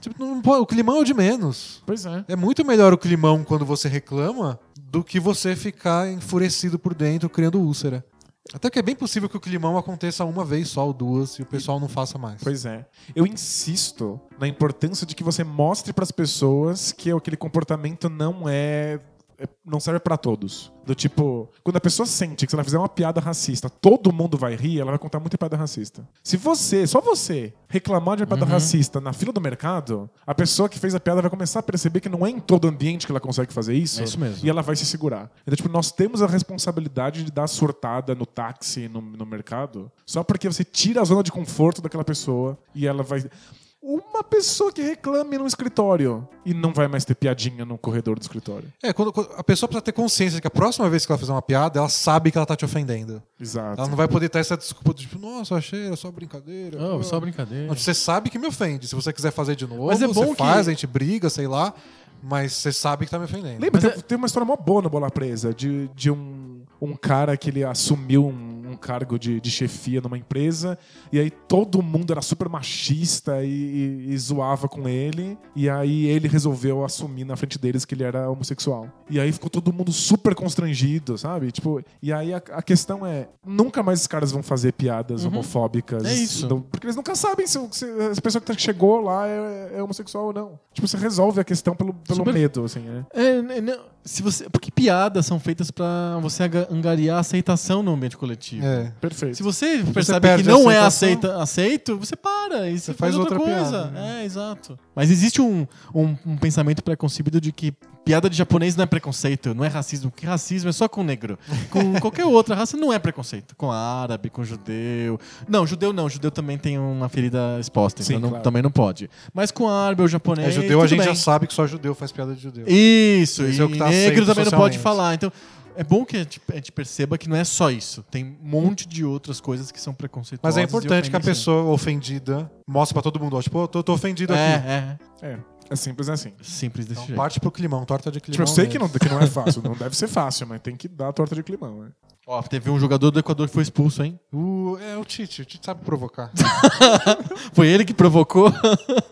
Speaker 2: Tipo, não po- o climão é o de menos.
Speaker 3: Pois é.
Speaker 2: É muito melhor o climão quando você reclama do que você ficar enfurecido por dentro criando úlcera. Até que é bem possível que o climão aconteça uma vez só ou duas e o pessoal não faça mais.
Speaker 3: Pois é. Eu insisto na importância de que você mostre pras pessoas que aquele comportamento não é é- não serve pra todos. Do tipo, quando a pessoa sente que se ela fizer uma piada racista, todo mundo vai rir, ela vai contar muita piada racista. Se você, só você, reclamar de uma piada racista na fila do mercado, a pessoa que fez a piada vai começar a perceber que não é em todo ambiente que ela consegue fazer isso.
Speaker 1: É isso mesmo.
Speaker 3: E ela vai se segurar. Então, tipo, nós temos a responsabilidade de dar surtada no táxi, no, no mercado, só porque você tira a zona de conforto daquela pessoa e ela vai. Uma pessoa que reclame num escritório e não vai mais ter piadinha no corredor do escritório.
Speaker 2: É, quando, quando- a pessoa precisa ter consciência de que a próxima vez que ela fizer uma piada, ela sabe que ela tá te ofendendo.
Speaker 3: Exato.
Speaker 2: Ela não vai poder ter essa desculpa de tipo, nossa, achei, era só brincadeira.
Speaker 1: Oh, só
Speaker 2: Ah.
Speaker 1: brincadeira.
Speaker 2: Não, Você sabe que me ofende. Se você quiser fazer de novo,
Speaker 1: Mas é bom
Speaker 2: você
Speaker 1: que-
Speaker 2: faz, a gente briga, sei lá. Mas você sabe que tá me ofendendo.
Speaker 3: Lembra,
Speaker 1: Mas é-
Speaker 3: tem, tem uma história mó boa no Bola Presa de, de um, um cara que ele assumiu um, um cargo de, de chefia numa empresa e aí todo mundo era super machista e, e- e zoava com ele e aí ele resolveu assumir na frente deles que ele era homossexual. E aí ficou todo mundo super constrangido, sabe? Tipo, e aí a, a questão é, nunca mais esses caras vão fazer piadas homofóbicas.
Speaker 1: Uhum. É isso.
Speaker 3: Não- porque eles nunca sabem se, o- se a pessoa que tá- que chegou lá é, é homossexual ou não. Tipo, você resolve a questão pelo, pelo
Speaker 1: Super-
Speaker 3: medo, assim, né?
Speaker 1: É, né, não, se você, porque piadas são feitas pra você aga- angariar aceitação no ambiente coletivo.
Speaker 2: É.
Speaker 3: Perfeito.
Speaker 1: Se você percebe
Speaker 2: perde
Speaker 1: que não
Speaker 2: a
Speaker 1: é
Speaker 2: aceitação-
Speaker 1: aceita, aceito, você para e você faz,
Speaker 2: faz
Speaker 1: outra,
Speaker 2: outra
Speaker 1: coisa.
Speaker 2: piada, né?
Speaker 1: É, exato. Mas existe um, um, um pensamento preconcebido de que piada de japonês não é preconceito, não é racismo, porque racismo é só com negro. Com qualquer outra raça não é preconceito. Com árabe, com judeu. Não, judeu não, judeu também tem uma ferida exposta,
Speaker 3: Sim,
Speaker 1: então não-
Speaker 3: claro.
Speaker 1: também não pode. Mas com árabe ou japonês.
Speaker 2: É judeu, a
Speaker 1: tudo
Speaker 2: gente
Speaker 1: bem.
Speaker 2: já sabe que só judeu faz piada de judeu.
Speaker 1: Isso,
Speaker 2: Esse
Speaker 1: e
Speaker 2: é o que tá
Speaker 1: negro
Speaker 2: aceito
Speaker 1: também não pode
Speaker 2: socialmente.
Speaker 1: falar. Então, é bom que a gente, a gente perceba que não é só isso. Tem um monte de outras coisas que são preconceituosas.
Speaker 2: Mas é
Speaker 1: e
Speaker 2: importante que a
Speaker 3: né?
Speaker 1: ofendem, sim.
Speaker 2: pessoa ofendida mostre pra todo mundo, ó, tipo, eu tô, tô ofendido aqui.
Speaker 1: É, é.
Speaker 3: É, é simples assim.
Speaker 1: Simples desse
Speaker 2: Então
Speaker 1: jeito.
Speaker 2: parte pro climão, torta de
Speaker 3: Tipo,
Speaker 2: climão.
Speaker 3: eu sei que não,
Speaker 2: neles.
Speaker 3: que não é fácil, não deve ser fácil, mas tem que dar a torta de climão, né?
Speaker 1: Ó, teve um jogador do Equador que foi expulso, hein?
Speaker 2: O- é o Tite, o Tite sabe provocar.
Speaker 1: Foi ele que provocou.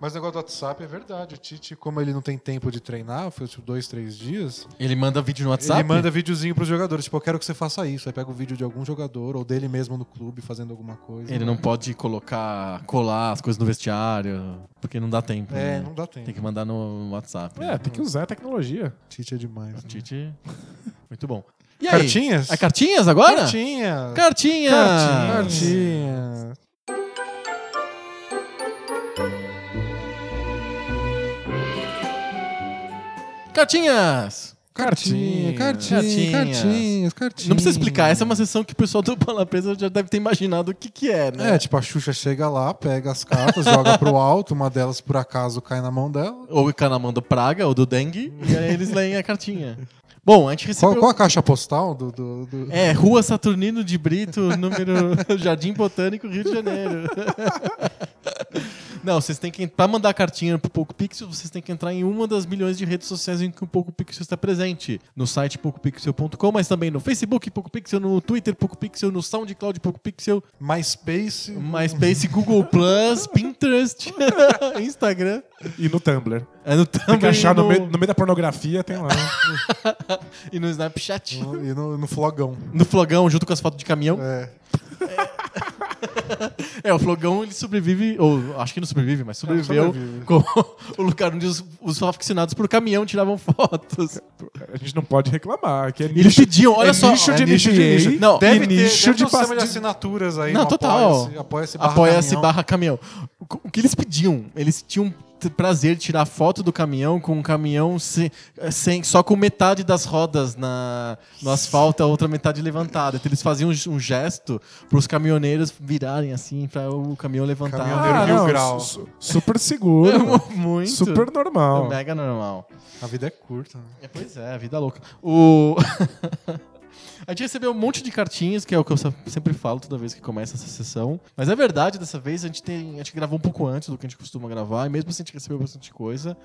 Speaker 2: Mas o negócio do WhatsApp é verdade. O Tite, como ele não tem tempo de treinar, foi tipo dois, três dias,
Speaker 1: Ele manda vídeo no WhatsApp.
Speaker 2: ele manda videozinho pros jogadores. Tipo, eu quero que você faça isso. Aí pega o vídeo de algum jogador ou dele mesmo no clube fazendo alguma coisa.
Speaker 1: Ele não pode colocar, colar as coisas no vestiário, porque não dá tempo.
Speaker 2: É,
Speaker 1: né?
Speaker 2: não dá tempo.
Speaker 1: Tem que mandar no WhatsApp.
Speaker 3: É, tem que usar a tecnologia.
Speaker 2: Tite é demais. né?
Speaker 1: Tite. Muito bom. E aí?
Speaker 2: Cartinhas?
Speaker 1: É cartinhas agora?
Speaker 2: Cartinhas.
Speaker 1: Cartinhas!
Speaker 2: Cartinhas.
Speaker 1: Cartinhas!
Speaker 2: Cartinha,
Speaker 1: Cartinhas.
Speaker 2: cartinha, cartinhas, cartinhas.
Speaker 1: Não precisa explicar, essa é uma sessão que o pessoal do Palapesa já deve ter imaginado o que, que é, né?
Speaker 2: É, tipo, a Xuxa chega lá, pega as cartas, joga pro alto, uma delas por acaso cai na mão dela.
Speaker 1: Ou cai na mão do Praga, ou do Dengue, e aí eles leem a cartinha. Bom, a gente recebeu.
Speaker 2: Qual, qual a caixa postal do. do, do-
Speaker 1: É, Rua Saturnino de Brito, número Jardim Botânico, Rio de Janeiro. Não, vocês têm que. Pra mandar cartinha pro Poco Pixel, vocês têm que entrar em uma das milhões de redes sociais em que o Poco Pixel está presente. No site PocoPixel.com, mas também no Facebook Poco Pixel, no Twitter Poco Pixel, no SoundCloud Poco Pixel,
Speaker 2: MySpace.
Speaker 1: MySpace, Google Plus, Pinterest, Instagram.
Speaker 3: E no Tumblr.
Speaker 1: É no Tumblr
Speaker 3: Tem que achar
Speaker 1: e no,
Speaker 3: no, meio, no meio da pornografia, tem lá.
Speaker 1: e no Snapchat.
Speaker 2: no- E no, no flogão.
Speaker 1: No flogão, junto com as fotos de caminhão.
Speaker 2: É.
Speaker 1: É, o flogão ele sobrevive, ou acho que não sobrevive, mas sobreviveu
Speaker 2: sobrevive.
Speaker 1: com o lugar onde os, os aficionados por caminhão tiravam fotos.
Speaker 3: A gente não pode reclamar. Que é
Speaker 1: E eles
Speaker 3: nicho,
Speaker 1: pediam, olha
Speaker 3: é
Speaker 1: só.
Speaker 3: nicho
Speaker 1: é
Speaker 3: de
Speaker 1: nicho
Speaker 3: NBA.
Speaker 1: nicho. Não,
Speaker 3: Deve
Speaker 1: e
Speaker 3: ter- nicho
Speaker 2: deve ter
Speaker 3: de
Speaker 2: um sistema
Speaker 3: pass-
Speaker 2: de assinaturas aí.
Speaker 1: Não,
Speaker 2: no
Speaker 1: total.
Speaker 2: Apoia-se, apoia-se barra
Speaker 1: Apoia-se
Speaker 2: caminhão.
Speaker 1: barra caminhão. O que eles pediam? Eles tinham t- prazer de tirar foto do caminhão com um caminhão se- eh, sem, só com metade das rodas na, no asfalto, a outra metade levantada. Então eles faziam um ge- um gesto para os caminhoneiros virarem assim, para o caminhão levantar.
Speaker 2: Caminhoneiro
Speaker 1: Ah,
Speaker 2: mil
Speaker 3: né? não,
Speaker 2: graus.
Speaker 3: su- super seguro.
Speaker 1: Muito.
Speaker 3: super normal.
Speaker 1: Mega normal.
Speaker 2: A vida é curta. né?
Speaker 1: É, Pois é, vida louca. O... A gente recebeu um monte de cartinhas, que é o que eu sa- sempre falo toda vez que começa essa sessão. Mas é verdade, dessa vez a gente, tem, a gente gravou um pouco antes do que a gente costuma gravar, e mesmo assim a gente recebeu bastante coisa.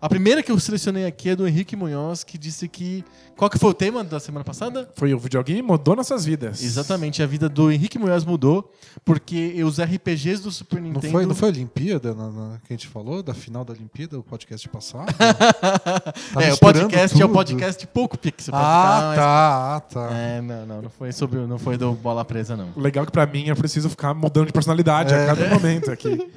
Speaker 1: A primeira que eu selecionei aqui é do Henrique Munhoz, que disse que. Qual que foi o tema da semana passada?
Speaker 3: Foi o videogame mudou nossas vidas.
Speaker 1: Exatamente, a vida do Henrique Munhoz mudou, porque os RPGs do Super
Speaker 2: Não
Speaker 1: Nintendo.
Speaker 2: foi, não foi a Olimpíada na- na- que a gente falou? Da final da Olimpíada, o podcast passado?
Speaker 1: é, o
Speaker 2: misturando
Speaker 1: podcast é o
Speaker 2: tudo.
Speaker 1: podcast Pouco Pixel.
Speaker 2: ah,
Speaker 1: podcast-
Speaker 2: tá, ah, tá.
Speaker 1: É, não, não, não foi sobre, não foi do bola presa não.
Speaker 3: Legal é que pra mim eu preciso ficar mudando de personalidade a cada momento aqui.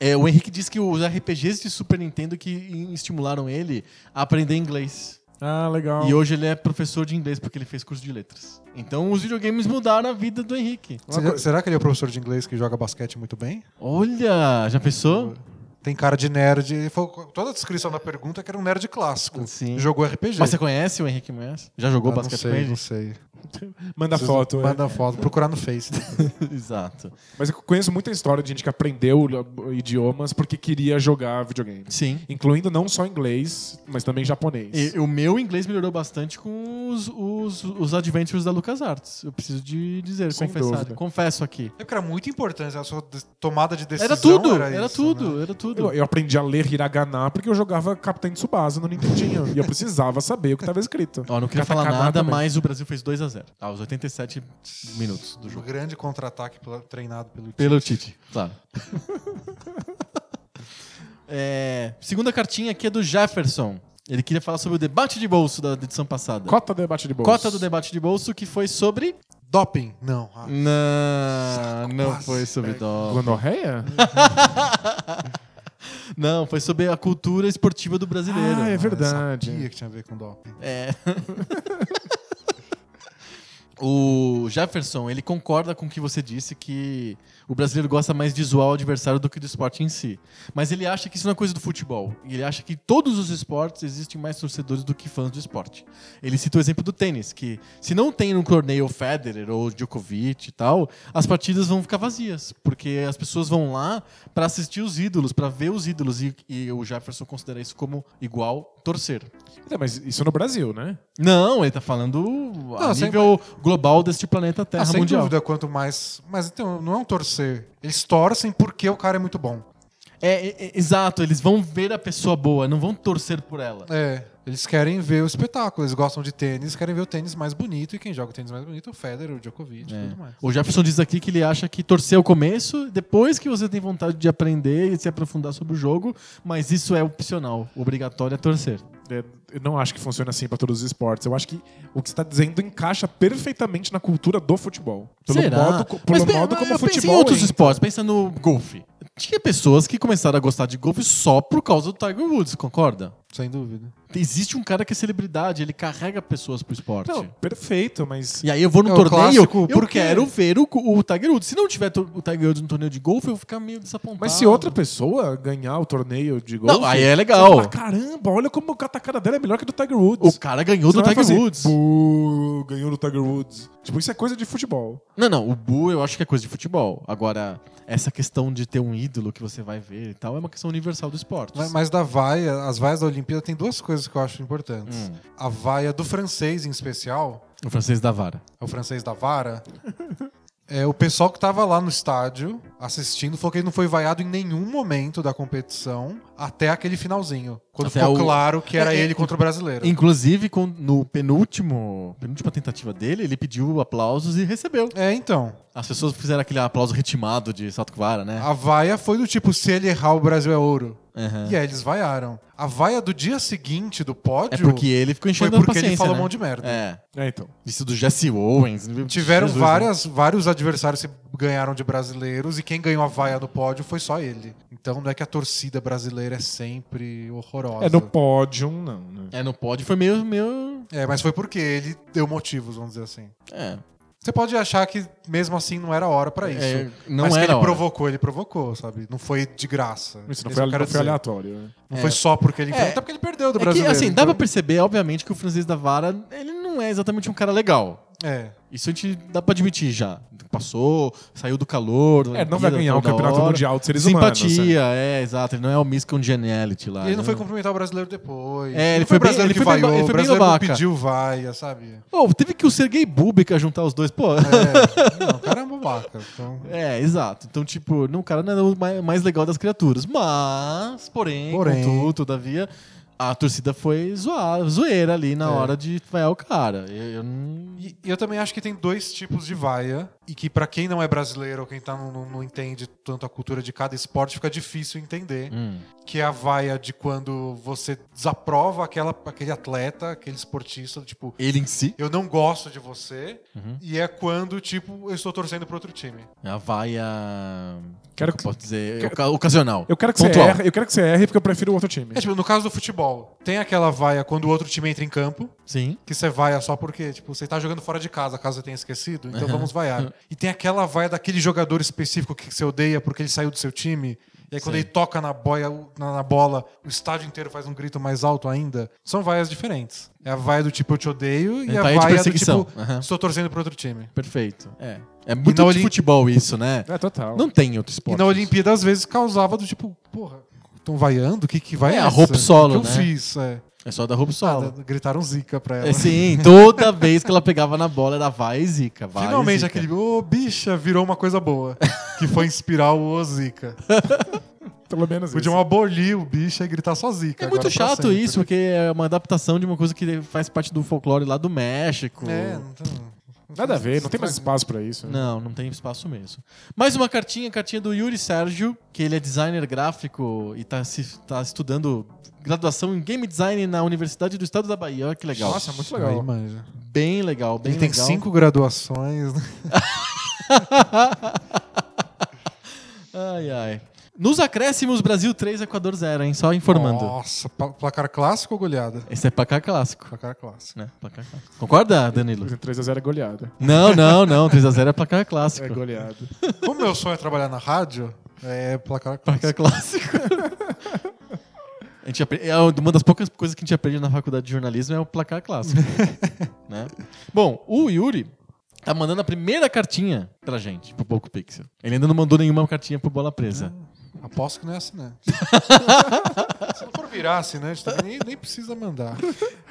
Speaker 1: É, o Henrique disse que os RPGs de Super Nintendo que in- estimularam ele a aprender inglês.
Speaker 3: Ah, legal.
Speaker 1: E hoje ele é professor de inglês porque ele fez curso de letras. Então os videogames mudaram a vida do Henrique.
Speaker 3: Uma
Speaker 2: Será,
Speaker 3: coisa-
Speaker 2: será que ele é o professor de inglês que joga basquete muito bem?
Speaker 1: Olha, já pensou?
Speaker 2: Tem cara de nerd. Ele falou- toda a descrição da pergunta é que era um nerd clássico.
Speaker 1: Sim.
Speaker 2: Jogou RPG.
Speaker 1: Mas você conhece o Henrique Moyes? Já jogou
Speaker 2: Ah,
Speaker 1: basquete
Speaker 2: não
Speaker 1: com
Speaker 2: sei,
Speaker 1: ele?
Speaker 2: Não sei.
Speaker 3: Manda
Speaker 2: Vocês
Speaker 3: foto. é.
Speaker 2: Manda foto. Procurar no Face.
Speaker 1: Exato.
Speaker 3: Mas eu conheço muita história de gente que aprendeu idiomas porque queria jogar videogame.
Speaker 1: Sim.
Speaker 3: Incluindo não só inglês, mas também japonês.
Speaker 1: E- o meu inglês melhorou bastante com os, os, os adventures da LucasArts. Eu preciso de dizer,
Speaker 3: Sem
Speaker 1: confessar.
Speaker 3: dúvida.
Speaker 1: Confesso aqui.
Speaker 2: É porque era muito importante a sua des- tomada de decisão.
Speaker 1: Era tudo, era,
Speaker 2: isso,
Speaker 1: tudo,
Speaker 2: né?
Speaker 1: era tudo.
Speaker 3: Eu, eu aprendi a ler Hiragana porque eu jogava Capitão Tsubasa no Nintendinho. e eu precisava saber o que estava escrito.
Speaker 1: Ó, não queria falar
Speaker 3: Katakana
Speaker 1: nada,
Speaker 3: também.
Speaker 1: mas o Brasil fez 2x0. Aos 87 minutos do
Speaker 2: Um
Speaker 1: jogo.
Speaker 2: grande contra-ataque pela- treinado pelo time.
Speaker 1: Pelo Tite, claro. É, segunda cartinha aqui é do Jefferson. Ele queria falar sobre o debate de bolso da edição passada.
Speaker 3: Cota do debate de bolsa.
Speaker 1: Cota do debate de bolso que foi sobre.
Speaker 2: Doping? Não. Ah,
Speaker 1: Ah, Não, não
Speaker 2: quase.
Speaker 1: foi sobre dó.
Speaker 3: Gonorreia?
Speaker 1: Não, foi sobre a cultura esportiva do brasileiro.
Speaker 3: Ah, é
Speaker 2: eu sabia
Speaker 3: verdade.
Speaker 2: que tinha a ver com doping.
Speaker 1: É. o Jefferson, ele concorda com o que você disse, que o brasileiro gosta mais de zoar o adversário do que do esporte em si. Mas ele acha que isso não é coisa do futebol. E Ele acha que em todos os esportes existem mais torcedores do que fãs do esporte. Ele cita o exemplo do tênis, que se não tem num torneio o Federer ou o Djokovic e tal, as partidas vão ficar vazias, porque as pessoas vão lá para assistir os ídolos, para ver os ídolos. E, e o Jefferson considera isso como igual torcer.
Speaker 3: Então, mas isso no Brasil, né?
Speaker 1: Não, ele tá falando a
Speaker 2: Não, sem-
Speaker 1: nível global deste planeta Terra
Speaker 2: Ah, sem
Speaker 1: mundial.
Speaker 2: dúvida, quanto mais. Mas então, não é um torcer. Eles torcem porque o cara é muito bom.
Speaker 1: É, é, é, exato, eles vão ver a pessoa boa, não vão torcer por ela.
Speaker 2: É. Eles querem ver o espetáculo. Eles gostam de tênis, querem ver o tênis mais bonito. E quem joga o tênis mais bonito é o Federer, o Djokovic,
Speaker 1: É.
Speaker 2: tudo mais.
Speaker 1: O Jefferson diz aqui que ele acha que torcer é o começo, depois que você tem vontade de aprender e se aprofundar sobre o jogo, mas isso é opcional, obrigatório é torcer.
Speaker 3: É, Eu não acho que funciona assim pra todos os esportes. Eu acho que o que você tá dizendo encaixa perfeitamente na cultura do futebol. Pelo
Speaker 1: Será?
Speaker 3: modo, co- pelo
Speaker 1: pe-
Speaker 3: modo
Speaker 1: eu
Speaker 3: como o
Speaker 1: penso
Speaker 3: futebol. é.
Speaker 1: em outros
Speaker 3: entra.
Speaker 1: esportes, pensa no golfe. Tinha pessoas que começaram a gostar de golfe só por causa do Tiger Woods, concorda?
Speaker 2: Sem dúvida.
Speaker 1: Existe um cara que é celebridade, ele carrega pessoas pro esporte.
Speaker 3: Não, perfeito, mas.
Speaker 1: E aí eu vou no
Speaker 2: É o
Speaker 1: torneio,
Speaker 2: clássico,
Speaker 1: eu
Speaker 2: por quê?
Speaker 1: quero ver o, o Tiger Woods. Se não tiver to- o Tiger Woods no torneio de golfe, eu vou ficar meio desapontado.
Speaker 3: Mas se outra pessoa ganhar o torneio de golfe...
Speaker 1: Não, aí é legal.
Speaker 3: você fala, caramba, olha como a tacada dela é melhor que a do Tiger Woods.
Speaker 1: O cara ganhou
Speaker 3: Você
Speaker 1: do
Speaker 3: não vai
Speaker 1: Tiger
Speaker 3: fazer,
Speaker 1: Woods.
Speaker 3: "Boo, ganhou do Tiger Woods. Tipo, isso é coisa de futebol.
Speaker 1: Não, não, o Bu eu acho que é coisa de futebol. Agora, essa questão de ter um ídolo que você vai ver e tal é uma questão universal do esporte.
Speaker 2: Mas- Mas da vaia, as vaias da Olimpíada tem duas coisas que eu acho importantes.
Speaker 1: Hum.
Speaker 2: A vaia do francês, em especial,
Speaker 1: O francês da vara.
Speaker 2: é o francês da vara. É, o pessoal que tava lá no estádio assistindo falou que ele não foi vaiado em nenhum momento da competição até aquele finalzinho. Quando
Speaker 1: Até
Speaker 2: ficou
Speaker 1: o-
Speaker 2: claro que era
Speaker 1: É, é,
Speaker 2: ele contra o brasileiro.
Speaker 1: Inclusive, com- no penúltimo, penúltima tentativa dele, ele pediu aplausos e recebeu.
Speaker 2: É, então.
Speaker 1: As pessoas fizeram aquele aplauso ritmado de salto com vara, né?
Speaker 2: A vaia foi do tipo: se ele errar, o Brasil é ouro.
Speaker 1: Aham.
Speaker 2: E aí eles vaiaram. A vaia do dia seguinte do
Speaker 1: É
Speaker 2: pódio
Speaker 1: porque ele ficou
Speaker 2: foi
Speaker 1: enchendo a
Speaker 2: porque
Speaker 1: paciência,
Speaker 2: ele falou
Speaker 1: né?
Speaker 2: um monte de merda.
Speaker 1: É.
Speaker 3: É, então.
Speaker 1: Isso do Jesse Owens.
Speaker 2: Tiveram
Speaker 1: Jesus, né?
Speaker 2: várias, vários adversários que ganharam de brasileiros e quem ganhou a vaia no pódio foi só ele. Então não é que a torcida brasileira é sempre horrorosa.
Speaker 3: É no pódio, não, né?
Speaker 1: É, no pod foi meio. meio...
Speaker 2: É, mas foi porque ele deu motivos, vamos dizer assim.
Speaker 1: É.
Speaker 2: Você pode achar que mesmo assim não era hora pra isso.
Speaker 1: É, não era
Speaker 2: mas que
Speaker 1: a
Speaker 2: ele
Speaker 1: hora.
Speaker 2: provocou, ele provocou, sabe? Não foi de graça.
Speaker 3: Isso
Speaker 2: Esse
Speaker 3: não foi,
Speaker 2: eu quero
Speaker 3: não foi
Speaker 2: dizer.
Speaker 3: aleatório. né?
Speaker 2: Não
Speaker 1: É.
Speaker 2: foi só porque ele
Speaker 1: É.
Speaker 2: enfrentou, até porque ele perdeu do
Speaker 1: É que,
Speaker 2: brasileiro.
Speaker 1: assim, dá pra
Speaker 2: então-
Speaker 1: perceber, obviamente, que o francês da vara, ele não é exatamente um cara legal.
Speaker 2: É.
Speaker 1: Isso a gente dá pra admitir já. Passou, saiu do calor. da
Speaker 3: É, não vai
Speaker 1: Olimpíada,
Speaker 3: ganhar o
Speaker 1: toda
Speaker 3: campeonato
Speaker 1: hora.
Speaker 3: mundial de seres humanos.
Speaker 1: Simpatia,
Speaker 3: né?
Speaker 1: é, exato. Ele não é o Miss Congeniality lá.
Speaker 2: E ele não
Speaker 1: né?
Speaker 2: foi cumprimentar o brasileiro depois.
Speaker 1: É, ele
Speaker 2: Não
Speaker 1: foi
Speaker 2: o brasileiro
Speaker 1: bem- ele
Speaker 2: que
Speaker 1: foi bem-
Speaker 2: vaiou,
Speaker 1: ele
Speaker 2: o
Speaker 1: foi bem
Speaker 2: brasileiro não
Speaker 1: babaca.
Speaker 2: pediu vaia, sabe?
Speaker 1: Oh, teve que o Sergei Bubka juntar os dois. Pô,
Speaker 2: É, não, o cara é um babaca. Então...
Speaker 1: É, exato. Então, tipo, não, o cara não é o mai- mais legal das criaturas. Mas, porém,
Speaker 2: Porém.
Speaker 1: contudo, todavia, a torcida foi zoar, zoeira ali na
Speaker 2: É.
Speaker 1: hora de vaiar o cara. Eu, eu não...
Speaker 2: E eu também acho que tem dois tipos de vaia, e que pra quem não é brasileiro ou quem tá, não, não- não entende tanto a cultura de cada esporte, fica difícil entender.
Speaker 1: Hum.
Speaker 2: Que é a vaia de quando você desaprova aquela, aquele atleta, aquele esportista, tipo,
Speaker 1: Ele em si,
Speaker 2: eu não gosto de você,
Speaker 1: Uhum.
Speaker 2: e é quando, tipo, eu estou torcendo pro outro time.
Speaker 1: a vaia,
Speaker 3: Quero que-
Speaker 1: posso dizer, oca- ocasional.
Speaker 3: eu quero que você
Speaker 1: pontual.
Speaker 3: erre, eu quero que você erre porque eu prefiro o outro time.
Speaker 2: É, tipo, no caso do futebol, tem aquela vaia quando o outro time entra em campo,
Speaker 1: Sim.
Speaker 2: que você vaia só porque, tipo, você tá jogando fora de casa, caso você tenha esquecido, então vamos vaiar. E tem aquela vaia daquele jogador específico que você odeia porque ele saiu do seu time, e aí quando
Speaker 1: Sim.
Speaker 2: ele toca na, boia, na, na bola, o estádio inteiro faz um grito mais alto ainda. São vaias diferentes. É a vaia do tipo, eu te odeio, e
Speaker 1: É,
Speaker 2: a
Speaker 1: vaia de
Speaker 2: vaia do
Speaker 1: perseguição.
Speaker 2: tipo,
Speaker 1: Aham.
Speaker 2: estou torcendo pro outro time.
Speaker 1: Perfeito. É. É muito
Speaker 2: na
Speaker 1: de
Speaker 2: Olim-
Speaker 1: futebol isso, né?
Speaker 3: É, total.
Speaker 1: Não tem outro esporte.
Speaker 2: E na Olimpíada, às vezes, causava do tipo, porra, estão vaiando? O que, que vai
Speaker 1: É, a
Speaker 2: essa?
Speaker 1: roupa solo,
Speaker 2: O que eu
Speaker 1: né?
Speaker 2: fiz? É.
Speaker 1: É só da roupa
Speaker 2: Ah,
Speaker 1: solo.
Speaker 2: gritaram zica pra ela.
Speaker 1: É, sim, toda vez que ela pegava na bola era vai e zica, vai e
Speaker 2: Finalmente
Speaker 1: zica.
Speaker 2: aquele ô bicha virou uma coisa boa. Que foi inspirar o ô Zika.
Speaker 3: Pelo menos isso.
Speaker 2: Podiam abolir o bicha e gritar só Zika.
Speaker 1: É
Speaker 2: agora tá
Speaker 1: muito
Speaker 2: pra
Speaker 1: chato
Speaker 2: sempre.
Speaker 1: isso, porque é uma adaptação de uma coisa que faz parte do folclore lá do México.
Speaker 2: É, não tem-
Speaker 3: Nada a ver, não tem mais espaço pra isso. né?
Speaker 1: Não, não tem espaço mesmo. Mais uma cartinha, cartinha do Yuri Sérgio, que ele é designer gráfico e tá, se, tá estudando graduação em game design na Universidade do Estado da Bahia. Olha que legal.
Speaker 2: é
Speaker 3: Nossa, muito legal.
Speaker 2: Aí manja.
Speaker 1: Bem legal, bem
Speaker 2: Ele tem
Speaker 1: legal.
Speaker 2: cinco graduações. né?
Speaker 1: Ai, ai. Nos acréscimos, Brasil 3, Equador 0, hein? Só informando.
Speaker 2: Nossa, pla- placar clássico ou goleada?
Speaker 1: Esse é placar clássico,
Speaker 2: Placar clássico.
Speaker 1: né? Placar clássico. Concorda, Danilo?
Speaker 3: 3x0 é goleada.
Speaker 1: Não, não, não. 3x0 é placar clássico.
Speaker 3: É goleada.
Speaker 2: Como meu sonho é trabalhar na rádio, é placar
Speaker 1: Placar
Speaker 2: clássico.
Speaker 1: clássico. A gente apre- é uma das poucas coisas que a gente aprende na faculdade de jornalismo é o placar clássico. né? Bom, o Yuri tá mandando a primeira cartinha pra gente, pro Poco Pixel. Ele ainda não mandou nenhuma cartinha pro Bola Presa.
Speaker 2: Aposto que não é assinante. Se não for virar assim, assinante, também nem, nem precisa mandar.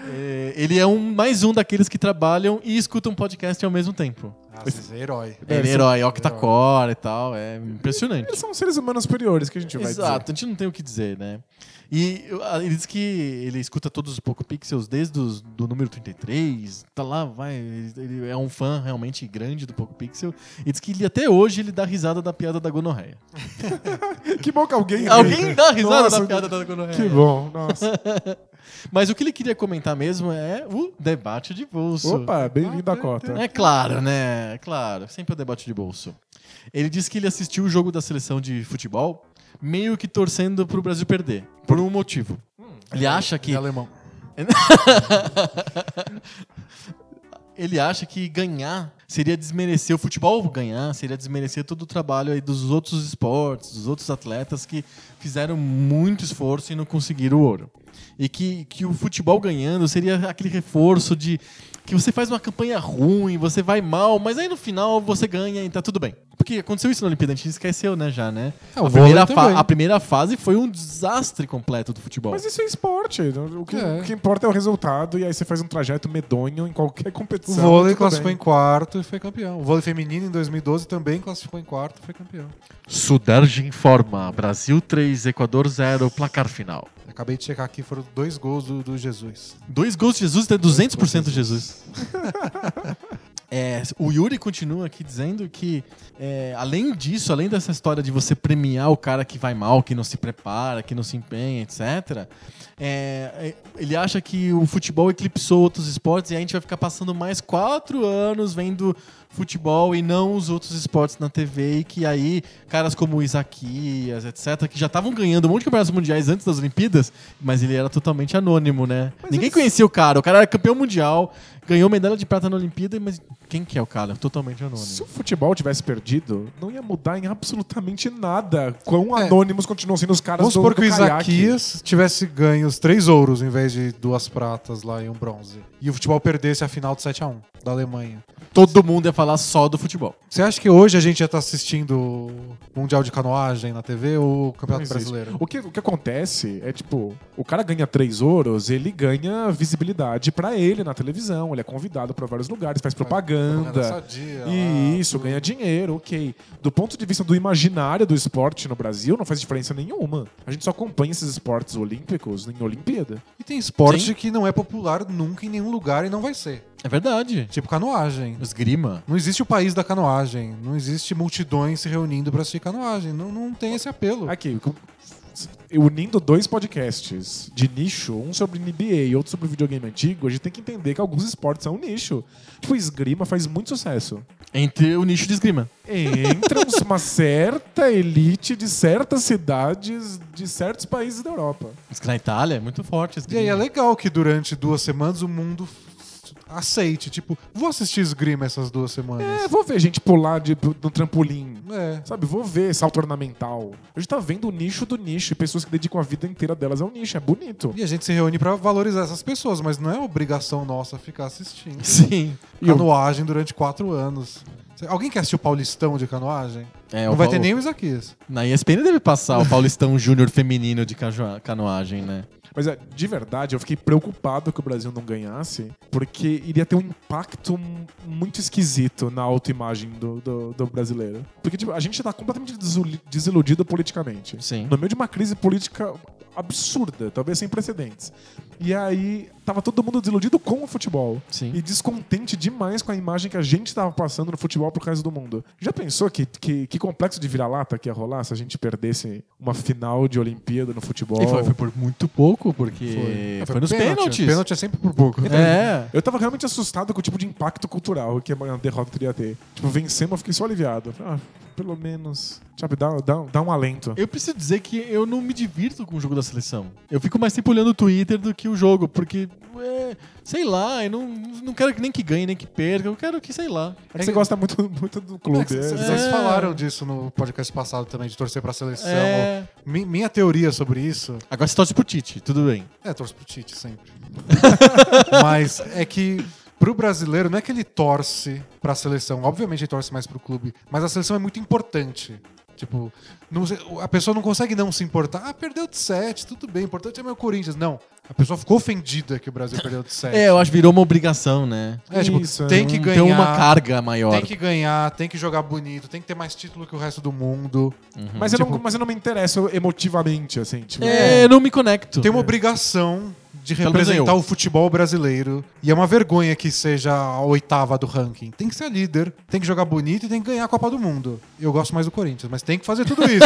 Speaker 1: É, ele é um, mais um daqueles que trabalham e escutam podcast ao mesmo tempo.
Speaker 2: Ah, vocês é herói.
Speaker 1: Ele é herói, octacore e tal, é impressionante.
Speaker 3: Eles são seres humanos superiores que a gente vai dizer.
Speaker 1: Exato, a gente não tem o que dizer, né? E eu, ah, ele diz que ele escuta todos os Poco Pixels desde os, do número 33, tá lá, vai, ele, ele é um fã realmente grande do Poco Pixel e diz que ele, até hoje ele dá risada da piada da gonorreia.
Speaker 3: Que bom que alguém. ri.
Speaker 1: Alguém dá risada
Speaker 3: Nossa,
Speaker 1: da piada da gonorreia.
Speaker 3: Que bom, nossa.
Speaker 1: Mas o que ele queria comentar mesmo é o debate de bolso.
Speaker 3: Opa, bem-vindo à cota.
Speaker 1: É claro, né? É claro. Sempre o debate de bolso. Ele disse que ele assistiu o jogo da seleção de futebol meio que torcendo pro Brasil perder. Por um motivo. Ele acha que
Speaker 2: Em é alemão.
Speaker 1: ele acha que ganhar seria desmerecer o futebol ganhar, seria desmerecer todo o trabalho aí dos outros esportes, dos outros atletas que fizeram muito esforço e não conseguiram o ouro. E que, que o futebol ganhando seria aquele reforço de que você faz uma campanha ruim, você vai mal, mas aí no final você ganha e tá tudo bem. Porque aconteceu isso na Olimpíada, a gente esqueceu, né, já, né?
Speaker 2: É, o
Speaker 1: a, primeira
Speaker 2: vôlei
Speaker 1: fa-
Speaker 2: também.
Speaker 1: a primeira fase foi um desastre completo do futebol.
Speaker 3: Mas isso é esporte. O que,
Speaker 2: É.
Speaker 3: o que importa é o resultado, e aí você faz um trajeto medonho em qualquer
Speaker 2: O
Speaker 3: competição.
Speaker 2: vôlei
Speaker 3: tudo
Speaker 2: classificou
Speaker 3: bem.
Speaker 2: em quarto e foi campeão. O vôlei feminino em 2012 também classificou em quarto e foi campeão.
Speaker 1: Sudarge informa, Brasil 3, Equador 0, placar final.
Speaker 2: Acabei de checar aqui, foram dois gols do, do Jesus.
Speaker 1: Dois gols de Jesus né? tem 200% de Jesus. É, o Yuri continua aqui dizendo que, é, além disso, além dessa história de você premiar o cara que vai mal, que não se prepara, que não se empenha, etc., é, é, ele acha que o futebol eclipsou outros esportes e a gente vai ficar passando mais quatro anos vendo futebol e não os outros esportes na TV e que aí caras como o Isaquias, etc., que já estavam ganhando um monte de campeonatos mundiais antes das Olimpíadas, mas ele era totalmente anônimo, né? Ninguém conhecia o cara, o cara era campeão mundial, ganhou medalha de prata na Olimpíada, mas quem que é o cara? Totalmente
Speaker 3: Se
Speaker 1: anônimo.
Speaker 3: o futebol tivesse perdido, não ia mudar em absolutamente nada. Quão
Speaker 2: É.
Speaker 3: anônimos continuam sendo os caras
Speaker 2: Vamos
Speaker 3: do,
Speaker 2: supor que
Speaker 3: do
Speaker 2: o
Speaker 3: caiaque.
Speaker 2: Isaquias tivesse ganho os três ouros em vez de duas pratas lá e um bronze. E o futebol perdesse a final de 7x1 da Alemanha.
Speaker 1: todo mundo ia falar só do futebol.
Speaker 2: Você acha que hoje a gente já tá assistindo o Mundial de Canoagem na TV ou o
Speaker 3: Não
Speaker 2: Campeonato
Speaker 3: existe.
Speaker 2: Brasileiro?
Speaker 3: O que, o que acontece é, tipo, o cara ganha três ouros, ele ganha visibilidade pra ele na televisão, ele é convidado pra vários lugares, faz propaganda.
Speaker 2: Sadia, lá,
Speaker 3: E isso,
Speaker 2: tudo.
Speaker 3: ganha dinheiro, ok. Do ponto de vista do imaginário do esporte no Brasil, não faz diferença nenhuma. A gente só acompanha esses esportes olímpicos em Olimpíada.
Speaker 2: E tem esporte
Speaker 1: Sim.
Speaker 2: que não é popular nunca em nenhum lugar e não vai ser.
Speaker 1: É verdade.
Speaker 2: Tipo canoagem.
Speaker 1: Esgrima.
Speaker 2: Não existe o país da canoagem. Não existe multidões se reunindo pra assistir canoagem. Não, não tem esse apelo.
Speaker 3: Aqui, com- unindo dois podcasts de nicho, um sobre NBA e outro sobre videogame antigo, a gente tem que entender que alguns esportes são um nicho. Tipo, esgrima faz muito sucesso.
Speaker 1: Entre o nicho de esgrima.
Speaker 3: Entra uns- uma certa elite de certas cidades de certos países da Europa.
Speaker 1: Diz que na Itália é muito forte.
Speaker 2: E
Speaker 1: Esgrima.
Speaker 2: aí é legal que durante duas semanas o mundo f- aceite. Tipo, vou assistir esgrima essas duas semanas.
Speaker 3: É, vou ver gente pular de, no trampolim.
Speaker 2: É.
Speaker 3: Sabe, vou ver salto ornamental. A gente tá vendo o nicho do nicho e pessoas que dedicam a vida inteira delas ao nicho. É bonito.
Speaker 2: E a gente se reúne pra valorizar essas pessoas, mas não é obrigação nossa ficar assistindo.
Speaker 1: Sim.
Speaker 3: E eu-
Speaker 2: Canoagem durante quatro anos. Cê- Alguém quer assistir o Paulistão de canoagem?
Speaker 1: É,
Speaker 2: não
Speaker 1: o
Speaker 2: vai
Speaker 1: Paulo-
Speaker 2: ter nem o Isaquias.
Speaker 1: Na ESPN deve passar o Paulistão Júnior feminino de cajoa- canoagem, né?
Speaker 3: Mas é, de verdade, eu fiquei preocupado que o Brasil não ganhasse, porque iria ter um impacto mu- muito esquisito na autoimagem do, do, do brasileiro. Porque tipo, a gente tá completamente desuli- desiludido politicamente.
Speaker 1: Sim.
Speaker 3: No meio de uma crise política absurda, talvez sem precedentes. E aí tava todo mundo desiludido com o futebol.
Speaker 1: Sim.
Speaker 3: E descontente demais com a imagem que a gente tava passando no futebol pro resto do mundo. Já pensou que, que, que complexo de vira-lata que ia rolar se a gente perdesse uma final de Olimpíada no futebol?
Speaker 1: E foi, foi por muito pouco, porque foi, nos pênaltis.
Speaker 2: Pênalti é sempre por pouco.
Speaker 1: É.
Speaker 3: Eu tava realmente assustado com o tipo de impacto cultural que a derrota teria a ter. Tipo, vencemos, eu fiquei só aliviado. Falei, Ah, pelo menos. Sabe, dá, dá, dá um alento.
Speaker 1: Eu preciso dizer que eu não me divirto com o jogo da seleção. Eu fico mais tempo olhando o Twitter do que o jogo, porque, é, sei lá, eu não, não quero que nem que ganhe, nem que perca, eu quero que, sei lá.
Speaker 3: É que você gosta muito, muito do
Speaker 2: É,
Speaker 3: clube.
Speaker 2: c- c-
Speaker 3: é.
Speaker 2: Vocês
Speaker 1: É.
Speaker 2: falaram disso no podcast passado também, de torcer pra seleção.
Speaker 1: É.
Speaker 2: Mi- minha teoria sobre isso
Speaker 1: Agora você torce pro Tite, tudo bem.
Speaker 2: é torço pro Tite sempre. Mas é que pro brasileiro não é que ele torce pra seleção. Obviamente ele torce mais pro clube, mas a seleção é muito importante. Tipo, não sei- a pessoa não consegue não se importar. Ah, perdeu de 7, tudo bem, o importante é meu Corinthians. Não, a pessoa ficou ofendida que o Brasil perdeu de 7.
Speaker 1: É, eu acho que virou uma obrigação, né?
Speaker 2: É, tipo,
Speaker 3: Isso, é.
Speaker 2: tem que ganhar.
Speaker 1: Tem uma carga maior.
Speaker 2: Tem que ganhar, tem que jogar bonito, tem que ter mais título que o resto do mundo.
Speaker 3: Mas, eu não, mas eu não me interesso emotivamente, assim. Tipo,
Speaker 1: É, eu não me conecto.
Speaker 2: Tem uma obrigação de
Speaker 1: Pelo menos
Speaker 2: representar
Speaker 1: é eu.
Speaker 2: o futebol brasileiro. E é uma vergonha que seja a oitava do ranking. Tem que ser líder, tem que jogar bonito e tem que ganhar a Copa do Mundo. Eu gosto mais do Corinthians, mas tem que fazer tudo isso.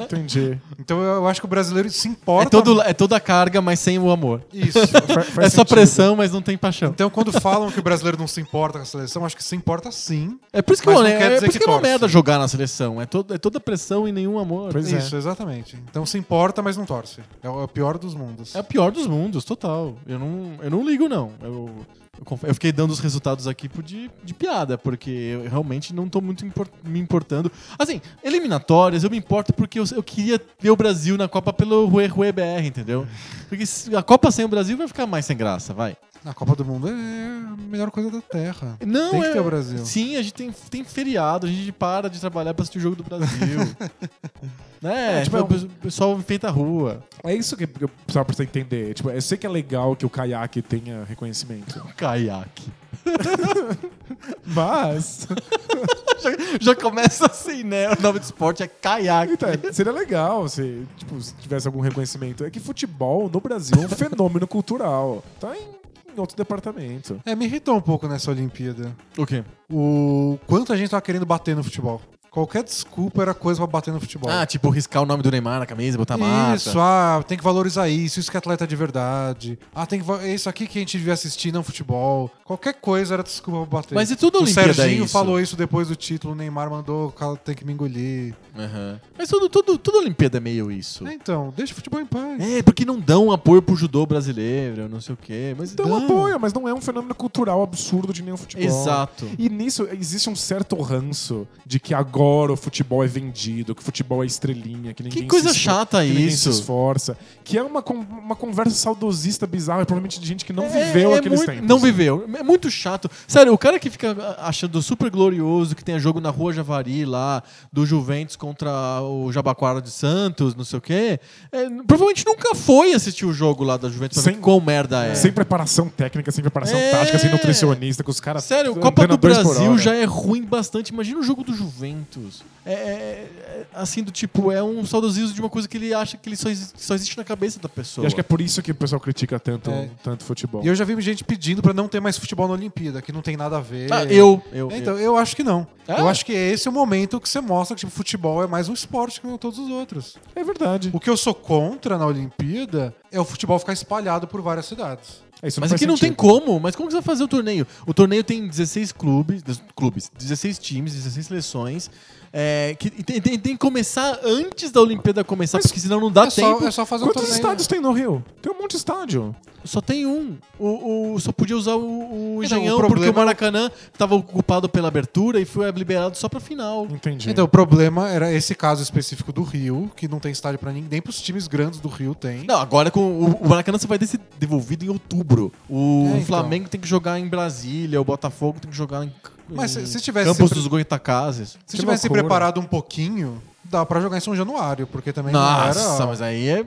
Speaker 3: Entendi.
Speaker 2: então eu acho que o brasileiro se
Speaker 1: é,
Speaker 2: importa.
Speaker 1: todo, é toda a carga, mas sem o amor.
Speaker 2: Isso.
Speaker 3: Fa-
Speaker 1: é
Speaker 3: faz
Speaker 1: só
Speaker 3: sentido.
Speaker 1: pressão, mas não tem paixão.
Speaker 2: Então, quando falam que o brasileiro não se importa com a seleção, acho que se importa sim.
Speaker 1: é por isso que,
Speaker 2: mas
Speaker 1: eu,
Speaker 2: não
Speaker 1: é,
Speaker 2: quer
Speaker 1: é,
Speaker 2: dizer
Speaker 1: por isso
Speaker 2: que
Speaker 1: que é uma
Speaker 2: torce.
Speaker 1: merda jogar na seleção. É, todo, é toda pressão e nenhum amor.
Speaker 3: Pois é.
Speaker 2: Isso, exatamente. Então se importa, mas não torce. É o é o pior dos mundos.
Speaker 1: É o pior dos mundos, total. Eu não, eu não ligo, não. Eu, eu, conf- eu fiquei dando os resultados aqui por de, de piada, porque eu realmente não tô muito impor- me importando. Assim, eliminatórias, eu me importo porque eu, eu queria ver o Brasil na Copa pelo Rue Rue BR, entendeu? Porque se- a Copa sem o Brasil vai ficar mais sem graça, vai.
Speaker 2: A Copa do Mundo é a melhor coisa da Terra.
Speaker 1: Não,
Speaker 2: Tem que
Speaker 1: é-
Speaker 2: ter o Brasil.
Speaker 1: Sim, a gente tem, tem feriado, a gente para de trabalhar pra assistir o jogo do Brasil. né?
Speaker 3: É, tipo,
Speaker 1: Tipo,
Speaker 2: um
Speaker 1: o pessoal enfeita a rua.
Speaker 3: É isso que eu precisava pra você entender. Tipo, eu sei que é legal que o caiaque tenha reconhecimento.
Speaker 1: Caiaque.
Speaker 3: Mas.
Speaker 1: Já, já começa assim, né? O nome do esporte é caiaque.
Speaker 3: Então, seria legal se, tipo, se tivesse algum reconhecimento. É que futebol no Brasil é um fenômeno cultural. Tá em, em outro departamento.
Speaker 2: É, me irritou um pouco nessa Olimpíada.
Speaker 1: O quê?
Speaker 2: o quanto a gente tava querendo bater no futebol. Qualquer desculpa era coisa pra bater no futebol.
Speaker 1: Ah, tipo, riscar o nome do Neymar na camisa, botar mata.
Speaker 2: Isso, ah, tem que valorizar isso, isso que é atleta de verdade. Ah, tem que va- é isso aqui que a gente devia assistir, não futebol. Qualquer coisa era desculpa pra bater.
Speaker 1: Mas e tudo
Speaker 2: o
Speaker 1: Olimpíada é
Speaker 2: Serginho
Speaker 1: isso?
Speaker 2: falou isso depois do título, o Neymar mandou, o cara tem que me engolir.
Speaker 1: Aham. Mas tudo, tudo, tudo Olimpíada é meio isso.
Speaker 2: É, então, deixa o futebol em paz.
Speaker 1: É, porque não dão apoio pro judô brasileiro, não sei o quê. Mas
Speaker 3: Então
Speaker 1: dão.
Speaker 3: apoia, mas não é um fenômeno cultural absurdo de nenhum futebol.
Speaker 1: Exato.
Speaker 3: E nisso existe um certo ranço de que agora fora o futebol é vendido, que o futebol é estrelinha, que ninguém
Speaker 1: coisa
Speaker 3: se esfor-
Speaker 1: chata
Speaker 3: que ninguém
Speaker 1: isso.
Speaker 3: se esforça, que é uma, con- uma conversa saudosista bizarra, provavelmente de gente que não viveu aqueles
Speaker 1: É, muito-
Speaker 3: tempos.
Speaker 1: Não viveu. É muito chato. Sério, o cara que fica achando super glorioso que tenha jogo na Rua Javari lá, do Juventus contra o Jabaquara de Santos, não sei o quê, é, provavelmente nunca foi assistir o jogo lá da Juventus pra
Speaker 3: Sem-
Speaker 1: ver quão merda é.
Speaker 3: Sem preparação técnica, sem preparação
Speaker 1: É.
Speaker 3: tática, sem nutricionista, com os caras.
Speaker 1: Sério,
Speaker 3: andando
Speaker 1: Copa
Speaker 3: a
Speaker 1: do
Speaker 3: dois por
Speaker 1: Brasil
Speaker 3: hora.
Speaker 1: já é ruim bastante. Imagina o jogo do Juventus. É, é- é, assim, do tipo, é um saudosismo de uma coisa que ele acha que ele só, exi- só existe na cabeça da pessoa.
Speaker 3: E acho que é por isso que o pessoal critica tanto,
Speaker 2: É.
Speaker 3: tanto futebol.
Speaker 2: E eu já vi gente pedindo pra não ter mais futebol na Olimpíada, que não tem nada a ver.
Speaker 1: Ah, eu, eu,
Speaker 3: É,
Speaker 2: Então, eu. acho que não.
Speaker 1: É?
Speaker 2: Eu acho que esse é o momento que você mostra que tipo, futebol é mais um esporte que todos os outros.
Speaker 3: É verdade.
Speaker 2: O que eu sou contra na Olimpíada é o futebol ficar espalhado por várias cidades.
Speaker 3: É, isso
Speaker 1: Mas
Speaker 3: faz
Speaker 1: aqui não tem
Speaker 3: sentido.
Speaker 1: como. Mas como que você vai fazer o torneio? O torneio tem 16 clubes, des- clubes 16 times, 16 seleções. é, que, e tem, tem- tem que começar antes da Olimpíada começar, porque senão não dá
Speaker 2: é,
Speaker 1: tempo.
Speaker 2: Só, é só fazer um
Speaker 3: Quantos
Speaker 2: torneio.
Speaker 3: estádios tem no Rio? Tem um monte de estádio.
Speaker 1: Só tem um. O, o- só podia usar o, o
Speaker 2: o
Speaker 1: Engenhão,
Speaker 2: problema
Speaker 1: porque
Speaker 2: é
Speaker 1: o
Speaker 2: o-
Speaker 1: Maracanã estava ocupado pela abertura e foi liberado só pra final.
Speaker 3: Entendi.
Speaker 2: Então, o problema era esse caso específico do Rio, que não tem estádio pra ninguém, nem pros times grandes do Rio tem.
Speaker 1: Não, agora com o, o Maracanã você vai ter se devolvido em outubro. O
Speaker 2: É, então.
Speaker 1: Flamengo tem que jogar em Brasília, o Botafogo tem que jogar em,
Speaker 2: Mas se-
Speaker 1: em
Speaker 2: se tivesse-
Speaker 1: Campos dos Goitacazes.
Speaker 2: Se
Speaker 3: Que
Speaker 2: tivesse
Speaker 3: loucura.
Speaker 2: preparado um pouquinho, dá pra jogar em São Januário, porque também não
Speaker 1: Nossa,
Speaker 2: era...
Speaker 1: mas aí é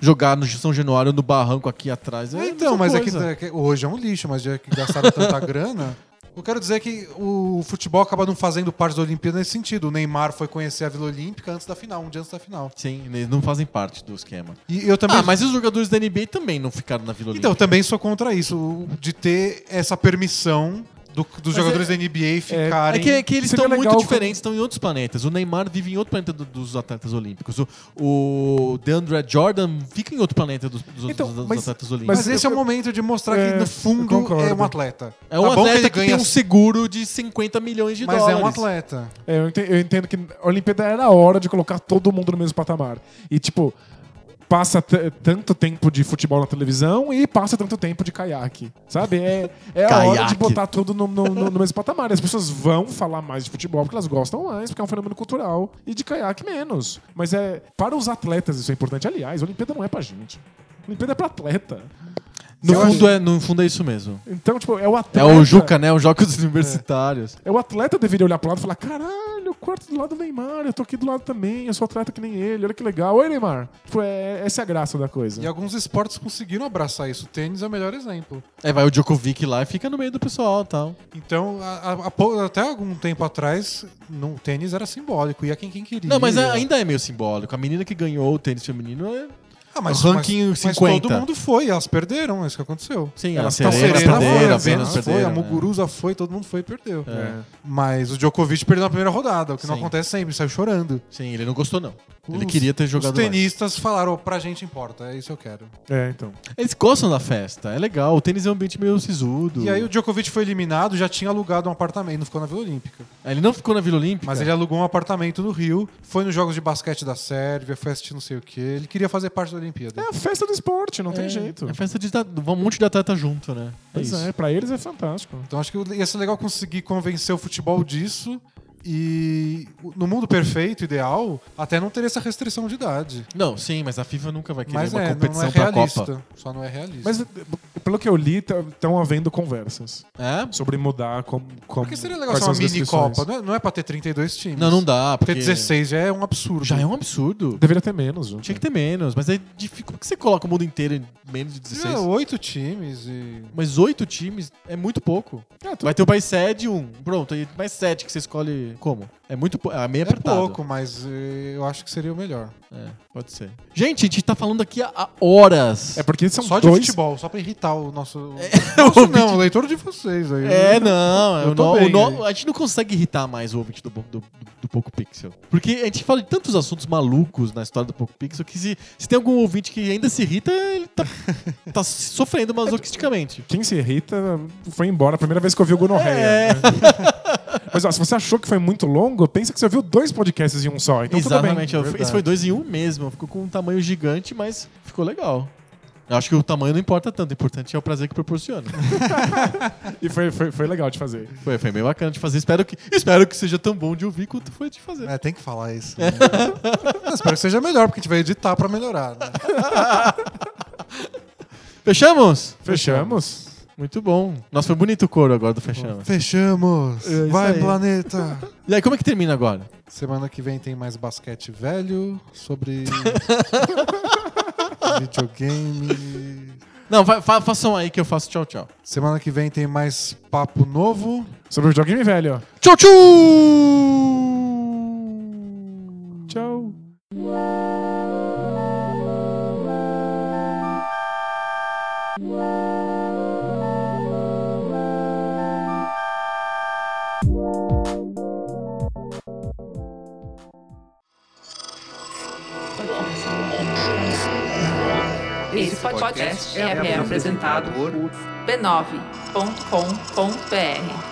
Speaker 1: jogar no São Januário no barranco aqui atrás.
Speaker 2: É,
Speaker 1: É
Speaker 2: então, mas é que,
Speaker 1: coisa.
Speaker 2: é que hoje é um lixo, mas já que gastaram tanta grana. Eu quero dizer que o futebol acaba não fazendo parte da Olimpíada nesse sentido. O Neymar foi conhecer a Vila Olímpica antes da final, um dia antes da final.
Speaker 1: Sim, eles não fazem parte do esquema.
Speaker 2: E eu também.
Speaker 1: Ah, mas os jogadores da NBA também não ficaram na Vila
Speaker 2: Então, eu
Speaker 1: Olímpica.
Speaker 2: também sou contra isso, o- de ter essa permissão do- dos jogadores da NBA
Speaker 1: É
Speaker 2: ficarem.
Speaker 1: que, é que eles
Speaker 3: Seria
Speaker 1: estão muito
Speaker 3: legal
Speaker 1: diferentes, estão em outros planetas. O Neymar vive em outro planeta do- dos atletas olímpicos. O, o DeAndre Jordan fica em outro planeta dos, dos,
Speaker 3: Então,
Speaker 1: dos- dos
Speaker 3: mas-
Speaker 1: atletas
Speaker 2: Mas,
Speaker 1: olímpicos.
Speaker 3: Mas
Speaker 2: esse
Speaker 3: eu-
Speaker 2: é o momento de mostrar
Speaker 3: É,
Speaker 2: que, no
Speaker 3: eu
Speaker 2: fundo,
Speaker 3: concordo.
Speaker 2: é um atleta.
Speaker 1: é um
Speaker 2: Tá bom
Speaker 1: atleta
Speaker 2: ele
Speaker 1: que, tem um seguro de 50 milhões de
Speaker 2: Mas
Speaker 1: dólares.
Speaker 2: é um atleta.
Speaker 3: É, eu, entendo, eu entendo que a Olimpíada era a hora de colocar todo mundo no mesmo patamar. E, tipo, passa t- tanto tempo de futebol na televisão e passa tanto tempo de caiaque. Sabe? É, é a hora de
Speaker 1: Caiaque.
Speaker 3: botar tudo no, no- no- no mesmo patamar. E As pessoas vão falar mais de futebol porque elas gostam mais, porque é um fenômeno cultural. E de caiaque menos. Mas é para os atletas isso é importante. Aliás, a Olimpíada não é pra gente. A Olimpíada é pra atleta.
Speaker 1: No,
Speaker 3: Eu
Speaker 1: fundo
Speaker 3: acho-
Speaker 1: é, no fundo é isso mesmo.
Speaker 3: Então, tipo, é o
Speaker 1: É
Speaker 3: atleta.
Speaker 1: o Juca, né? Os Jogos Universitários.
Speaker 3: É o atleta deveria olhar pro lado e falar: caralho, o quarto do lado do Neymar, eu tô aqui do lado também, eu sou atleta que nem ele, olha que legal. Oi, Neymar. Tipo, é, essa é a graça da coisa.
Speaker 2: E alguns esportes conseguiram abraçar isso. O tênis é o melhor exemplo.
Speaker 1: Aí É, vai o Djokovic lá e fica no meio do pessoal e tal.
Speaker 2: Então, a- a- a pou- até algum tempo atrás, no tênis era simbólico, ia quem, quem queria.
Speaker 1: Não, mas a- ainda é meio simbólico. A menina que ganhou o tênis feminino é.
Speaker 2: Ah,
Speaker 1: ranking 50.
Speaker 2: todo mundo foi, elas perderam, é isso que aconteceu.
Speaker 1: Sim,
Speaker 3: Ela
Speaker 1: a
Speaker 3: tá
Speaker 1: Serena,
Speaker 3: Serena
Speaker 1: perderam,
Speaker 2: foi, a
Speaker 1: a Venus
Speaker 2: Venus foi,
Speaker 1: perderam,
Speaker 2: a
Speaker 1: né?
Speaker 2: Muguruza foi, todo mundo foi e perdeu.
Speaker 3: É.
Speaker 2: Mas o Djokovic perdeu na primeira rodada, o que não
Speaker 1: Sim.
Speaker 2: acontece sempre, saiu chorando.
Speaker 1: Sim, ele não gostou, não. ele
Speaker 2: Os-
Speaker 1: queria ter jogado
Speaker 2: Os
Speaker 1: mais.
Speaker 2: tenistas falaram, "Ó, pra gente importa, é isso que eu quero.
Speaker 3: É, então.
Speaker 1: Eles gostam da festa, é legal. O tênis é um ambiente meio sisudo.
Speaker 2: E aí o Djokovic foi eliminado, já tinha alugado um apartamento, não ficou na Vila Olímpica.
Speaker 1: Ele não ficou na Vila Olímpica.
Speaker 2: Mas ele alugou um apartamento no Rio, foi nos jogos de basquete da Sérvia, foi assistir não sei o quê. Ele queria fazer parte da Olimpíada.
Speaker 3: É a festa do esporte, não tem jeito.
Speaker 1: É festa de da- um monte de atleta junto, né? É
Speaker 3: Pois
Speaker 1: isso.
Speaker 3: é, pra eles é fantástico.
Speaker 2: Então acho que ia ser legal conseguir convencer o futebol disso. E no mundo perfeito, ideal, até não teria essa restrição de idade.
Speaker 1: Não, sim, mas a FIFA nunca vai querer
Speaker 2: Mas
Speaker 1: uma
Speaker 2: é, não
Speaker 1: competição
Speaker 2: é
Speaker 1: pra Copa.
Speaker 2: realista. Só não é realista.
Speaker 3: Mas eh, pelo que eu li, estão havendo conversas
Speaker 1: É?
Speaker 3: sobre mudar como. como
Speaker 2: porque seria legal
Speaker 3: quais
Speaker 2: ser
Speaker 3: são
Speaker 2: uma
Speaker 3: as
Speaker 2: mini
Speaker 3: restrições.
Speaker 2: Copa. Não é, não é pra ter 32 times.
Speaker 1: Não, não dá, porque
Speaker 2: Ter 16 já é um absurdo.
Speaker 1: já é um absurdo.
Speaker 3: Deveria ter menos, gente.
Speaker 1: Tinha que ter menos, mas aí dific- como é que você coloca o mundo inteiro em menos de 16?
Speaker 2: É, oito times e.
Speaker 1: Mas oito times é muito pouco.
Speaker 3: É, tu-
Speaker 1: Vai ter o mais sete e um. Pronto, aí mais sete que você escolhe como? É muito pouco. É meio
Speaker 2: É
Speaker 1: apertado.
Speaker 2: pouco, mas eh, eu acho que seria o melhor.
Speaker 1: É, pode ser. Gente, a gente tá falando aqui há há horas.
Speaker 3: É porque são
Speaker 2: Só de
Speaker 3: dois.
Speaker 2: futebol, só pra irritar o nosso. Nosso não, o leitor de vocês aí.
Speaker 1: É, não. é
Speaker 2: Eu
Speaker 1: o
Speaker 2: tô
Speaker 1: no-
Speaker 2: bem,
Speaker 1: o no-
Speaker 2: né?
Speaker 1: a gente não consegue irritar mais o ouvinte do, Bo- do, do- do Poco Pixel. Porque a gente fala de tantos assuntos malucos na história do Poco Pixel que se, se tem algum ouvinte que ainda se irrita, ele tá, tá sofrendo masoquisticamente.
Speaker 3: Quem se irrita foi embora. A primeira vez que eu vi o Gonorreia.
Speaker 1: É.
Speaker 3: né? Mas ó, se você achou que foi muito longo, pensa que você ouviu dois podcasts em um só. Então tudo bem.
Speaker 1: é Exatamente. eu-
Speaker 2: verdade.
Speaker 1: esse foi dois em um mesmo. Ficou com um tamanho gigante, mas ficou legal. Eu acho que o tamanho não importa tanto, o importante é o prazer que proporciona.
Speaker 3: E foi, foi, foi legal de fazer.
Speaker 1: Foi, foi bem bacana de fazer. Espero que, espero que seja tão bom de ouvir quanto foi de fazer.
Speaker 2: É, tem que falar isso. né? Mas espero que seja melhor, porque a gente vai editar pra melhorar. né?
Speaker 1: Fechamos?
Speaker 3: Fechamos.
Speaker 1: Muito bom. Nossa, foi bonito o coro agora do Fechamos.
Speaker 2: Fechamos!
Speaker 1: É isso
Speaker 2: vai,
Speaker 1: aí.
Speaker 2: planeta!
Speaker 1: E aí, como é que termina agora?
Speaker 2: Semana que vem tem mais basquete velho sobre. videogame.
Speaker 1: Não, fa- fa- façam aí que eu faço tchau, tchau.
Speaker 2: Semana que vem tem mais papo novo.
Speaker 3: Sobre o videogame velho.
Speaker 1: Tchau, tchau!
Speaker 3: Tchau.
Speaker 4: Esse podcast é apresentado por b9.com.br.